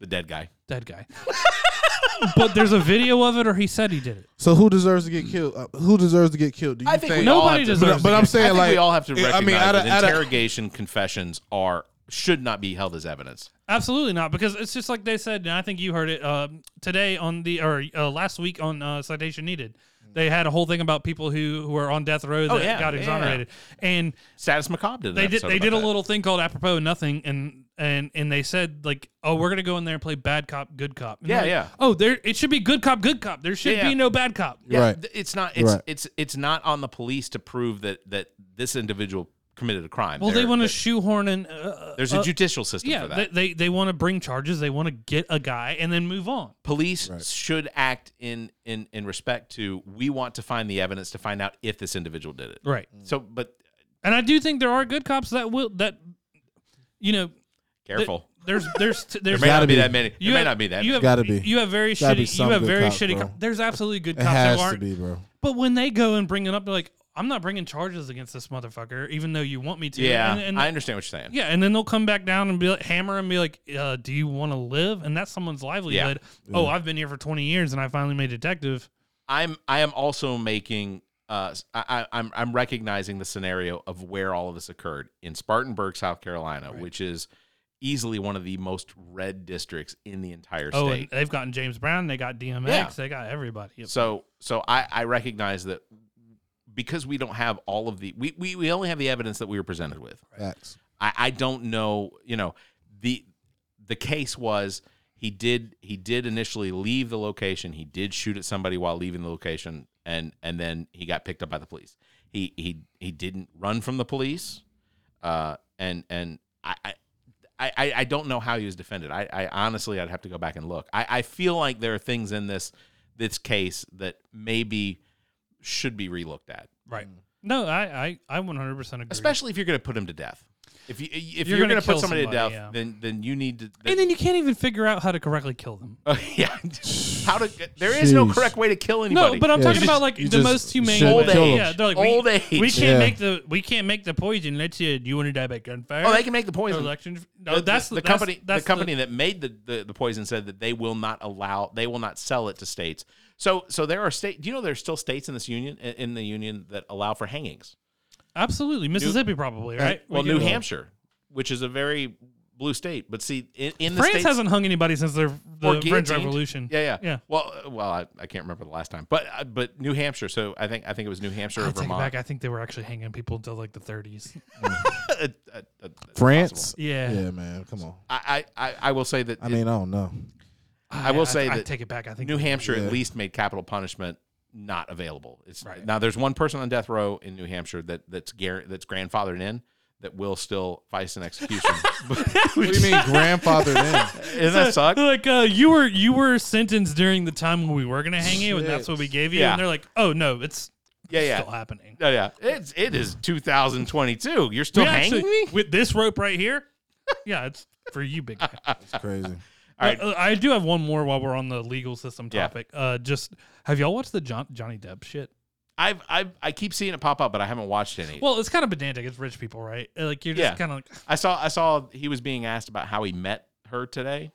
[SPEAKER 1] the dead guy. <laughs>
[SPEAKER 5] dead guy. but there's a video of it or he said he did it.
[SPEAKER 3] so who deserves to get killed? Uh, who deserves to get killed? Do you
[SPEAKER 1] I think we all
[SPEAKER 5] Nobody
[SPEAKER 1] have to-
[SPEAKER 5] deserves
[SPEAKER 3] But- but
[SPEAKER 5] to
[SPEAKER 3] I'm
[SPEAKER 5] get-
[SPEAKER 3] saying,
[SPEAKER 1] I think
[SPEAKER 3] like,
[SPEAKER 1] we all have to
[SPEAKER 3] yeah,
[SPEAKER 1] recognize
[SPEAKER 3] I mean, out of,
[SPEAKER 1] that
[SPEAKER 3] out of,
[SPEAKER 1] interrogation confessions are should not be held as evidence.
[SPEAKER 5] Absolutely not, because it's just like they said, and I think you heard it um today on the or uh, last week on uh, citation needed. They had a whole thing about people who who are on death row that
[SPEAKER 1] Mm. Oh, yeah,
[SPEAKER 5] got
[SPEAKER 1] yeah.
[SPEAKER 5] exonerated, and
[SPEAKER 1] Status macabre did. an
[SPEAKER 5] they did
[SPEAKER 1] episode
[SPEAKER 5] they
[SPEAKER 1] about
[SPEAKER 5] did a
[SPEAKER 1] that.
[SPEAKER 5] little thing called apropos of nothing, and and and they said like, oh, we're gonna go in there and play bad cop, good cop. And
[SPEAKER 1] Yeah,
[SPEAKER 5] they're like,
[SPEAKER 1] yeah.
[SPEAKER 5] Oh, there it should be good cop, good cop. There should
[SPEAKER 1] Yeah, yeah.
[SPEAKER 5] be no bad cop.
[SPEAKER 1] Yeah,
[SPEAKER 3] Right.
[SPEAKER 1] th- It's not. It's
[SPEAKER 3] Right.
[SPEAKER 1] it's it's not on the police to prove that that this individual committed a crime.
[SPEAKER 5] Well, they
[SPEAKER 1] There-
[SPEAKER 5] want to
[SPEAKER 1] there-
[SPEAKER 5] shoehorn in. Uh,
[SPEAKER 1] There's
[SPEAKER 5] uh,
[SPEAKER 1] a judicial system
[SPEAKER 5] yeah,
[SPEAKER 1] for that.
[SPEAKER 5] they they, they want to bring charges. They want to get a guy and then move on.
[SPEAKER 1] police should act in in in respect to we want to find the evidence to find out if this individual did it.
[SPEAKER 5] Right.
[SPEAKER 1] So, but
[SPEAKER 5] And I do think there are good cops that will that you know
[SPEAKER 1] careful.
[SPEAKER 5] there's there's
[SPEAKER 1] There
[SPEAKER 5] there's
[SPEAKER 1] may not
[SPEAKER 3] gotta
[SPEAKER 1] be
[SPEAKER 3] be.
[SPEAKER 1] that many.
[SPEAKER 5] you
[SPEAKER 1] there may
[SPEAKER 5] have-
[SPEAKER 1] not be that.
[SPEAKER 5] You
[SPEAKER 1] many.
[SPEAKER 5] have
[SPEAKER 3] Gotta be.
[SPEAKER 5] You have very
[SPEAKER 3] Gotta be
[SPEAKER 5] shitty. You
[SPEAKER 3] some
[SPEAKER 5] have
[SPEAKER 3] good
[SPEAKER 5] very
[SPEAKER 3] cops,
[SPEAKER 5] shitty.
[SPEAKER 3] bro.
[SPEAKER 5] cops. there's absolutely good
[SPEAKER 3] it
[SPEAKER 5] cops who
[SPEAKER 3] has to
[SPEAKER 5] aren't.
[SPEAKER 3] be, bro.
[SPEAKER 5] But when they go and bring it up, they're like, "I'm not bringing charges against this motherfucker, even though you want me to."
[SPEAKER 1] yeah,
[SPEAKER 5] and, and-
[SPEAKER 1] I understand what you're saying.
[SPEAKER 5] yeah, and then they'll come back down and be like, hammer and be like, uh, "Do you want to live?" And that's someone's livelihood.
[SPEAKER 3] Mm.
[SPEAKER 5] Oh, I've been here for 20 years and I finally made detective.
[SPEAKER 1] I'm I am also making uh s- I, I- I'm I'm recognizing the scenario of where all of this occurred in Spartanburg, South Carolina, which is easily one of the most red districts in the entire
[SPEAKER 5] Oh, and
[SPEAKER 1] state.
[SPEAKER 5] they've gotten James Brown, they got DMX,
[SPEAKER 1] Yeah.
[SPEAKER 5] they got everybody. Yep.
[SPEAKER 1] So so I, I recognize that because we don't have all of the we, we, we only have the evidence that we were presented with.
[SPEAKER 3] Facts.
[SPEAKER 1] I, I don't know, you know, the the case was he did he did initially leave the location. He did shoot at somebody while leaving the location and and then he got picked up by the police. He he he didn't run from the police. Uh and and I, I I, I- I don't know how he was defended. I, I honestly I'd have to go back and look. I, I feel like there are things in this this case that maybe should be relooked at,
[SPEAKER 5] Right.
[SPEAKER 3] Mm.
[SPEAKER 5] No, I I, I 100% agree.
[SPEAKER 1] especially if you're going to put him to death. If you if you're,
[SPEAKER 5] You're gonna
[SPEAKER 1] going to put
[SPEAKER 5] kill
[SPEAKER 1] somebody, to
[SPEAKER 5] somebody,
[SPEAKER 1] death,
[SPEAKER 5] yeah.
[SPEAKER 1] then then you need to.
[SPEAKER 5] and then you can't even figure out how to correctly kill them.
[SPEAKER 1] Uh, <laughs> yeah, how to? There is no
[SPEAKER 3] Jeez.
[SPEAKER 1] correct way to kill anybody.
[SPEAKER 5] No, but I'm
[SPEAKER 3] Yeah,
[SPEAKER 5] talking
[SPEAKER 3] you
[SPEAKER 5] about
[SPEAKER 3] just-
[SPEAKER 5] like the
[SPEAKER 3] you just
[SPEAKER 5] most humane.
[SPEAKER 3] shouldn't
[SPEAKER 1] Old
[SPEAKER 5] way.
[SPEAKER 1] kill them.
[SPEAKER 5] yeah, they're like
[SPEAKER 1] Old
[SPEAKER 5] we,
[SPEAKER 1] age.
[SPEAKER 5] we can't
[SPEAKER 3] Yeah.
[SPEAKER 5] make the we can't make the poison. Let's see. Do you want to die by gunfire?
[SPEAKER 1] oh, they can make the poison.
[SPEAKER 5] Election. No, that's
[SPEAKER 1] the,
[SPEAKER 5] that's-
[SPEAKER 1] company.
[SPEAKER 5] That's
[SPEAKER 1] the company that made the, the the poison said that they will not allow. They will not sell it to states. So so there are state. Do you know there's still states in this union in- in the union that allow for hangings?
[SPEAKER 5] absolutely Mississippi, probably right.
[SPEAKER 1] Well,
[SPEAKER 5] We
[SPEAKER 1] New
[SPEAKER 5] do.
[SPEAKER 1] Hampshire, which is a very blue state, but see in, in the
[SPEAKER 5] France
[SPEAKER 1] states,
[SPEAKER 5] hasn't hung anybody since their
[SPEAKER 1] or
[SPEAKER 5] the French
[SPEAKER 1] guillotined.
[SPEAKER 5] Revolution.
[SPEAKER 1] Yeah, yeah,
[SPEAKER 5] Yeah.
[SPEAKER 1] Well, uh, well, I, I can't remember the last time, but uh, but New Hampshire. So I think I think it was New Hampshire
[SPEAKER 5] I
[SPEAKER 1] or
[SPEAKER 5] take it back.
[SPEAKER 1] Vermont.
[SPEAKER 5] I think they were actually hanging people until like the 30s.
[SPEAKER 1] Uh, uh, uh,
[SPEAKER 3] France.
[SPEAKER 5] Yeah.
[SPEAKER 3] Yeah, man. Come on.
[SPEAKER 1] I, I I- I will say that
[SPEAKER 3] I mean, I
[SPEAKER 1] <laughs>
[SPEAKER 3] don't know.
[SPEAKER 1] I will say
[SPEAKER 5] I
[SPEAKER 1] that
[SPEAKER 5] take it back. I think
[SPEAKER 1] New Hampshire
[SPEAKER 3] Yeah.
[SPEAKER 1] at least made capital punishment not available. It's
[SPEAKER 5] Right.
[SPEAKER 1] now there's one person on death row in New Hampshire that that's gar- that's grandfathered in that will still face an
[SPEAKER 5] <laughs>
[SPEAKER 1] execution. <laughs>
[SPEAKER 3] What do you mean, grandfather? Then
[SPEAKER 1] Isn't that suck?
[SPEAKER 5] <laughs> Like uh, you were you were sentenced during the time when we were gonna hang you, and that's what we gave you.
[SPEAKER 1] Yeah.
[SPEAKER 5] And they're like, oh no, it's
[SPEAKER 1] Yeah,
[SPEAKER 5] still
[SPEAKER 1] yeah.
[SPEAKER 5] happening.
[SPEAKER 1] No, yeah. It's it is 2022. You're still
[SPEAKER 5] We
[SPEAKER 1] hanging
[SPEAKER 5] actually-
[SPEAKER 1] me?
[SPEAKER 5] with this rope right here. Yeah, it's for you, big guy.
[SPEAKER 3] it's crazy.
[SPEAKER 1] All right.
[SPEAKER 5] Uh, I do have one more while we're on the legal system
[SPEAKER 1] Yeah.
[SPEAKER 5] topic. Uh, just have y'all watched the John, Johnny Depp shit?
[SPEAKER 1] I've I I keep seeing it pop up, but I haven't watched any.
[SPEAKER 5] Well, it's kind of pedantic. It's rich people, right? Uh, Like you're just
[SPEAKER 1] Yeah.
[SPEAKER 5] kind of like,
[SPEAKER 1] I saw I saw he was being asked about how he met her today.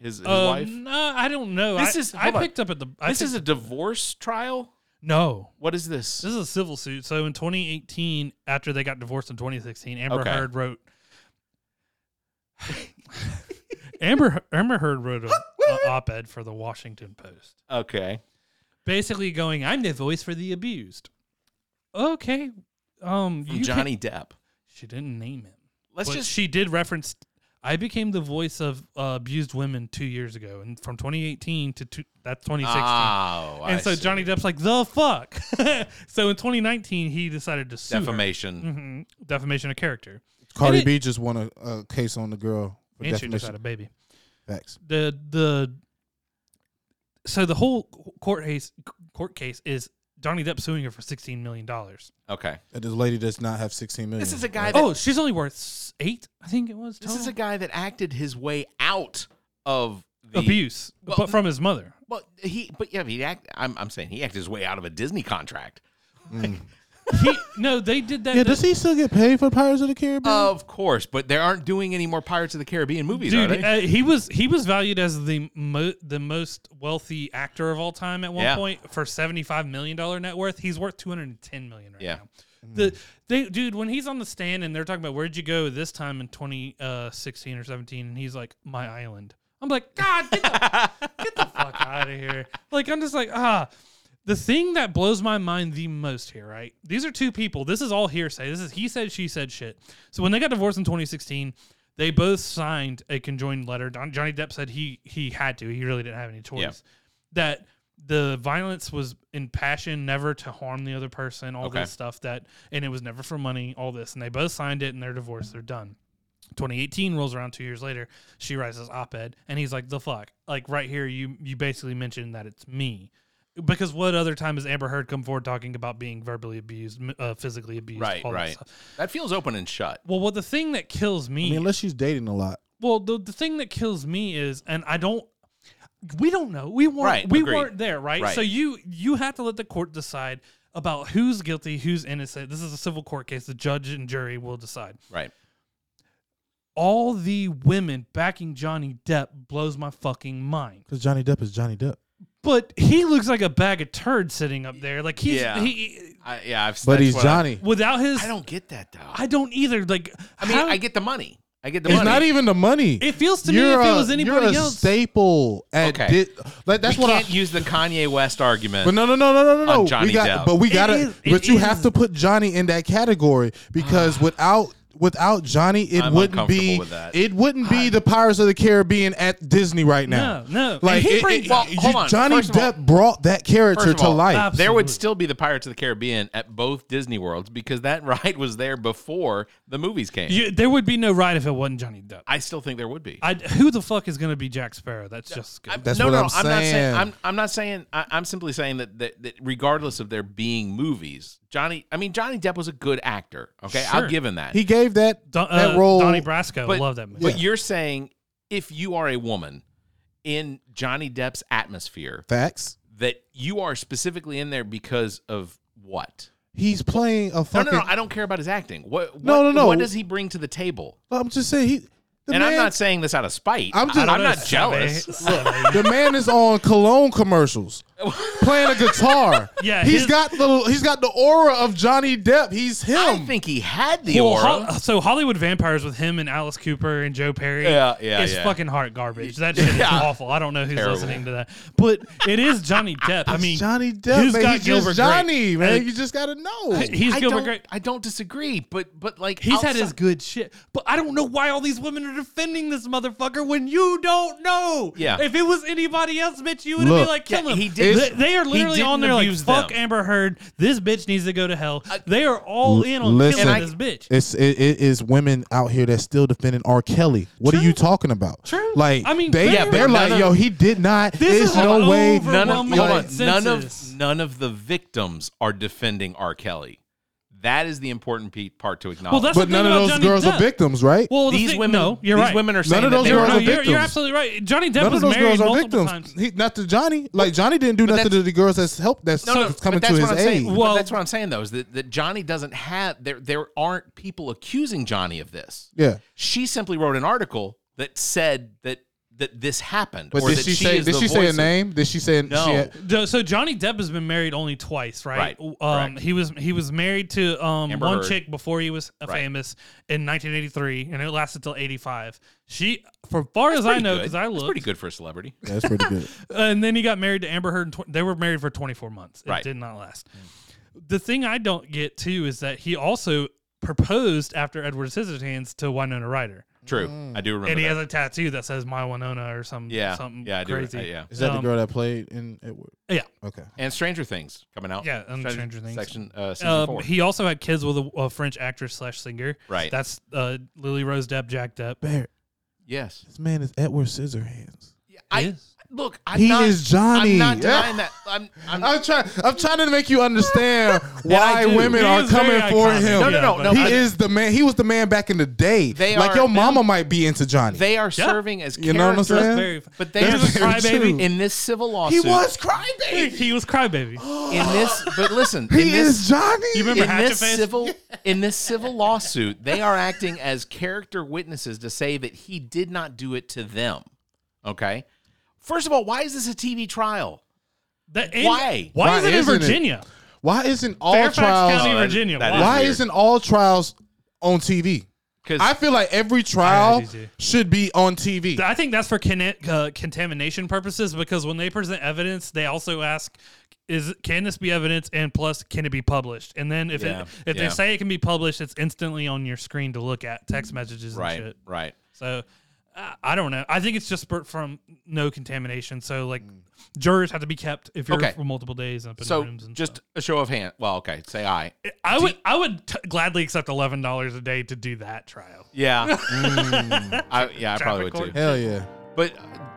[SPEAKER 1] His, his
[SPEAKER 5] uh,
[SPEAKER 1] wife.
[SPEAKER 5] No, I don't know.
[SPEAKER 1] This
[SPEAKER 5] I,
[SPEAKER 1] is-
[SPEAKER 5] I
[SPEAKER 1] hold on.
[SPEAKER 5] picked up at the. I
[SPEAKER 1] This is a
[SPEAKER 5] picked-
[SPEAKER 1] divorce trial.
[SPEAKER 5] no.
[SPEAKER 1] What is this?
[SPEAKER 5] This is a civil suit. So in 2018, after they got divorced in 2016, Amber
[SPEAKER 1] Okay.
[SPEAKER 5] Heard wrote. <laughs> Amber Amber
[SPEAKER 1] <laughs>
[SPEAKER 5] Heard wrote an op-ed for the Washington Post.
[SPEAKER 1] Okay.
[SPEAKER 5] basically going, "I'm the voice for the abused." Okay, um,
[SPEAKER 1] From
[SPEAKER 5] you
[SPEAKER 1] Johnny Depp.
[SPEAKER 5] can't- She didn't name him.
[SPEAKER 1] Let's
[SPEAKER 5] but
[SPEAKER 1] just
[SPEAKER 5] she did reference I became the voice of uh, abused women two years ago, and from 2018 to two, that's 2016.
[SPEAKER 1] Oh,
[SPEAKER 5] and
[SPEAKER 1] I
[SPEAKER 5] so
[SPEAKER 1] see.
[SPEAKER 5] Johnny Depp's like the fuck. <laughs> so in 2019, he decided to sue her.
[SPEAKER 1] Defamation.
[SPEAKER 5] Mhm. defamation of character.
[SPEAKER 3] Cardi
[SPEAKER 5] And it-
[SPEAKER 3] B just won a, a case on the girl for
[SPEAKER 5] And she just
[SPEAKER 3] defamation.
[SPEAKER 5] had a baby.
[SPEAKER 3] Facts.
[SPEAKER 5] the the so the whole court case court case is Johnny Depp suing her for sixteen million dollars.
[SPEAKER 1] Okay.
[SPEAKER 3] And Uh, this lady does not have sixteen million.
[SPEAKER 1] This is a guy that
[SPEAKER 5] Oh, she's only worth s- eight, I think it was.
[SPEAKER 1] this is
[SPEAKER 5] total?
[SPEAKER 1] a guy that acted his way out of the
[SPEAKER 5] abuse,
[SPEAKER 1] Well,
[SPEAKER 5] but from his mother.
[SPEAKER 1] Well, he but yeah, he act I'm I'm saying he acted his way out of a Disney contract.
[SPEAKER 5] He, no, they did that.
[SPEAKER 3] Yeah, does he still get paid for Pirates of the
[SPEAKER 5] Hmm.
[SPEAKER 3] Caribbean?
[SPEAKER 1] Of course, but they aren't doing any more Pirates of the Caribbean movies, are
[SPEAKER 5] Dude,
[SPEAKER 1] they?
[SPEAKER 5] uh, he was he was valued as the mo- the most wealthy actor of all time at one
[SPEAKER 1] Yeah.
[SPEAKER 5] point for seventy five million dollar net worth. He's worth two hundred and ten million right
[SPEAKER 1] Yeah.
[SPEAKER 5] now. The they dude when he's on the stand and they're talking about where'd you go this time in twenty uh, sixteen or seventeen and he's like my island. I'm like God,
[SPEAKER 1] <laughs>
[SPEAKER 5] get the, get the fuck out of here. Like I'm just like ah. The thing that blows my mind the most here, right? These are two people. This is all hearsay. This is he said, she said shit. So when they got divorced in 2016, they both signed a conjoined letter. Don, Johnny Depp said he he had to. He really didn't have any choice.
[SPEAKER 1] Yeah.
[SPEAKER 5] That the violence was in passion, never to harm the other person. All
[SPEAKER 1] Okay.
[SPEAKER 5] this stuff that, and it was never for money. All this, and they both signed it, and they're divorced. They're done. 2018 rolls around two years later. She writes this op-ed, and he's like, "The fuck!" Like right here, you you basically mentioned that it's me, because what other time has Amber Heard come forward talking about being verbally abused, m- uh, physically abused,
[SPEAKER 1] right,
[SPEAKER 5] all that
[SPEAKER 1] right.
[SPEAKER 5] stuff?
[SPEAKER 1] That feels open and shut.
[SPEAKER 5] Well, well, the thing that kills
[SPEAKER 3] I
[SPEAKER 5] me,
[SPEAKER 3] mean, unless she's dating a lot.
[SPEAKER 5] well, the the thing that kills me is, and I don't. We don't know. We weren't.
[SPEAKER 1] Right,
[SPEAKER 5] we
[SPEAKER 1] agreed.
[SPEAKER 5] weren't there, right?
[SPEAKER 1] Right.
[SPEAKER 5] So you you have to let the court decide about who's guilty, who's innocent. This is a civil court case. The judge and jury will decide
[SPEAKER 1] Right.
[SPEAKER 5] all the women backing Johnny Depp blows my fucking mind.
[SPEAKER 3] Because Johnny Depp is Johnny Depp.
[SPEAKER 5] But he looks like a bag of turds sitting up there. Like he's
[SPEAKER 1] Yeah.
[SPEAKER 5] he
[SPEAKER 1] I, yeah, I've
[SPEAKER 3] But
[SPEAKER 1] that's
[SPEAKER 3] he's
[SPEAKER 1] what I-
[SPEAKER 3] Johnny.
[SPEAKER 5] without his.
[SPEAKER 1] I, don't get that though.
[SPEAKER 5] I don't either. Like
[SPEAKER 1] I mean,
[SPEAKER 5] how-
[SPEAKER 1] I get the money. I get the
[SPEAKER 3] It's
[SPEAKER 1] money.
[SPEAKER 3] not even the money.
[SPEAKER 5] It feels to me if it was anybody
[SPEAKER 3] you're a
[SPEAKER 5] else.
[SPEAKER 3] staple. At
[SPEAKER 1] Okay.
[SPEAKER 3] di- like, that's
[SPEAKER 1] we
[SPEAKER 3] what I.
[SPEAKER 1] can't use the Kanye West argument.
[SPEAKER 3] But no, no, no, no, no, no,
[SPEAKER 1] on
[SPEAKER 3] no.
[SPEAKER 1] Johnny
[SPEAKER 3] we got,
[SPEAKER 1] Depp.
[SPEAKER 3] but we
[SPEAKER 5] It
[SPEAKER 3] got
[SPEAKER 5] is-
[SPEAKER 3] to.
[SPEAKER 5] it
[SPEAKER 3] But you
[SPEAKER 5] is-
[SPEAKER 3] have to put Johnny in that category because without without Johnny, it
[SPEAKER 1] Ah. I'm
[SPEAKER 3] wouldn't
[SPEAKER 1] uncomfortable
[SPEAKER 3] be
[SPEAKER 1] with that.
[SPEAKER 3] it wouldn't be the Pirates of the Caribbean at Disney right now.
[SPEAKER 5] No, no. And
[SPEAKER 3] Like
[SPEAKER 5] he
[SPEAKER 3] it-
[SPEAKER 5] brings-
[SPEAKER 3] it-
[SPEAKER 1] Well,
[SPEAKER 3] you-
[SPEAKER 1] hold on.
[SPEAKER 3] Johnny
[SPEAKER 1] First of all-
[SPEAKER 3] Depp brought that character
[SPEAKER 1] First of
[SPEAKER 3] to
[SPEAKER 1] all,
[SPEAKER 3] life.
[SPEAKER 5] Absolutely.
[SPEAKER 1] There would still be the Pirates of the Caribbean at both Disney Worlds because that <laughs> ride was there before the movies came.
[SPEAKER 5] you, there would be no right if it wasn't Johnny Depp.
[SPEAKER 1] I still think there would be.
[SPEAKER 5] I, who the fuck is gonna be Jack Sparrow? That's just good.
[SPEAKER 3] That's
[SPEAKER 1] no,
[SPEAKER 3] what
[SPEAKER 1] no,
[SPEAKER 3] I'm
[SPEAKER 1] no, not saying.
[SPEAKER 3] saying.
[SPEAKER 1] I'm, I'm not saying. I, I'm simply saying that, that that regardless of there being movies, Johnny. I mean, Johnny Depp was a good actor. Okay,
[SPEAKER 5] Sure.
[SPEAKER 1] I'll give him that.
[SPEAKER 3] he gave that
[SPEAKER 5] Don, uh,
[SPEAKER 3] that role.
[SPEAKER 5] Donnie Brasco.
[SPEAKER 1] But-
[SPEAKER 5] love that movie.
[SPEAKER 1] but you're saying if you are a woman in Johnny Depp's atmosphere,
[SPEAKER 3] facts.
[SPEAKER 1] that you are specifically in there because of what?
[SPEAKER 3] He's playing a
[SPEAKER 1] No,
[SPEAKER 3] fucking.
[SPEAKER 1] no, no. I don't care about his acting. What? what
[SPEAKER 3] No, no, no.
[SPEAKER 1] What does he bring to the table?
[SPEAKER 3] I'm just saying he. The
[SPEAKER 1] and
[SPEAKER 3] man,
[SPEAKER 1] I'm not saying this out of spite.
[SPEAKER 3] I'm
[SPEAKER 1] I'm,
[SPEAKER 3] just-
[SPEAKER 1] I'm not
[SPEAKER 5] Savvy.
[SPEAKER 3] <laughs>
[SPEAKER 1] jealous.
[SPEAKER 5] Savvy.
[SPEAKER 3] the man is on
[SPEAKER 1] <laughs>
[SPEAKER 3] cologne commercials, playing a guitar.
[SPEAKER 5] Yeah,
[SPEAKER 3] he's
[SPEAKER 5] his-
[SPEAKER 3] got the he's got the aura of Johnny Depp. He's him.
[SPEAKER 1] I think he had the
[SPEAKER 5] Well,
[SPEAKER 1] aura.
[SPEAKER 5] Hol- so Hollywood Vampires with him and Alice Cooper and Joe Perry.
[SPEAKER 1] Yeah, yeah,
[SPEAKER 5] It's
[SPEAKER 1] yeah.
[SPEAKER 5] fucking heart garbage. That shit is
[SPEAKER 1] Yeah.
[SPEAKER 5] awful. I don't know who's
[SPEAKER 1] Terrible.
[SPEAKER 5] listening to that, but it
[SPEAKER 1] <laughs>
[SPEAKER 5] is Johnny Depp. I
[SPEAKER 3] It's
[SPEAKER 5] mean,
[SPEAKER 3] Johnny Depp.
[SPEAKER 5] who's
[SPEAKER 3] man.
[SPEAKER 5] got
[SPEAKER 3] he's
[SPEAKER 5] Gilbert
[SPEAKER 3] just Johnny,
[SPEAKER 5] Grape?
[SPEAKER 3] man.
[SPEAKER 5] Uh,
[SPEAKER 3] you just gotta know.
[SPEAKER 5] he's
[SPEAKER 1] I
[SPEAKER 5] Gilbert
[SPEAKER 1] don't,
[SPEAKER 5] Grape.
[SPEAKER 1] I don't disagree, but but like
[SPEAKER 5] He's had
[SPEAKER 1] outside-
[SPEAKER 5] his good shit, but I don't know why all these women are defending this motherfucker when you don't know.
[SPEAKER 1] Yeah.
[SPEAKER 5] If it was anybody else, bitch, you would have been
[SPEAKER 3] Look,
[SPEAKER 5] like, kill
[SPEAKER 1] yeah,
[SPEAKER 5] him.
[SPEAKER 1] he did-
[SPEAKER 5] They, they are
[SPEAKER 1] he
[SPEAKER 5] literally
[SPEAKER 1] didn't
[SPEAKER 5] on there like,
[SPEAKER 1] abuse
[SPEAKER 5] fuck
[SPEAKER 1] them.
[SPEAKER 5] Amber Heard. This bitch needs to go to hell. they are all in on
[SPEAKER 3] listen.
[SPEAKER 5] killing
[SPEAKER 3] And I-
[SPEAKER 5] this bitch.
[SPEAKER 3] It's it, it is women out here that's still defending R. Kelly. What are
[SPEAKER 5] True.
[SPEAKER 3] you talking about?
[SPEAKER 5] True.
[SPEAKER 3] Like
[SPEAKER 5] I mean,
[SPEAKER 3] they
[SPEAKER 5] yeah, but
[SPEAKER 3] they're
[SPEAKER 5] none
[SPEAKER 3] like,
[SPEAKER 5] of-
[SPEAKER 3] yo, he did not.
[SPEAKER 5] This
[SPEAKER 3] There's
[SPEAKER 5] is
[SPEAKER 3] no
[SPEAKER 5] an
[SPEAKER 3] way.
[SPEAKER 5] over-
[SPEAKER 1] none of
[SPEAKER 5] overwhelming
[SPEAKER 1] hold on, none
[SPEAKER 5] consensus.
[SPEAKER 1] of none of the victims are defending R. Kelly. That is the important pe- part to acknowledge.
[SPEAKER 5] Well, that's
[SPEAKER 3] But
[SPEAKER 5] the thing
[SPEAKER 3] none of
[SPEAKER 5] about
[SPEAKER 3] those
[SPEAKER 5] Johnny
[SPEAKER 3] girls
[SPEAKER 5] Depp.
[SPEAKER 3] are victims, right?
[SPEAKER 5] Well, the
[SPEAKER 1] these
[SPEAKER 5] thing-
[SPEAKER 1] women,
[SPEAKER 5] no, you're
[SPEAKER 1] these
[SPEAKER 5] right.
[SPEAKER 1] women are
[SPEAKER 3] None
[SPEAKER 1] saying
[SPEAKER 3] of
[SPEAKER 1] that
[SPEAKER 3] those
[SPEAKER 1] they
[SPEAKER 5] No,
[SPEAKER 1] were
[SPEAKER 3] girls
[SPEAKER 5] no,
[SPEAKER 3] are
[SPEAKER 1] not-
[SPEAKER 5] you're,
[SPEAKER 3] victims.
[SPEAKER 5] you're absolutely right. Johnny Depp
[SPEAKER 3] None of
[SPEAKER 5] was
[SPEAKER 3] those
[SPEAKER 5] married
[SPEAKER 3] girls are
[SPEAKER 5] multiple
[SPEAKER 3] victims.
[SPEAKER 5] times.
[SPEAKER 3] He, not to Johnny. Like Johnny didn't do nothing
[SPEAKER 1] that's-
[SPEAKER 3] to the girls that's helped. That's
[SPEAKER 1] No, no, but
[SPEAKER 3] coming
[SPEAKER 1] that's
[SPEAKER 3] to
[SPEAKER 1] what
[SPEAKER 3] his
[SPEAKER 1] I'm saying.
[SPEAKER 3] aid.
[SPEAKER 1] But
[SPEAKER 5] Well-
[SPEAKER 1] that's what I'm saying though is that, that Johnny doesn't have there. There aren't people accusing Johnny of this.
[SPEAKER 3] Yeah.
[SPEAKER 1] She simply wrote an article that said that that this happened.
[SPEAKER 3] But
[SPEAKER 1] or
[SPEAKER 3] did
[SPEAKER 1] that
[SPEAKER 3] she say?
[SPEAKER 1] is
[SPEAKER 3] Did
[SPEAKER 1] the
[SPEAKER 3] she say
[SPEAKER 1] voice
[SPEAKER 3] a
[SPEAKER 1] of-
[SPEAKER 3] name? Did she say?
[SPEAKER 1] No.
[SPEAKER 3] She had,
[SPEAKER 5] Jo- So Johnny Depp has been married only twice, right?
[SPEAKER 1] Right,
[SPEAKER 5] Um,
[SPEAKER 1] correct.
[SPEAKER 5] he was he was married to um,
[SPEAKER 1] Amber
[SPEAKER 5] one
[SPEAKER 1] Heard.
[SPEAKER 5] chick before he was
[SPEAKER 1] Right.
[SPEAKER 5] famous in 1983, and it lasted till 85. She, for far as I
[SPEAKER 1] Pretty
[SPEAKER 5] know,
[SPEAKER 1] good.
[SPEAKER 5] because I
[SPEAKER 1] That's
[SPEAKER 5] looked,
[SPEAKER 1] pretty good for a celebrity.
[SPEAKER 3] that's pretty good.
[SPEAKER 5] and then he got married to Amber Heard. And tw- they were married for 24 months. It
[SPEAKER 1] Right.
[SPEAKER 5] did not last. The thing I don't get too is that he also proposed after Edward Scissorhands to Winona Ryder.
[SPEAKER 1] True.
[SPEAKER 3] Mm.
[SPEAKER 1] I do remember.
[SPEAKER 5] and he
[SPEAKER 1] that.
[SPEAKER 5] has a tattoo that says "My Winona" or some
[SPEAKER 1] Yeah.
[SPEAKER 5] something
[SPEAKER 1] Yeah, I do.
[SPEAKER 5] crazy.
[SPEAKER 1] Uh, yeah.
[SPEAKER 3] <laughs> Is that the
[SPEAKER 5] Um,
[SPEAKER 3] girl that played in Edward?
[SPEAKER 5] Yeah.
[SPEAKER 3] Okay.
[SPEAKER 1] and Stranger Things coming out.
[SPEAKER 5] Yeah, and Stranger Things.
[SPEAKER 1] section uh, season
[SPEAKER 5] Um,
[SPEAKER 1] four.
[SPEAKER 5] He also had kids with a, a French actress slash singer.
[SPEAKER 1] Right.
[SPEAKER 5] That's uh, Lily Rose Depp, Jack Depp.
[SPEAKER 3] Bear,
[SPEAKER 1] yes,
[SPEAKER 3] this man is Edward Scissorhands.
[SPEAKER 1] I look. I'm
[SPEAKER 3] he
[SPEAKER 1] not,
[SPEAKER 3] is Johnny.
[SPEAKER 1] I'm not denying that. I'm. I'm
[SPEAKER 3] I'm trying. I'm trying to make
[SPEAKER 1] <laughs>
[SPEAKER 3] you understand why
[SPEAKER 1] do.
[SPEAKER 3] women
[SPEAKER 5] He
[SPEAKER 3] are
[SPEAKER 5] is
[SPEAKER 3] coming
[SPEAKER 5] very
[SPEAKER 3] for
[SPEAKER 5] iconic.
[SPEAKER 3] him.
[SPEAKER 1] no, no, no,
[SPEAKER 5] Yeah,
[SPEAKER 1] no.
[SPEAKER 3] he
[SPEAKER 1] I-
[SPEAKER 3] is the man. He was the man back in the day.
[SPEAKER 1] They
[SPEAKER 3] like
[SPEAKER 1] are-
[SPEAKER 3] your mama might be into Johnny.
[SPEAKER 1] They are serving as
[SPEAKER 3] You know what I'm
[SPEAKER 1] characters,
[SPEAKER 3] saying?
[SPEAKER 5] Very,
[SPEAKER 1] but they
[SPEAKER 5] he
[SPEAKER 1] are
[SPEAKER 5] was a
[SPEAKER 3] That's very
[SPEAKER 5] crybaby.
[SPEAKER 3] true.
[SPEAKER 1] in this civil
[SPEAKER 3] he
[SPEAKER 1] lawsuit.
[SPEAKER 3] was crybaby.
[SPEAKER 5] He was crybaby. <gasps>
[SPEAKER 1] in this. But listen, in
[SPEAKER 3] He
[SPEAKER 1] this,
[SPEAKER 3] is Johnny.
[SPEAKER 5] You remember
[SPEAKER 1] in this
[SPEAKER 5] Hatchetface?
[SPEAKER 1] civil in this civil lawsuit, they are acting as character witnesses to say that he did not do it to them. Okay. First of all, why is this a TV trial?
[SPEAKER 5] That- and
[SPEAKER 1] Why?
[SPEAKER 5] Why,
[SPEAKER 3] Why
[SPEAKER 5] is it in
[SPEAKER 3] isn't it?
[SPEAKER 5] Virginia?
[SPEAKER 3] why isn't all
[SPEAKER 5] Fairfax
[SPEAKER 3] trials?
[SPEAKER 5] County,
[SPEAKER 1] Oh, that-
[SPEAKER 5] Virginia.
[SPEAKER 1] that is
[SPEAKER 5] Why?
[SPEAKER 3] Why
[SPEAKER 1] weird.
[SPEAKER 3] isn't all trials on TV?
[SPEAKER 1] 'Cause-
[SPEAKER 3] I feel like every trial
[SPEAKER 5] Yeah, I do too.
[SPEAKER 3] should be on TV.
[SPEAKER 5] I think that's for con- uh, contamination purposes because when they present evidence, they also ask. Is can this be evidence and plus can it be published? And then
[SPEAKER 1] <laughs>
[SPEAKER 5] if
[SPEAKER 1] Yeah,
[SPEAKER 5] it, if
[SPEAKER 1] yeah.
[SPEAKER 5] they say it can be published, it's instantly on your screen to look at text messages and
[SPEAKER 1] Right.
[SPEAKER 5] shit.
[SPEAKER 1] Right.
[SPEAKER 5] So I, I don't know. I think it's just spurt from no contamination. So like jurors have to be kept if you're
[SPEAKER 1] Mm. Okay.
[SPEAKER 5] for multiple days up in
[SPEAKER 1] So
[SPEAKER 5] rooms. And
[SPEAKER 1] just
[SPEAKER 5] stuff.
[SPEAKER 1] a show of hand. Well, okay, say
[SPEAKER 5] <laughs>
[SPEAKER 1] I.
[SPEAKER 5] I would I would t- gladly accept eleven dollars a day to do that trial. <laughs>
[SPEAKER 1] Yeah. Mm. I, yeah, I probably would
[SPEAKER 5] Traffic
[SPEAKER 1] too.
[SPEAKER 3] Hell yeah.
[SPEAKER 1] But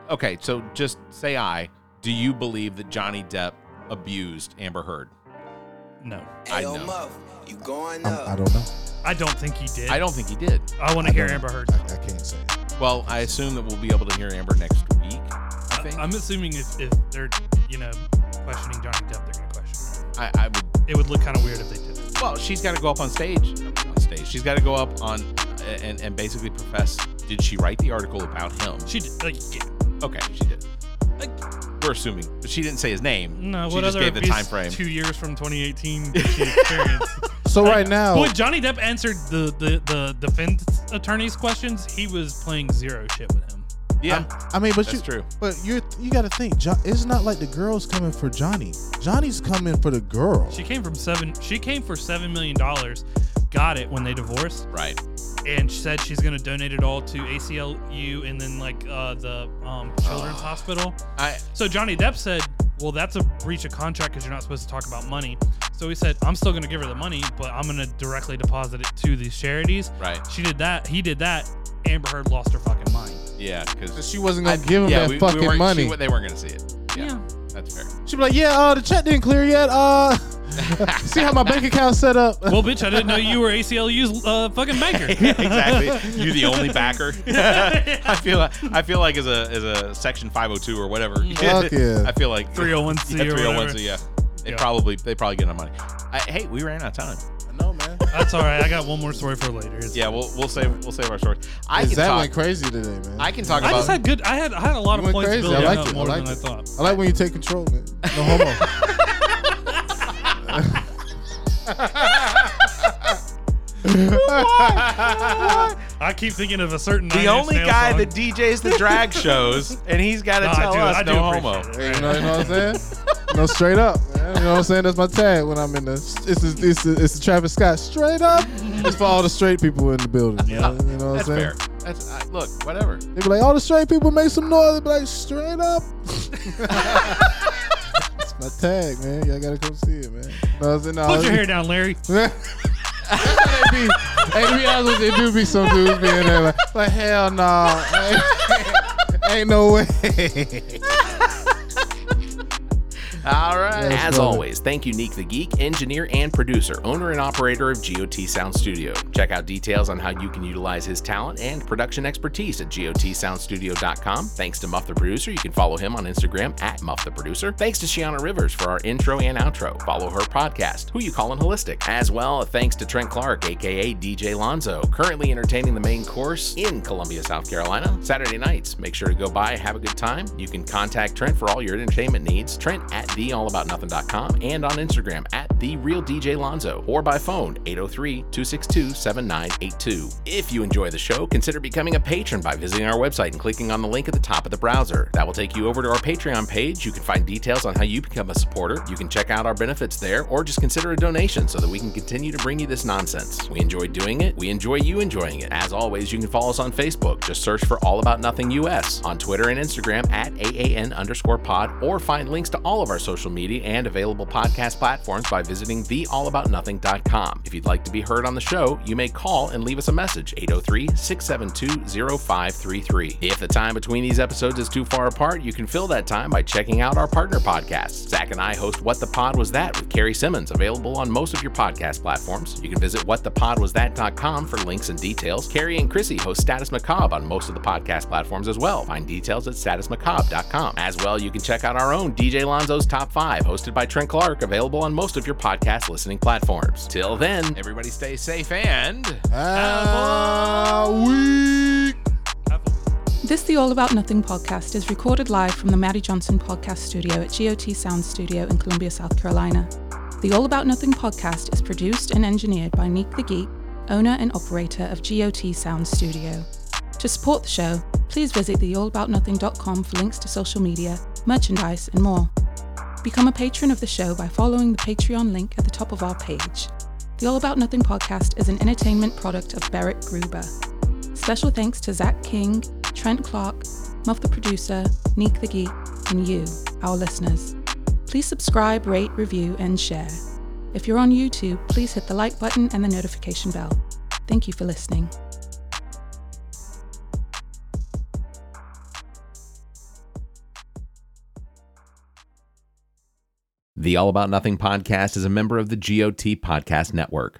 [SPEAKER 1] uh, okay, so just say I. Do you believe that Johnny Depp abused Amber Heard?
[SPEAKER 5] No,
[SPEAKER 1] I
[SPEAKER 9] Yo,
[SPEAKER 1] know.
[SPEAKER 9] Muff, you going
[SPEAKER 3] I'm,
[SPEAKER 9] up.
[SPEAKER 3] I don't know.
[SPEAKER 5] I don't think he did.
[SPEAKER 1] I don't think he did.
[SPEAKER 5] I want
[SPEAKER 3] I
[SPEAKER 5] to hear
[SPEAKER 3] don't-
[SPEAKER 5] Amber Heard.
[SPEAKER 3] I, I can't say.
[SPEAKER 1] Well, I assume that we'll be able to hear Amber next week. I think.
[SPEAKER 5] I'm assuming if, if they're you know questioning Johnny Depp, they're gonna question. him.
[SPEAKER 1] I, I would
[SPEAKER 5] It would look kind of weird if they did. it.
[SPEAKER 1] Well, she's got to go up on stage. On stage, she's got to go up on and and basically profess. Did she write the article about him?
[SPEAKER 5] She did. Like, yeah.
[SPEAKER 1] Okay, she did. Like, we're assuming, but she didn't say his name.
[SPEAKER 5] no,
[SPEAKER 1] she
[SPEAKER 5] what
[SPEAKER 1] just
[SPEAKER 5] other
[SPEAKER 1] gave the
[SPEAKER 5] abuse
[SPEAKER 1] time frame.
[SPEAKER 5] Two years
[SPEAKER 1] <laughs>
[SPEAKER 5] from 2018 did she experience.
[SPEAKER 3] So right now,
[SPEAKER 5] Boy, Johnny Depp answered the, the, the defense attorney's questions. He was playing zero shit with him.
[SPEAKER 1] yeah,
[SPEAKER 3] I mean, but
[SPEAKER 1] That's
[SPEAKER 3] you,
[SPEAKER 1] true.
[SPEAKER 3] But you, you got to think. Jo- it's not like the girl's coming for Johnny. Johnny's coming for the girl.
[SPEAKER 5] She came from seven. She came for seven million dollars. Got it when they divorced,
[SPEAKER 1] right.
[SPEAKER 5] and she said she's gonna donate it all to ACLU and then like uh, the um,
[SPEAKER 3] <sighs>
[SPEAKER 5] children's hospital.
[SPEAKER 1] I
[SPEAKER 5] So Johnny Depp said, "Well, that's a breach of contract because you're not supposed to talk about money." So he said, "I'm still gonna give her the money, but I'm gonna directly deposit it to these charities."
[SPEAKER 1] Right.
[SPEAKER 5] She did that. He did that. Amber Heard lost her fucking mind.
[SPEAKER 1] yeah, because
[SPEAKER 3] she wasn't gonna give him that fucking money.
[SPEAKER 1] they weren't gonna see it. Yeah, that's fair. <laughs>
[SPEAKER 3] She'd be like, "Yeah, uh, the check didn't clear yet. Uh, see how my bank account's set up."
[SPEAKER 5] Well, bitch, I didn't know you were ACLU's uh, fucking
[SPEAKER 3] <laughs>
[SPEAKER 5] banker.
[SPEAKER 1] exactly. You the only
[SPEAKER 5] <laughs>
[SPEAKER 1] backer. I feel like I feel like as a as a section 502 or whatever.
[SPEAKER 5] Mm.
[SPEAKER 1] <laughs>
[SPEAKER 3] Fuck yeah.
[SPEAKER 1] I feel like
[SPEAKER 5] 301c
[SPEAKER 1] Yeah,
[SPEAKER 5] or
[SPEAKER 1] 301c.
[SPEAKER 5] whatever.
[SPEAKER 1] Yeah. They
[SPEAKER 5] Yeah.
[SPEAKER 1] probably they probably get our money. I, hey, we ran out of time.
[SPEAKER 3] <laughs> no, man.
[SPEAKER 5] That's all right. I got one more story for later. It's-
[SPEAKER 1] Yeah, we'll we'll save we'll save our story. I
[SPEAKER 3] Is
[SPEAKER 1] can
[SPEAKER 3] that
[SPEAKER 1] talk.
[SPEAKER 3] went crazy today, man?
[SPEAKER 1] I can talk
[SPEAKER 5] I
[SPEAKER 1] about.
[SPEAKER 5] just had good. I had I had a lot
[SPEAKER 3] You
[SPEAKER 5] of points
[SPEAKER 3] went crazy.
[SPEAKER 5] building
[SPEAKER 3] I liked
[SPEAKER 5] up
[SPEAKER 3] it. I
[SPEAKER 5] more than
[SPEAKER 3] liked
[SPEAKER 5] I
[SPEAKER 3] it.
[SPEAKER 5] thought.
[SPEAKER 3] I like when you take control, man. No homo.
[SPEAKER 5] I keep thinking of a certain. Nine
[SPEAKER 1] the
[SPEAKER 5] Inch
[SPEAKER 1] only
[SPEAKER 5] Nails
[SPEAKER 1] guy
[SPEAKER 5] song.
[SPEAKER 1] that DJs the
[SPEAKER 5] <laughs>
[SPEAKER 1] drag shows, and he's got to
[SPEAKER 5] No, I
[SPEAKER 1] tell
[SPEAKER 5] do-
[SPEAKER 1] us
[SPEAKER 5] I do
[SPEAKER 1] no
[SPEAKER 5] appreciate
[SPEAKER 1] homo.
[SPEAKER 5] it.
[SPEAKER 3] Hey, you, know, you know what I'm saying? You know, straight up. Man. You know what I'm saying? That's my tag when I'm in the. It's the, it's the, it's the Travis Scott. Straight up. It's for all the straight people in the building. Yeah. You know what
[SPEAKER 1] That's
[SPEAKER 3] I'm saying?
[SPEAKER 1] fair. That's I, look, whatever.
[SPEAKER 3] They be like, all the straight people make some noise. They be like,
[SPEAKER 5] <laughs>
[SPEAKER 3] straight up. It's my tag, man. Y'all gotta come see it, man. No, it's, no,
[SPEAKER 5] Put your hair down, Larry.
[SPEAKER 3] They be, hey, to be honest with you, it do be some dudes being there like, like hell no. Ain't, <laughs> ain't no way.
[SPEAKER 1] All right.
[SPEAKER 3] Yes,
[SPEAKER 1] As
[SPEAKER 3] brother.
[SPEAKER 1] always, thank you, Neek the Geek, engineer and producer, owner and operator of GOT Sound Studio. Check out details on how you can utilize his talent and production expertise at gotsoundstudio.com. Thanks to Muff the Producer. You can follow him on Instagram at Muff the Producer. Thanks to Shiana Rivers for our intro and outro. Follow her podcast, Who You Callin' Holistic. As well, a thanks to Trent Clark, aka DJ Lonzo, currently entertaining the main course in Columbia, South Carolina. Saturday nights, make sure to go by, have a good time. You can contact Trent for all your entertainment needs. Trent at theallaboutnothing.com and on Instagram at therealdjlonzo or by phone 803-262-7982. If you enjoy the show, consider becoming a patron by visiting our website and clicking on the link at the top of the browser. That will take you over to our Patreon page. You can find details on how you become a supporter. You can check out our benefits there or just consider a donation so that we can continue to bring you this nonsense. We enjoy doing it. We enjoy you enjoying it. As always, you can follow us on Facebook. Just search for All About Nothing US on Twitter and Instagram at AAN underscore pod or find links to all of our social media and available podcast platforms by visiting theallaboutnothing.com. If you'd like to be heard on the show, you may call and leave us a message 803 672 0533. If the time between these episodes is too far apart, you can fill that time by checking out our partner podcasts. Zach and I host What the Pod Was That with Carrie Simmons, available on most of your podcast platforms. You can visit whatthepodwasthat.com for links and details. Carrie and Chrissy host Status Macabre on most of the podcast platforms as well. Find details at statusmacabre.com. As well, you can check out our own DJ Lonzo's Top 5, hosted by Trent Clark, available on most of your podcast listening platforms. Till then, everybody stay safe and.
[SPEAKER 2] This The All About Nothing podcast is recorded live from the Maddie Johnson podcast studio at GOT Sound Studio in Columbia, South Carolina. The All About Nothing podcast is produced and engineered by Nick the Geek, owner and operator of GOT Sound Studio. To support the show, please visit theallaboutnothing.com for links to social media, merchandise, and more. Become a patron of the show by following the Patreon link at the top of our page. The All About Nothing podcast is an entertainment product of Berwick Gruber. Special thanks to Zach King, Trent Clark, Muff the Producer, Neek the Geek, and you, our listeners. Please subscribe, rate, review, and share. If you're on YouTube, please hit the like button and the notification bell. Thank you for listening.
[SPEAKER 1] The All About Nothing podcast is a member of the GOT Podcast Network.